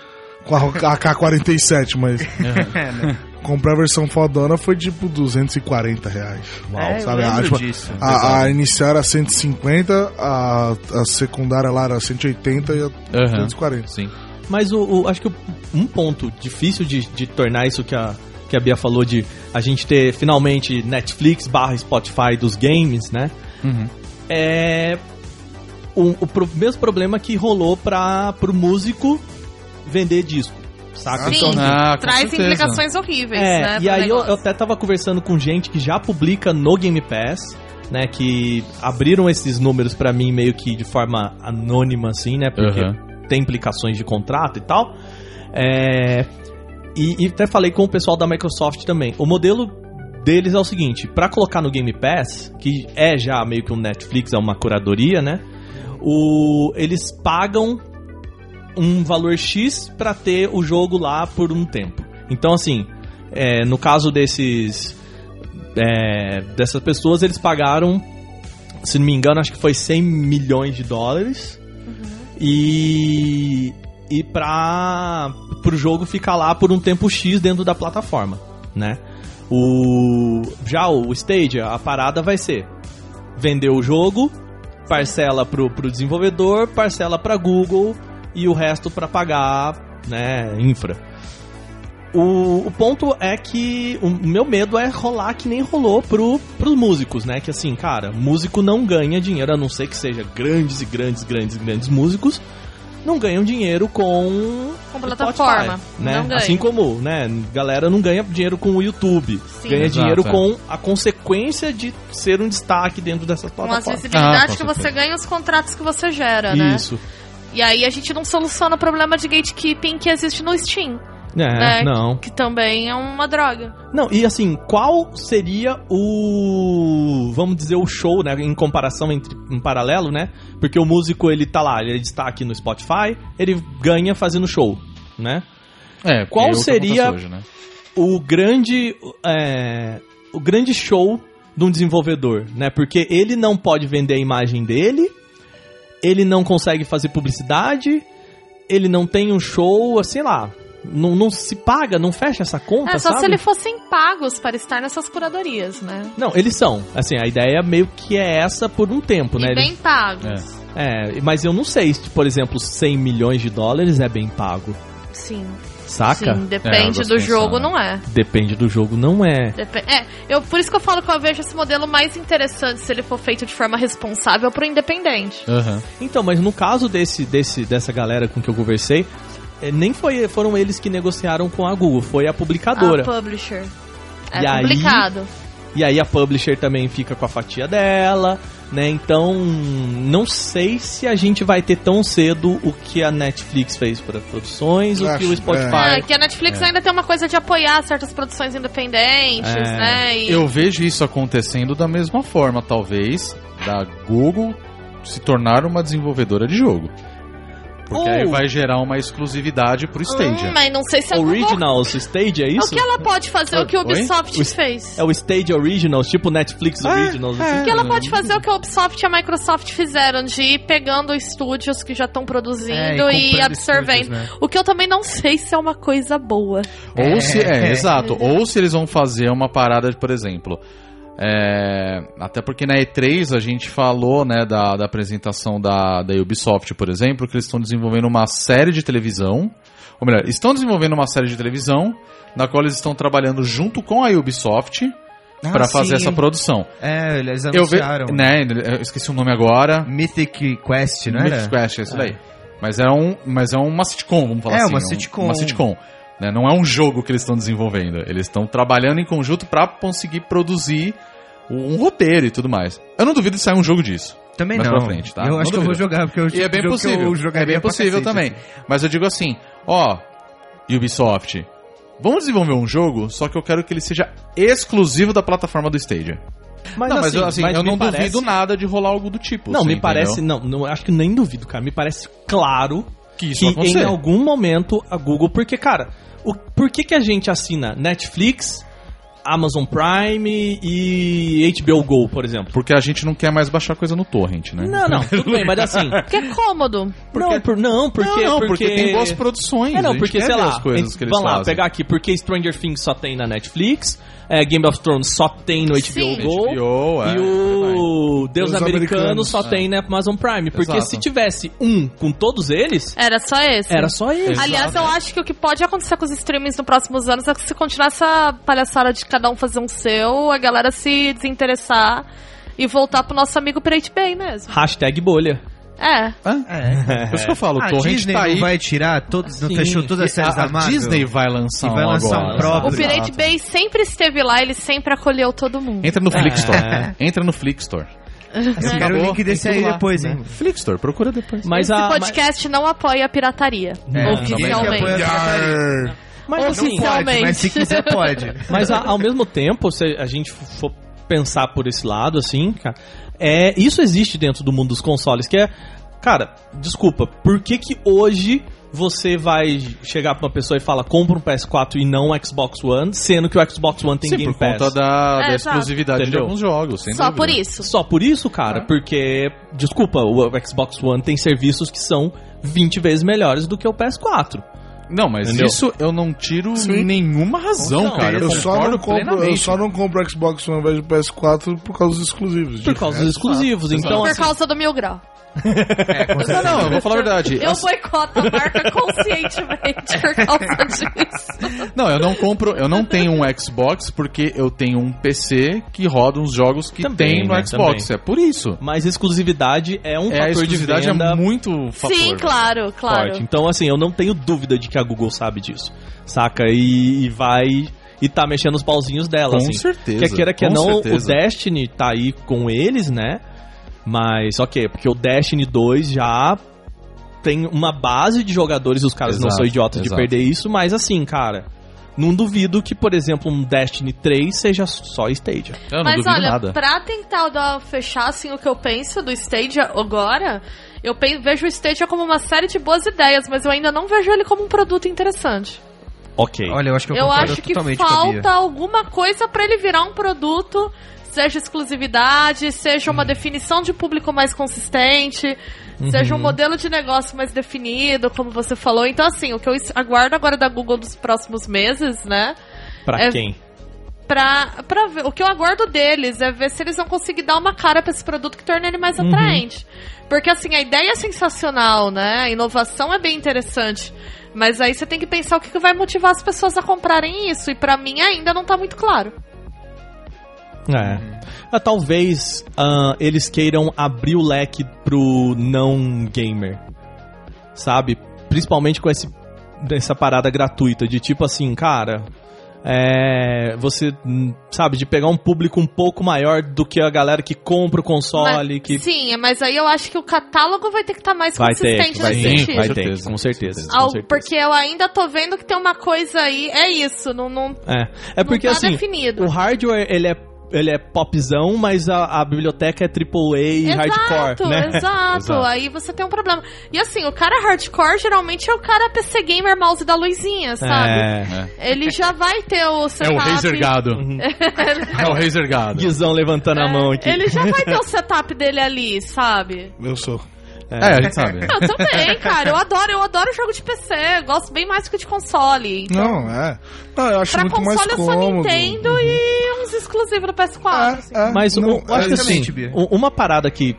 Speaker 3: com a AK-47, mas.
Speaker 7: É, né?
Speaker 3: Comprar a versão fodona foi tipo 240 reais.
Speaker 7: É, eu
Speaker 3: A,
Speaker 7: lembro
Speaker 3: tipo,
Speaker 7: disso.
Speaker 3: a, a inicial era 150, a, a secundária lá era 180 e a
Speaker 1: Aham.
Speaker 3: 240.
Speaker 1: Sim.
Speaker 2: Mas o, o- acho que o- um ponto difícil de, de tornar isso que a, que a Bia falou de a gente ter finalmente Netflix barra Spotify dos games, né?
Speaker 1: Uhum.
Speaker 2: É um, o, o pro- mesmo problema que rolou para pro músico vender disco, saca?
Speaker 5: Sim.
Speaker 2: Então,
Speaker 1: Ah, com
Speaker 5: Traz
Speaker 1: certeza.
Speaker 5: implicações horríveis,
Speaker 2: é,
Speaker 5: né?
Speaker 2: e
Speaker 5: pro
Speaker 2: aí eu,
Speaker 5: negócio.
Speaker 2: eu até tava conversando com gente que já publica no Game Pass, né, que abriram esses números pra mim meio que de forma anônima assim, né, porque
Speaker 1: Aham.
Speaker 2: tem implicações de contrato e tal. É, e, e até falei com o pessoal da Microsoft também. O modelo deles é o seguinte: para colocar no Game Pass, que é já meio que um Netflix, é uma curadoria, né? O, eles pagam um valor X para ter o jogo lá por um tempo. Então, assim, é, no caso desses. é, dessas pessoas, eles pagaram, se não me engano, acho que foi 100 milhões de dólares. E. E pra. pro jogo ficar lá por um tempo X dentro da plataforma, né? O. Já o Stadia, a parada vai ser vender o jogo, parcela pro, pro desenvolvedor, parcela pra Google e o resto pra pagar, né, infra. O, o ponto é que o meu medo é rolar que nem rolou pro, pros músicos, né? Que assim, cara, músico não ganha dinheiro, a não ser que seja grandes e grandes, grandes, grandes músicos, não ganham dinheiro com.
Speaker 5: Com
Speaker 2: Spotify,
Speaker 5: plataforma,
Speaker 2: né?
Speaker 5: não ganha.
Speaker 2: Assim como, né? Galera não ganha dinheiro com o YouTube.
Speaker 5: Sim.
Speaker 2: ganha
Speaker 1: Exato,
Speaker 2: dinheiro
Speaker 1: é.
Speaker 2: com a consequência de ser um destaque dentro dessas
Speaker 5: Com a
Speaker 2: plataformas.
Speaker 1: Ah,
Speaker 5: acessibilidade
Speaker 1: com
Speaker 5: que você
Speaker 1: certeza.
Speaker 5: ganha e os contratos que você gera, né?
Speaker 2: Isso.
Speaker 5: E aí a gente não soluciona o problema de gatekeeping que existe no Steam,
Speaker 2: É,
Speaker 5: É.
Speaker 2: não.
Speaker 5: que também é uma droga.
Speaker 2: Não, e assim, qual seria o. Vamos dizer, o show, né? Em comparação, entre, em paralelo, né? Porque o músico, ele tá lá, ele está aqui no Spotify, ele ganha fazendo show, né?
Speaker 1: É, porque é o
Speaker 2: Qual
Speaker 1: que
Speaker 2: seria-
Speaker 1: acontece Hoje, né?
Speaker 2: o grande é, o grande show de um desenvolvedor, né? Porque ele não pode vender a imagem dele, ele não consegue fazer publicidade, ele não tem um show, sei lá, não, não se paga, não fecha essa conta,
Speaker 5: é só
Speaker 2: sabe?
Speaker 5: se eles fossem pagos para estar nessas curadorias, né?
Speaker 2: Não, eles são. Assim, a ideia meio que é essa por um tempo, né?
Speaker 5: E
Speaker 2: Eles-
Speaker 5: bem pagos.
Speaker 2: É, mas eu não sei se, por exemplo, 100 milhões de dólares é bem pago,
Speaker 5: Sim.
Speaker 2: saca?
Speaker 5: Sim,
Speaker 1: É, eu
Speaker 5: depende
Speaker 1: gosto
Speaker 5: do
Speaker 1: de
Speaker 5: jogo,
Speaker 1: pensar, né?
Speaker 5: não é.
Speaker 2: Depende do jogo, não é.
Speaker 5: Depen- É, eu, por isso que eu falo que eu vejo esse modelo mais interessante se ele for feito de forma responsável pro independente.
Speaker 1: Aham.
Speaker 2: Então, mas no caso desse, desse dessa galera com que eu conversei, eh, nem foi, foram eles que negociaram com a Google, foi a publicadora.
Speaker 5: A publisher. É
Speaker 2: E aí-
Speaker 5: complicado.
Speaker 2: E aí a publisher também fica com a fatia dela, né? Então, não sei se a gente vai ter tão cedo o que a Netflix fez para produções, o que
Speaker 3: Acho,
Speaker 2: o
Speaker 3: é.
Speaker 5: É,
Speaker 2: Spotify.
Speaker 5: que a Netflix ainda tem uma coisa de apoiar certas produções independentes,
Speaker 2: É.
Speaker 5: né? E
Speaker 1: Eu vejo isso acontecendo da mesma forma, talvez, da Google se tornar uma desenvolvedora de jogo. porque aí vai gerar uma exclusividade pro Stadia.
Speaker 5: Hum, mas não sei se a Google...
Speaker 2: Originals Stage, é
Speaker 5: O
Speaker 2: isso?
Speaker 5: que ela pode fazer, é o que o
Speaker 2: Oi?
Speaker 5: Ubisoft
Speaker 2: O-
Speaker 5: fez?
Speaker 2: É o é. Stage Originals, tipo
Speaker 1: É,
Speaker 2: Netflix Originals. assim.
Speaker 5: O que ela pode fazer, é o que a Ubisoft e a Microsoft fizeram, de ir pegando estúdios que já estão produzindo
Speaker 7: É, e
Speaker 5: e,
Speaker 7: comprando
Speaker 5: absorvendo.
Speaker 7: estúdios, né?
Speaker 5: O que eu também não sei se é uma coisa boa.
Speaker 1: Ou se. É, exato. Ou se eles vão fazer uma parada, de, por exemplo. é, até porque na E3 a gente falou né, da, da apresentação da, da Ubisoft, por exemplo, que eles estão desenvolvendo uma série de televisão. Ou melhor, estão desenvolvendo uma série de televisão na qual eles estão trabalhando junto com a Ubisoft
Speaker 7: Ah,
Speaker 1: para fazer
Speaker 7: sim.
Speaker 1: essa produção.
Speaker 7: É, eles
Speaker 1: Eu, ve-
Speaker 7: anunciaram.
Speaker 1: né, eu esqueci o nome agora.
Speaker 7: Mythic Quest, não era?
Speaker 1: Mythic Quest, é isso daí. Mas é, um, mas é uma sitcom, vamos falar
Speaker 7: É,
Speaker 1: assim.
Speaker 7: uma
Speaker 1: um-
Speaker 7: sitcom.
Speaker 1: Uma sitcom. né? Não é um jogo que eles estão desenvolvendo. Eles estão trabalhando em conjunto pra conseguir produzir um roteiro e tudo mais. Eu não duvido de sair um jogo disso.
Speaker 7: Também
Speaker 1: Mais
Speaker 7: não.
Speaker 1: pra frente, tá?
Speaker 7: Eu
Speaker 1: Não
Speaker 7: acho que eu
Speaker 1: duvido.
Speaker 7: vou jogar, porque eu
Speaker 1: E é bem possível. É bem possível também. Mas eu digo assim, ó, Ubisoft, vamos desenvolver um jogo, só que eu quero que ele seja exclusivo da plataforma do Stadia.
Speaker 2: Mas,
Speaker 1: não, mas eu, assim, eu
Speaker 2: me
Speaker 1: não
Speaker 2: parece-
Speaker 1: duvido nada de rolar algo do tipo.
Speaker 2: Não,
Speaker 1: assim,
Speaker 2: me parece.
Speaker 1: entendeu?
Speaker 2: Não, não, acho que nem duvido, cara. Me parece claro
Speaker 1: que isso
Speaker 2: que
Speaker 1: vai acontecer.
Speaker 2: em algum momento a Google. Porque, cara, o, por que, que a gente assina Netflix, Amazon Prime e HBO Go, por exemplo?
Speaker 1: Porque a gente não quer mais baixar coisa no torrent, né?
Speaker 2: Não, não, tudo bem, mas assim.
Speaker 5: Porque é cômodo.
Speaker 2: não, por, não, porque.
Speaker 1: não, não, porque... tem boas produções.
Speaker 2: É,
Speaker 1: a
Speaker 2: não,
Speaker 1: gente
Speaker 2: porque,
Speaker 1: quer
Speaker 2: sei
Speaker 1: ver
Speaker 2: lá,
Speaker 1: as coisas
Speaker 2: gente-
Speaker 1: que eles
Speaker 2: vamos lá,
Speaker 1: fazem.
Speaker 2: pegar aqui, porque Stranger Things só tem na Netflix, é, Game of Thrones só tem no HBO
Speaker 5: Sim.
Speaker 2: Go,
Speaker 1: HBO, é,
Speaker 2: e o Deus,
Speaker 3: Deus
Speaker 2: Americano
Speaker 3: Americanos,
Speaker 2: só tem na Amazon Prime, porque
Speaker 1: Exato.
Speaker 2: se tivesse um com todos eles,
Speaker 5: Era só esse.
Speaker 2: era só ele.
Speaker 5: Aliás, eu acho que o que pode acontecer com os streamings nos próximos anos é que se continuar essa palhaçada de cada um fazer um seu, a galera se desinteressar e voltar pro nosso amigo Pirate Bay mesmo.
Speaker 2: Hashtag bolha.
Speaker 5: É.
Speaker 7: É.
Speaker 1: Por isso que eu falo, o
Speaker 7: A
Speaker 1: torrent
Speaker 7: Disney
Speaker 1: tá aí.
Speaker 7: não vai tirar todos, não
Speaker 2: Sim.
Speaker 7: fechou todas as
Speaker 1: a,
Speaker 7: séries
Speaker 1: a
Speaker 7: da Marvel.
Speaker 1: Disney vai lançar
Speaker 7: E vai
Speaker 1: um
Speaker 7: lançar
Speaker 1: agora.
Speaker 7: um próprio.
Speaker 5: O Pirate Bay sempre esteve lá, ele sempre acolheu todo mundo.
Speaker 1: Entra no Flickstore. Entra no Flickstore.
Speaker 7: Eu quero o
Speaker 1: Acabou,
Speaker 7: link
Speaker 1: tem
Speaker 7: desse
Speaker 1: tudo
Speaker 7: aí
Speaker 1: lá,
Speaker 7: depois, hein?
Speaker 1: né? Flickstore, procura depois.
Speaker 2: Mas
Speaker 5: Esse
Speaker 2: a.
Speaker 5: podcast não apoia a pirataria.
Speaker 7: É, ninguém que apoia-
Speaker 5: oficialmente.
Speaker 2: Mas, mas assim,
Speaker 5: Oficial.
Speaker 7: Pode, mas se quiser pode.
Speaker 2: mas a- ao mesmo tempo, se a gente for pensar por esse lado, assim, cara, é, isso existe dentro do mundo dos consoles, que é, cara, desculpa, por que que hoje você vai chegar pra uma pessoa e fala, compra um PS4 e não um Xbox One, sendo que o Xbox One tem
Speaker 1: Sim,
Speaker 2: Game
Speaker 1: por
Speaker 2: Pass?
Speaker 1: conta da,
Speaker 5: É,
Speaker 1: da
Speaker 5: exato.
Speaker 1: exclusividade de
Speaker 2: Entendeu?
Speaker 1: alguns jogos, sem
Speaker 5: Só
Speaker 1: dúvida.
Speaker 5: por isso.
Speaker 2: Só por isso, cara,
Speaker 1: É.
Speaker 2: porque, desculpa, o Xbox One tem serviços que são 20 vezes melhores do que o PS4.
Speaker 1: Não, mas
Speaker 2: Entendeu?
Speaker 1: isso eu não tiro
Speaker 3: Sim.
Speaker 1: nenhuma razão,
Speaker 2: Não,
Speaker 1: cara. Então, Eu,
Speaker 3: Eu só,
Speaker 1: concordo
Speaker 3: não compro, eu
Speaker 1: plenamente.
Speaker 3: só não compro Xbox One ao invés de PS4 por causa dos exclusivos.
Speaker 2: Por
Speaker 3: De
Speaker 2: causa
Speaker 3: resto,
Speaker 2: dos exclusivos. Então,
Speaker 5: Por
Speaker 2: assim,
Speaker 5: causa do Mil Grau.
Speaker 1: Não, não, eu vou falar a verdade.
Speaker 5: Eu boicoto a marca conscientemente por causa disso.
Speaker 1: Não, eu não compro, eu não tenho um Xbox porque eu tenho um PC que roda uns jogos que
Speaker 2: Também,
Speaker 1: tem no
Speaker 2: né,
Speaker 1: Xbox. É por isso.
Speaker 2: Mas exclusividade é um
Speaker 1: é, a
Speaker 2: fator de
Speaker 1: exclusividade
Speaker 2: venda
Speaker 1: é muito fator.
Speaker 5: Sim, claro, claro.
Speaker 2: forte. Então, assim, eu não tenho dúvida de que a Google sabe disso, saca? E, e vai e tá mexendo os pauzinhos dela,
Speaker 1: Com
Speaker 2: assim.
Speaker 1: certeza.
Speaker 2: Quer queira que
Speaker 1: com
Speaker 2: não,
Speaker 1: certeza.
Speaker 2: o Destiny tá aí com eles, né? Mas, ok, porque o Destiny 2 já tem uma base de jogadores, os caras não
Speaker 1: Exato,
Speaker 2: são idiotas de
Speaker 1: exato.
Speaker 2: perder isso, mas assim, cara, não duvido que, por exemplo, um Destiny 3 seja só Stadia.
Speaker 1: Eu não
Speaker 5: Mas
Speaker 1: duvido
Speaker 5: olha,
Speaker 1: nada.
Speaker 5: pra tentar dar- fechar assim, o que eu penso do Stadia agora, eu pe- vejo o Stadia como uma série de boas ideias, mas eu ainda não vejo ele como um produto interessante.
Speaker 2: Ok.
Speaker 7: Olha, eu acho que eu,
Speaker 5: Eu
Speaker 7: concordo
Speaker 5: acho que
Speaker 7: totalmente com a Bia.
Speaker 5: falta alguma coisa pra ele virar um produto, seja exclusividade, seja
Speaker 7: Uhum.
Speaker 5: uma definição de público mais consistente, seja um modelo de negócio mais definido, como você falou. Então, assim, o que eu es- aguardo agora da Google dos próximos meses, né?
Speaker 2: Pra
Speaker 5: é-
Speaker 2: quem?
Speaker 5: Pra, pra ver. O que eu aguardo deles é ver se eles vão conseguir dar uma cara pra esse produto que torne ele mais
Speaker 2: Uhum.
Speaker 5: atraente. Porque, assim, a ideia é sensacional, né? A inovação é bem interessante. Mas aí você tem que pensar o que, que vai motivar as pessoas a comprarem isso. E pra mim ainda não tá muito claro.
Speaker 2: É. Ah, Talvez ah, eles queiram abrir o leque pro não gamer. Sabe? Principalmente com esse, essa parada gratuita de tipo assim, cara. É, você hum, sabe de pegar um público um pouco maior do que a galera que compra o console, que
Speaker 5: Sim, mas aí eu acho que o catálogo vai ter que estar mais
Speaker 2: vai ter,
Speaker 5: consistente
Speaker 2: vai
Speaker 5: nesse
Speaker 2: ter,
Speaker 5: sentido.
Speaker 2: vai
Speaker 1: Com
Speaker 2: ter,
Speaker 1: certeza.
Speaker 2: com certeza, com
Speaker 5: Al-
Speaker 2: certeza.
Speaker 5: porque eu ainda tô vendo que tem uma coisa aí. É isso, não, não,
Speaker 2: é, é porque
Speaker 5: não tá
Speaker 2: assim,
Speaker 5: definido.
Speaker 2: o hardware ele é ele é popzão, mas a, a biblioteca é AAA e hardcore, né?
Speaker 5: Exato,
Speaker 2: Exato.
Speaker 5: Aí você tem um problema. E assim, o cara hardcore geralmente é o cara PC Gamer Mouse da luzinha, sabe?
Speaker 2: É.
Speaker 5: Ele já vai ter o
Speaker 1: É
Speaker 5: setup.
Speaker 1: o Razer Gado.
Speaker 2: Uhum.
Speaker 1: é o Razer Gado.
Speaker 2: Guizão levantando a mão aqui.
Speaker 5: É, Ele já vai ter o setup dele ali, sabe?
Speaker 3: Eu sou.
Speaker 1: É, a gente sabe.
Speaker 5: Eu também, cara. Eu adoro, eu adoro jogo de PC. Eu gosto bem mais do que de console.
Speaker 3: Não, é. Não, eu acho
Speaker 5: Pra
Speaker 3: muito mais
Speaker 5: console eu só
Speaker 3: cômodo.
Speaker 5: Nintendo
Speaker 2: Uhum.
Speaker 5: e uns exclusivos do PS4. assim.
Speaker 3: É, é,
Speaker 2: Mas
Speaker 3: não,
Speaker 2: eu acho
Speaker 3: é
Speaker 2: que
Speaker 3: isso.
Speaker 2: assim,
Speaker 7: Bia.
Speaker 2: u- uma parada que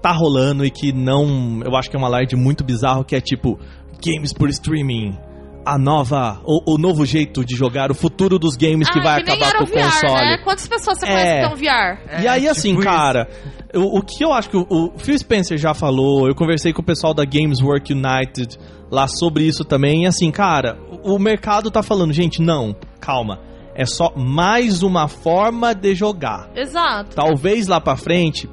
Speaker 2: tá rolando e que não. Eu acho que é uma live muito bizarro que é tipo games por streaming. A nova. O, o novo jeito de jogar, o futuro dos games que
Speaker 5: Ah,
Speaker 2: vai
Speaker 5: que nem
Speaker 2: acabar
Speaker 5: era
Speaker 2: com
Speaker 5: o
Speaker 2: o
Speaker 5: VR,
Speaker 2: console.
Speaker 5: né? Quantas pessoas você
Speaker 2: É.
Speaker 5: conhece que tem um VR?
Speaker 2: e
Speaker 7: É,
Speaker 2: aí,
Speaker 7: tipo
Speaker 2: assim,
Speaker 7: isso.
Speaker 2: cara, o, o que eu acho que o, o Phil Spencer já falou, eu conversei com o pessoal da Games Work United lá sobre isso também, e assim, cara, o, o mercado tá falando, gente, não, calma, é só mais uma forma de jogar.
Speaker 5: Exato.
Speaker 2: Talvez lá pra frente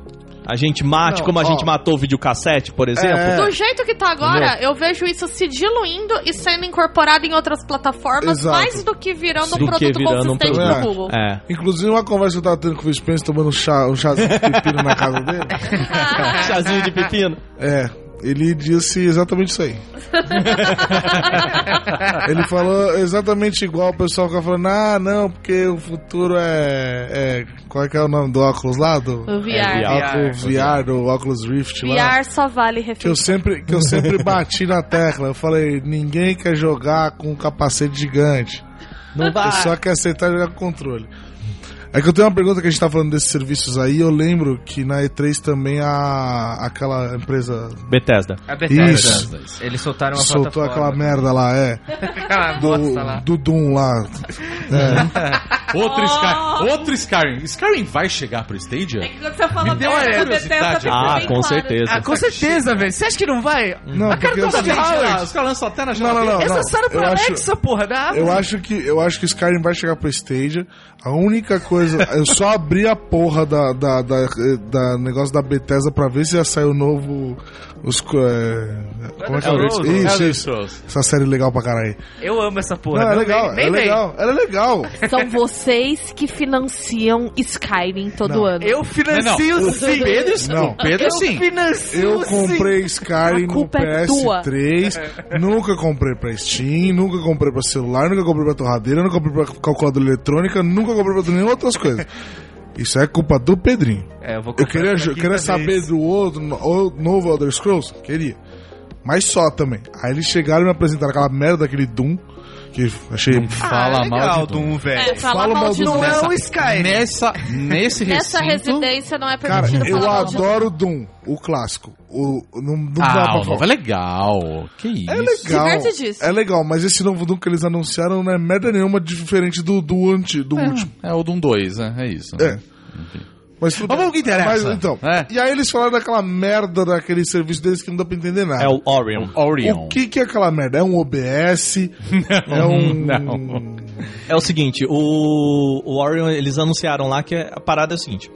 Speaker 2: a gente mate
Speaker 3: Não,
Speaker 2: como a
Speaker 3: ó.
Speaker 2: gente matou o videocassete, por exemplo.
Speaker 3: É.
Speaker 5: Do jeito que tá agora, eu vejo isso se diluindo e sendo incorporado em outras plataformas
Speaker 3: Exato.
Speaker 5: mais do que virando
Speaker 2: Do
Speaker 5: um
Speaker 2: que
Speaker 5: produto
Speaker 2: virando um
Speaker 5: consistente
Speaker 3: produto.
Speaker 5: pro Google.
Speaker 2: É.
Speaker 3: Inclusive, uma conversa que eu tava tendo com o Phil Spencer tomando um chá, um chazinho de pepino na casa dele.
Speaker 5: Ah.
Speaker 2: Chazinho de pepino.
Speaker 3: É, ele disse exatamente isso aí. ele falou exatamente igual o pessoal que falando, ah, não, porque o futuro é. é qual é que é o nome do óculos lá? Do
Speaker 5: O VR.
Speaker 2: VR.
Speaker 3: óculos VR, do óculos Rift lá.
Speaker 5: VR só vale
Speaker 3: Que eu,
Speaker 5: refeição.
Speaker 3: sempre, que eu sempre bati na tecla. Eu falei, ninguém quer jogar com um capacete gigante.
Speaker 2: Não vai.
Speaker 3: Eu só quer aceitar jogar com controle. É que eu tenho uma pergunta que a gente tá falando desses serviços aí. Eu lembro que na E3 também a, aquela empresa
Speaker 2: Bethesda.
Speaker 7: A Bethesda.
Speaker 3: Isso.
Speaker 7: Eles soltaram uma
Speaker 3: soltou
Speaker 7: plataforma.
Speaker 3: aquela merda lá, é.
Speaker 7: Aquela
Speaker 3: Do,
Speaker 7: bosta Ah, lá.
Speaker 3: do Doom lá.
Speaker 1: Outro
Speaker 5: Oh.
Speaker 1: Skyrim. Outro Skyrim. Skyrim vai chegar pro Stadia?
Speaker 5: É que quando você fala
Speaker 1: Me deu
Speaker 5: Bethesda,
Speaker 1: uma
Speaker 5: Bethesda
Speaker 1: curiosidade.
Speaker 5: tem que
Speaker 2: Ah,
Speaker 5: ser bem
Speaker 2: com
Speaker 5: claro.
Speaker 2: certeza.
Speaker 7: Ah, com certeza, velho. Você acha que não vai?
Speaker 3: Não, porque é eu,
Speaker 7: toda vez-
Speaker 1: Ah, Os caras lançam até na
Speaker 3: não, não, não.
Speaker 7: Eles
Speaker 3: não.
Speaker 7: lançaram pro
Speaker 3: Eu acho-
Speaker 7: Alexa, porra. Da
Speaker 5: Tá
Speaker 7: Amazon.
Speaker 3: Eu acho que eu acho que Skyrim vai chegar pro Stadia. A única coisa, eu só abri a porra da, da, da, da negócio da Bethesda pra ver se já saiu o novo os co- é, como é que
Speaker 7: Elder
Speaker 3: é?
Speaker 7: Scrolls.
Speaker 3: Isso,
Speaker 1: Elder
Speaker 3: isso.
Speaker 1: Scrolls.
Speaker 3: Essa série legal pra caralho.
Speaker 7: Eu amo essa porra.
Speaker 3: Não, é legal,
Speaker 7: vem,
Speaker 3: é
Speaker 7: vem.
Speaker 3: legal, ela é legal.
Speaker 5: São vocês que financiam Skyrim todo
Speaker 3: Não. é
Speaker 5: ano.
Speaker 7: Eu
Speaker 1: Não,
Speaker 7: financio
Speaker 1: não.
Speaker 7: sim.
Speaker 1: O Pedro,
Speaker 3: Não.
Speaker 1: o Pedro sim.
Speaker 3: assim.
Speaker 7: Eu financio
Speaker 3: Eu comprei Skyrim
Speaker 5: A
Speaker 3: no
Speaker 5: culpa é tua.
Speaker 3: PS3, nunca comprei pra Steam, nunca comprei pra celular, nunca comprei pra torradeira, nunca comprei pra calculadora eletrônica, nunca comprei pra nenhuma outras coisas. Isso é culpa do Pedrinho.
Speaker 7: sim. É, eu vou
Speaker 3: Eu
Speaker 7: comprar
Speaker 3: queria,
Speaker 7: isso
Speaker 3: eu
Speaker 7: aqui
Speaker 3: queria
Speaker 7: também.
Speaker 3: saber do outro, o novo Elder Scrolls? Queria. Mas só também. Aí eles chegaram e me apresentaram aquela merda daquele Doom, que achei.
Speaker 1: Fala
Speaker 7: ah, é
Speaker 1: mal
Speaker 7: legal,
Speaker 1: de Doom.
Speaker 7: Doom, velho.
Speaker 5: É, falar
Speaker 3: falo
Speaker 5: mal
Speaker 3: mal
Speaker 5: de
Speaker 3: do
Speaker 7: Não
Speaker 5: Doom
Speaker 7: é um Skyrim.
Speaker 1: Nessa, nesse
Speaker 5: nessa
Speaker 1: recinto...
Speaker 5: residência não é
Speaker 3: Cara,
Speaker 5: permitido
Speaker 3: eu
Speaker 5: falar mal de Doom.
Speaker 3: adoro o Doom, o clássico. O, não, não dá
Speaker 1: Ah,
Speaker 3: pra
Speaker 1: o novo é legal. Que isso.
Speaker 3: É legal.
Speaker 5: Divertidíssimo.
Speaker 3: É legal, mas esse novo Doom que eles anunciaram não é merda nenhuma diferente do, do, anti, do último.
Speaker 1: É o Doom 2, né? É isso.
Speaker 3: É.
Speaker 1: né?
Speaker 3: Mas, tudo
Speaker 1: Mas vamos ao que interessa.
Speaker 3: Mas, então,
Speaker 1: É.
Speaker 3: E aí eles falaram daquela merda daquele serviço deles que não dá pra entender nada.
Speaker 2: É o Orion.
Speaker 1: Orion.
Speaker 3: O que, que é aquela merda? É um OBS? é um.
Speaker 1: não.
Speaker 2: É o seguinte, o, o Orion, eles anunciaram lá que a parada é o seguinte.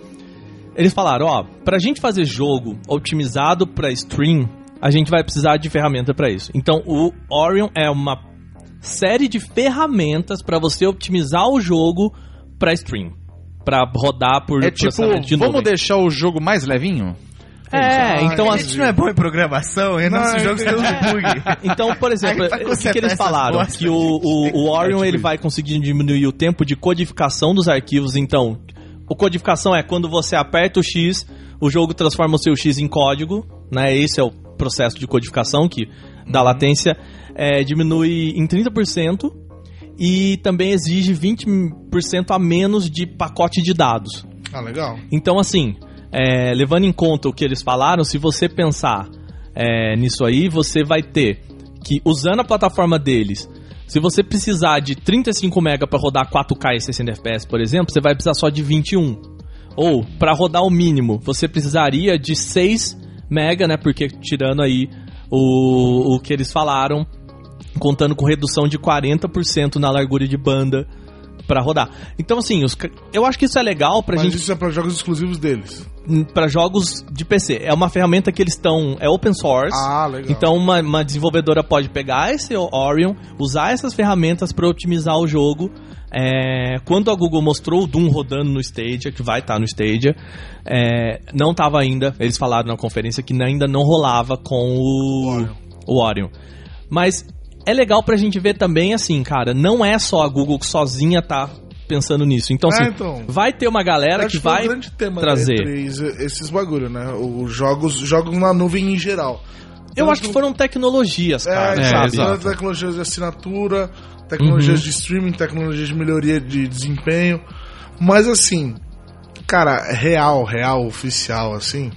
Speaker 2: Eles falaram, ó, pra gente fazer jogo otimizado pra stream, a gente vai precisar de ferramenta pra isso. Então, o Orion é uma série de ferramentas pra você otimizar o jogo pra stream, Pra rodar por
Speaker 1: É tipo,
Speaker 2: processamento de
Speaker 1: vamos
Speaker 2: nuvem.
Speaker 1: deixar o jogo mais levinho?
Speaker 2: É, então
Speaker 7: A
Speaker 2: assim,
Speaker 7: gente não é bom em programação, é nossos jogos têm uns bug.
Speaker 2: Então, por exemplo,
Speaker 7: Aí, pra
Speaker 2: o que, que
Speaker 7: consertar
Speaker 2: eles
Speaker 7: essas É
Speaker 2: falaram?
Speaker 7: bostas,
Speaker 2: Que o, o, o
Speaker 7: tipo
Speaker 2: Orion ele vai conseguir diminuir o tempo de codificação dos arquivos. Então, o codificação é quando você aperta o X, o jogo transforma o seu X em código, né? Esse é o processo de codificação que da
Speaker 7: Uhum.
Speaker 2: latência é, diminui em 30% e também exige 20% a menos de pacote de dados.
Speaker 3: Ah, legal.
Speaker 2: Então, assim, é, levando em conta o que eles falaram, se você pensar é, nisso aí, você vai ter que, usando a plataforma deles, se você precisar de 35 MB para rodar 4K e 60 FPS, por exemplo, você vai precisar só de 21. Ou, para rodar o mínimo, você precisaria de 6 MB, né? Porque tirando aí o, o que eles falaram, contando com redução de 40% na largura de banda para rodar. Então, assim, os ca- eu acho que isso é legal pra
Speaker 3: mas
Speaker 2: gente
Speaker 3: isso é pra jogos exclusivos deles.
Speaker 2: hum, pra jogos de PC. É uma ferramenta que eles estão. É open source.
Speaker 3: Ah, legal.
Speaker 2: Então uma, uma desenvolvedora pode pegar esse Orion, usar essas ferramentas para otimizar o jogo. É, quando a Google mostrou o Doom rodando no Stadia, que vai estar no Stadia, é, não estava ainda. Eles falaram na conferência que ainda não rolava com o, o Orion. Mas é legal pra gente ver também, assim, cara, não é só a Google que sozinha tá pensando nisso. Então,
Speaker 3: É,
Speaker 2: assim,
Speaker 3: então.
Speaker 2: vai ter uma galera que
Speaker 3: Acho
Speaker 2: vai.
Speaker 3: foi um grande tema
Speaker 2: trazer.
Speaker 3: da E3, esses bagulho, né? Os jogos, jogos na nuvem em geral.
Speaker 2: Eu acho que foram tecnologias, cara,
Speaker 3: É,
Speaker 2: sabe? Uhum.
Speaker 3: sabe?
Speaker 1: exato.
Speaker 3: tecnologias de assinatura, tecnologias de streaming, tecnologias de melhoria de desempenho. Mas assim, cara, real, real, oficial, assim.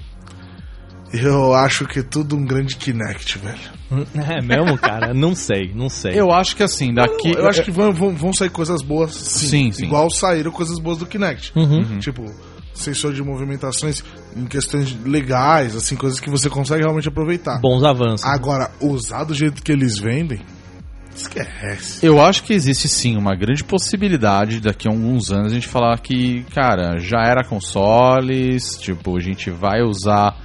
Speaker 3: Eu acho que é tudo um grande Kinect, velho.
Speaker 2: É mesmo, cara? Não sei, não sei.
Speaker 1: Eu acho que assim, daqui.
Speaker 3: Eu acho que vão, vão- vão sair coisas boas, sim.
Speaker 1: Sim, sim.
Speaker 3: Igual saíram coisas boas do Kinect.
Speaker 2: Uhum.
Speaker 3: Tipo, sensor de movimentações em questões legais, assim, coisas que você consegue realmente aproveitar.
Speaker 2: Bons avanços.
Speaker 1: Ah,
Speaker 3: Agora, usar do jeito que eles vendem, esquece.
Speaker 1: Eu acho que existe sim uma grande possibilidade daqui a alguns anos a gente falar que, cara, já era consoles, tipo, a gente vai usar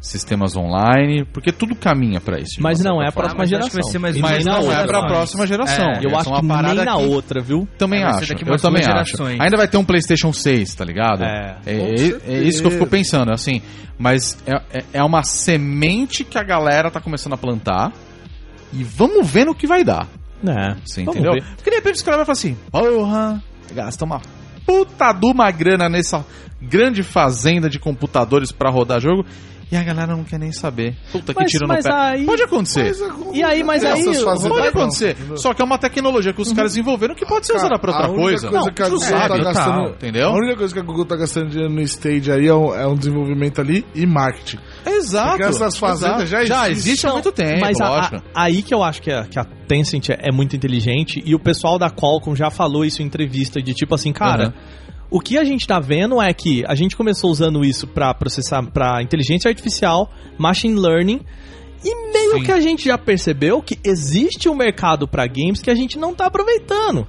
Speaker 1: sistemas online, porque tudo caminha pra isso. de
Speaker 2: Mas
Speaker 1: uma
Speaker 2: não é a
Speaker 1: certa forma.
Speaker 7: pra-
Speaker 2: próxima
Speaker 7: mas acho que
Speaker 2: geração.
Speaker 7: vai ser mais uma
Speaker 1: Mas
Speaker 7: nem
Speaker 1: não
Speaker 7: na
Speaker 1: é
Speaker 7: outra,
Speaker 1: pra
Speaker 7: mas-
Speaker 1: próxima geração.
Speaker 2: É, eu
Speaker 1: Essa
Speaker 2: acho
Speaker 1: é uma
Speaker 2: que
Speaker 1: parada
Speaker 2: nem na
Speaker 1: que-
Speaker 2: outra, viu?
Speaker 1: Também
Speaker 7: Vai ser
Speaker 1: acho.
Speaker 7: daqui
Speaker 1: Eu
Speaker 7: umas
Speaker 1: também
Speaker 7: duas
Speaker 1: acho.
Speaker 7: gerações.
Speaker 1: Ainda vai ter um PlayStation 6, tá ligado?
Speaker 2: É.
Speaker 1: É,
Speaker 3: Com
Speaker 1: é-
Speaker 3: certeza.
Speaker 1: é isso que eu fico pensando, assim. Mas é, é- é uma semente que a galera tá começando a plantar. E vamos ver no que vai dar.
Speaker 2: É.
Speaker 1: Você
Speaker 2: Vamos
Speaker 1: entendeu?
Speaker 2: ver.
Speaker 1: Porque de repente os caras vão falar assim: porra, gastar uma puta de uma grana nessa grande fazenda de computadores pra rodar jogo. E a galera não quer nem saber. Puta que
Speaker 2: Mas-
Speaker 1: tiro no
Speaker 2: mas
Speaker 1: pé.
Speaker 2: aí-
Speaker 1: Pode acontecer.
Speaker 3: é
Speaker 2: E aí, mas aí.
Speaker 3: Essas fazendas
Speaker 1: Pode
Speaker 3: não,
Speaker 1: acontecer.
Speaker 3: entendeu?
Speaker 1: Só que é uma tecnologia que os caras desenvolveram que pode ser usada pra outra
Speaker 3: Ah, a única
Speaker 1: coisa.
Speaker 3: coisa
Speaker 1: Não,
Speaker 3: que a
Speaker 1: tu
Speaker 3: Google tá
Speaker 1: sabe,
Speaker 3: gastando-
Speaker 1: entendeu?
Speaker 3: A única coisa que a Google tá gastando dinheiro no stage aí é um, é um desenvolvimento ali e marketing.
Speaker 1: Exato.
Speaker 3: Porque essas fazendas
Speaker 1: exato.
Speaker 3: já existem.
Speaker 1: existe há muito tempo,
Speaker 2: Mas a-
Speaker 1: É, lógico.
Speaker 2: a- aí que eu acho que a, que a Tencent é, é muito inteligente e o pessoal da Qualcomm já falou isso em entrevista de tipo assim, cara,
Speaker 1: Uhum.
Speaker 2: o que a gente tá vendo é que a gente começou usando isso pra processar para inteligência artificial, machine learning e meio
Speaker 1: Sim.
Speaker 2: que a gente já percebeu que existe um mercado pra games que a gente não tá aproveitando.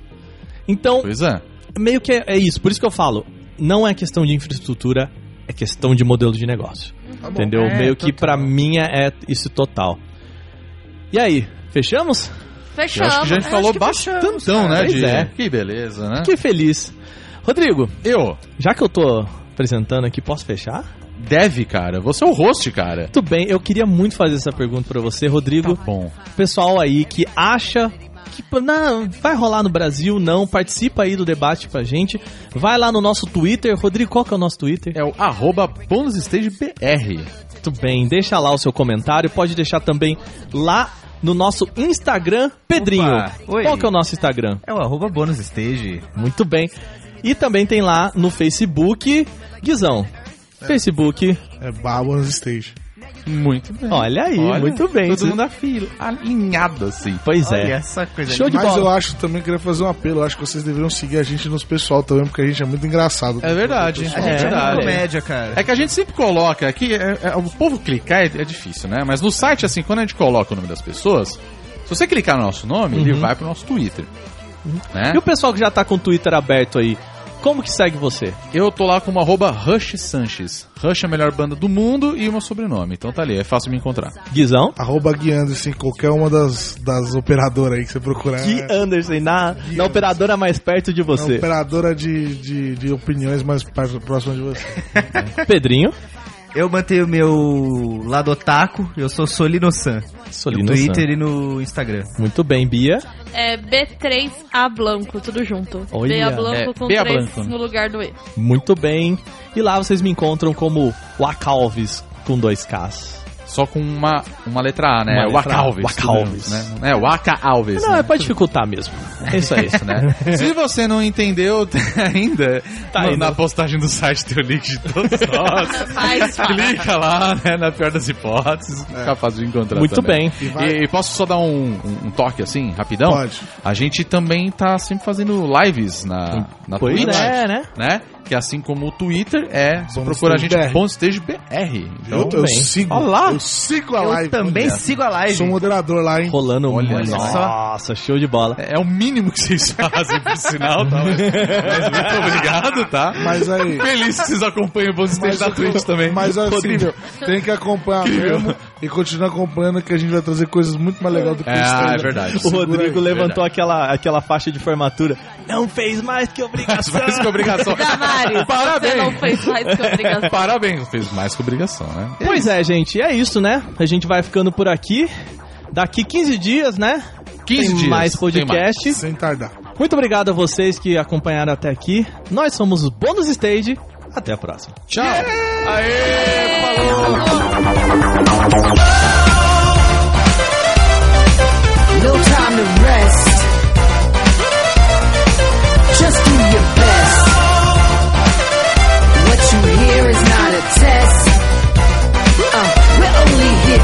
Speaker 2: Então,
Speaker 1: Pois é.
Speaker 2: meio que é, é isso, por isso que eu falo, não é questão de infraestrutura, é questão de modelo de negócio.
Speaker 3: Tá bom.
Speaker 2: Entendeu?
Speaker 7: É,
Speaker 2: Meio que pra
Speaker 7: total.
Speaker 2: mim é isso total. E aí, fechamos?
Speaker 1: Eu
Speaker 5: Fechamos.
Speaker 1: acho que já a gente falou bastante, né?
Speaker 2: Pois
Speaker 1: De...
Speaker 2: é.
Speaker 1: Que beleza, né?
Speaker 2: Fiquei feliz. Rodrigo,
Speaker 1: Eu,
Speaker 2: já que eu tô apresentando aqui, posso fechar?
Speaker 1: deve, cara. Você é o host, cara.
Speaker 2: Tudo bem, eu queria muito fazer essa pergunta pra você, Rodrigo.
Speaker 1: Bom.
Speaker 2: Pessoal aí que acha que pô, não, vai rolar no Brasil, não, participa aí do debate pra gente. Vai lá no nosso Twitter. Rodrigo, qual que é o nosso Twitter?
Speaker 1: É o arroba bonusstagebr.
Speaker 2: Muito bem, deixa lá o seu comentário, pode deixar também lá no nosso Instagram, Pedrinho.
Speaker 7: oi.
Speaker 2: Qual que é o nosso Instagram?
Speaker 7: É o arroba bônus stage.
Speaker 2: Muito bem. E também tem lá no Facebook, Guizão. Facebook,
Speaker 3: É Babas Stage.
Speaker 1: Muito bem.
Speaker 2: olha aí,
Speaker 1: Olha,
Speaker 2: muito bem.
Speaker 1: Todo mundo afil, alinhado assim.
Speaker 2: Pois
Speaker 7: Olha
Speaker 2: é.
Speaker 7: essa coisa
Speaker 2: Show de
Speaker 3: Mas eu
Speaker 2: bola.
Speaker 3: acho também, queria fazer um apelo, eu acho que vocês deveriam seguir a gente nos pessoal também, porque a gente é muito engraçado.
Speaker 1: É verdade.
Speaker 7: A gente é, uma
Speaker 1: verdade.
Speaker 7: comédia, cara.
Speaker 1: É que a gente sempre coloca aqui, é- é- o povo clicar é, é difícil, né? Mas no site, assim, quando a gente coloca o nome das pessoas, se você clicar no nosso nome,
Speaker 2: Uhum.
Speaker 1: ele vai pro nosso Twitter. Né?
Speaker 2: E o pessoal que já tá com o Twitter aberto aí, como que segue você?
Speaker 1: Eu tô lá com uma arroba Rush Sanches. Rush é a melhor banda do mundo e o meu sobrenome. Então tá ali, é fácil me encontrar.
Speaker 2: Guizão?
Speaker 3: Arroba Gui Anderson, qualquer uma das, das operadoras aí que você procurar.
Speaker 2: Gui
Speaker 3: É
Speaker 2: Anderson, na, na operadora mais perto de
Speaker 3: uma
Speaker 2: você.
Speaker 3: operadora de, de, de opiniões mais par- próxima de você.
Speaker 2: Pedrinho,
Speaker 7: Eu mantenho o meu lado otaku, eu sou Solino-san. No
Speaker 2: Solino San.
Speaker 7: Twitter e no Instagram.
Speaker 2: Muito bem, Bia.
Speaker 5: É B3A Blanco, tudo junto.
Speaker 2: Olha,
Speaker 5: B.A. Blanco
Speaker 1: é,
Speaker 5: com
Speaker 1: B.A.
Speaker 5: 3
Speaker 1: Blanco, né?
Speaker 5: no lugar do E.
Speaker 2: Muito bem. E lá vocês me encontram como Wacalves com dois Ks.
Speaker 1: Só com uma, uma letra A, né?
Speaker 2: Uma letra A.
Speaker 1: Waka Alves.
Speaker 2: Waka
Speaker 1: tudo
Speaker 2: Alves.
Speaker 1: junto, Né? É, Waka Alves.
Speaker 2: Não,
Speaker 1: né?
Speaker 2: é pra dificultar mesmo. É isso aí.
Speaker 1: né? Se você não entendeu ainda,
Speaker 2: Tá
Speaker 1: no-
Speaker 2: aí,
Speaker 1: na
Speaker 2: né?
Speaker 1: postagem do site tem o link de todos nós.
Speaker 5: Mas,
Speaker 1: Clica lá, né? Na pior das hipóteses, capaz de encontrar
Speaker 2: Muito
Speaker 1: também.
Speaker 2: bem.
Speaker 1: E, e posso só dar um, um- um toque assim, rapidão?
Speaker 3: Pode.
Speaker 1: A gente também tá sempre fazendo lives na, na
Speaker 2: Pois
Speaker 1: Twitch,
Speaker 2: é, né?
Speaker 1: né? que assim como o Twitter é, se
Speaker 3: Bom
Speaker 1: procurar a gente,
Speaker 3: Stage BR.
Speaker 1: Bom Stage BR. Então,
Speaker 3: eu, eu sigo.
Speaker 2: Olha lá.
Speaker 3: Eu sigo a
Speaker 7: Eu
Speaker 3: live.
Speaker 7: também
Speaker 3: Olha.
Speaker 7: sigo a live.
Speaker 3: Sou moderador lá, hein?
Speaker 2: Rolando
Speaker 1: Olha
Speaker 2: muito.
Speaker 1: só.
Speaker 2: Nossa, show de bola.
Speaker 1: é, é o mínimo que vocês fazem, por sinal, tá? Mas, mas muito obrigado, tá?
Speaker 3: Mas aí.
Speaker 1: Feliz que vocês acompanham o Bom Stage
Speaker 3: Mas
Speaker 1: da
Speaker 3: eu-
Speaker 1: Twitch também.
Speaker 3: Mas assim,
Speaker 1: Incrível.
Speaker 3: tem que acompanhar mesmo e continuar acompanhando que a gente vai trazer coisas muito mais legais do que
Speaker 1: É,
Speaker 3: isso. né?
Speaker 1: é verdade.
Speaker 2: O
Speaker 1: Segura
Speaker 2: Rodrigo
Speaker 1: aí,
Speaker 2: levantou aquela, aquela faixa de formatura. Não fez mais que obrigação.
Speaker 1: Mais que obrigação.
Speaker 5: Damares, você não
Speaker 1: Parabéns.
Speaker 5: fez mais que obrigação.
Speaker 1: Parabéns. Fez mais que obrigação, né?
Speaker 2: Pois é, gente, é isso, né? A gente vai ficando por aqui. Daqui 15 dias, né?
Speaker 1: 15
Speaker 2: Tem
Speaker 1: dias,
Speaker 2: mais
Speaker 1: tem
Speaker 2: podcast.
Speaker 3: Sem tardar.
Speaker 2: Muito obrigado a vocês que acompanharam até aqui. Nós somos o Bônus Stage. Até a próxima.
Speaker 1: Tchau. Aê, falou.
Speaker 8: No time to rest. Just do your best. What you hear is not a test. Uh, we're only here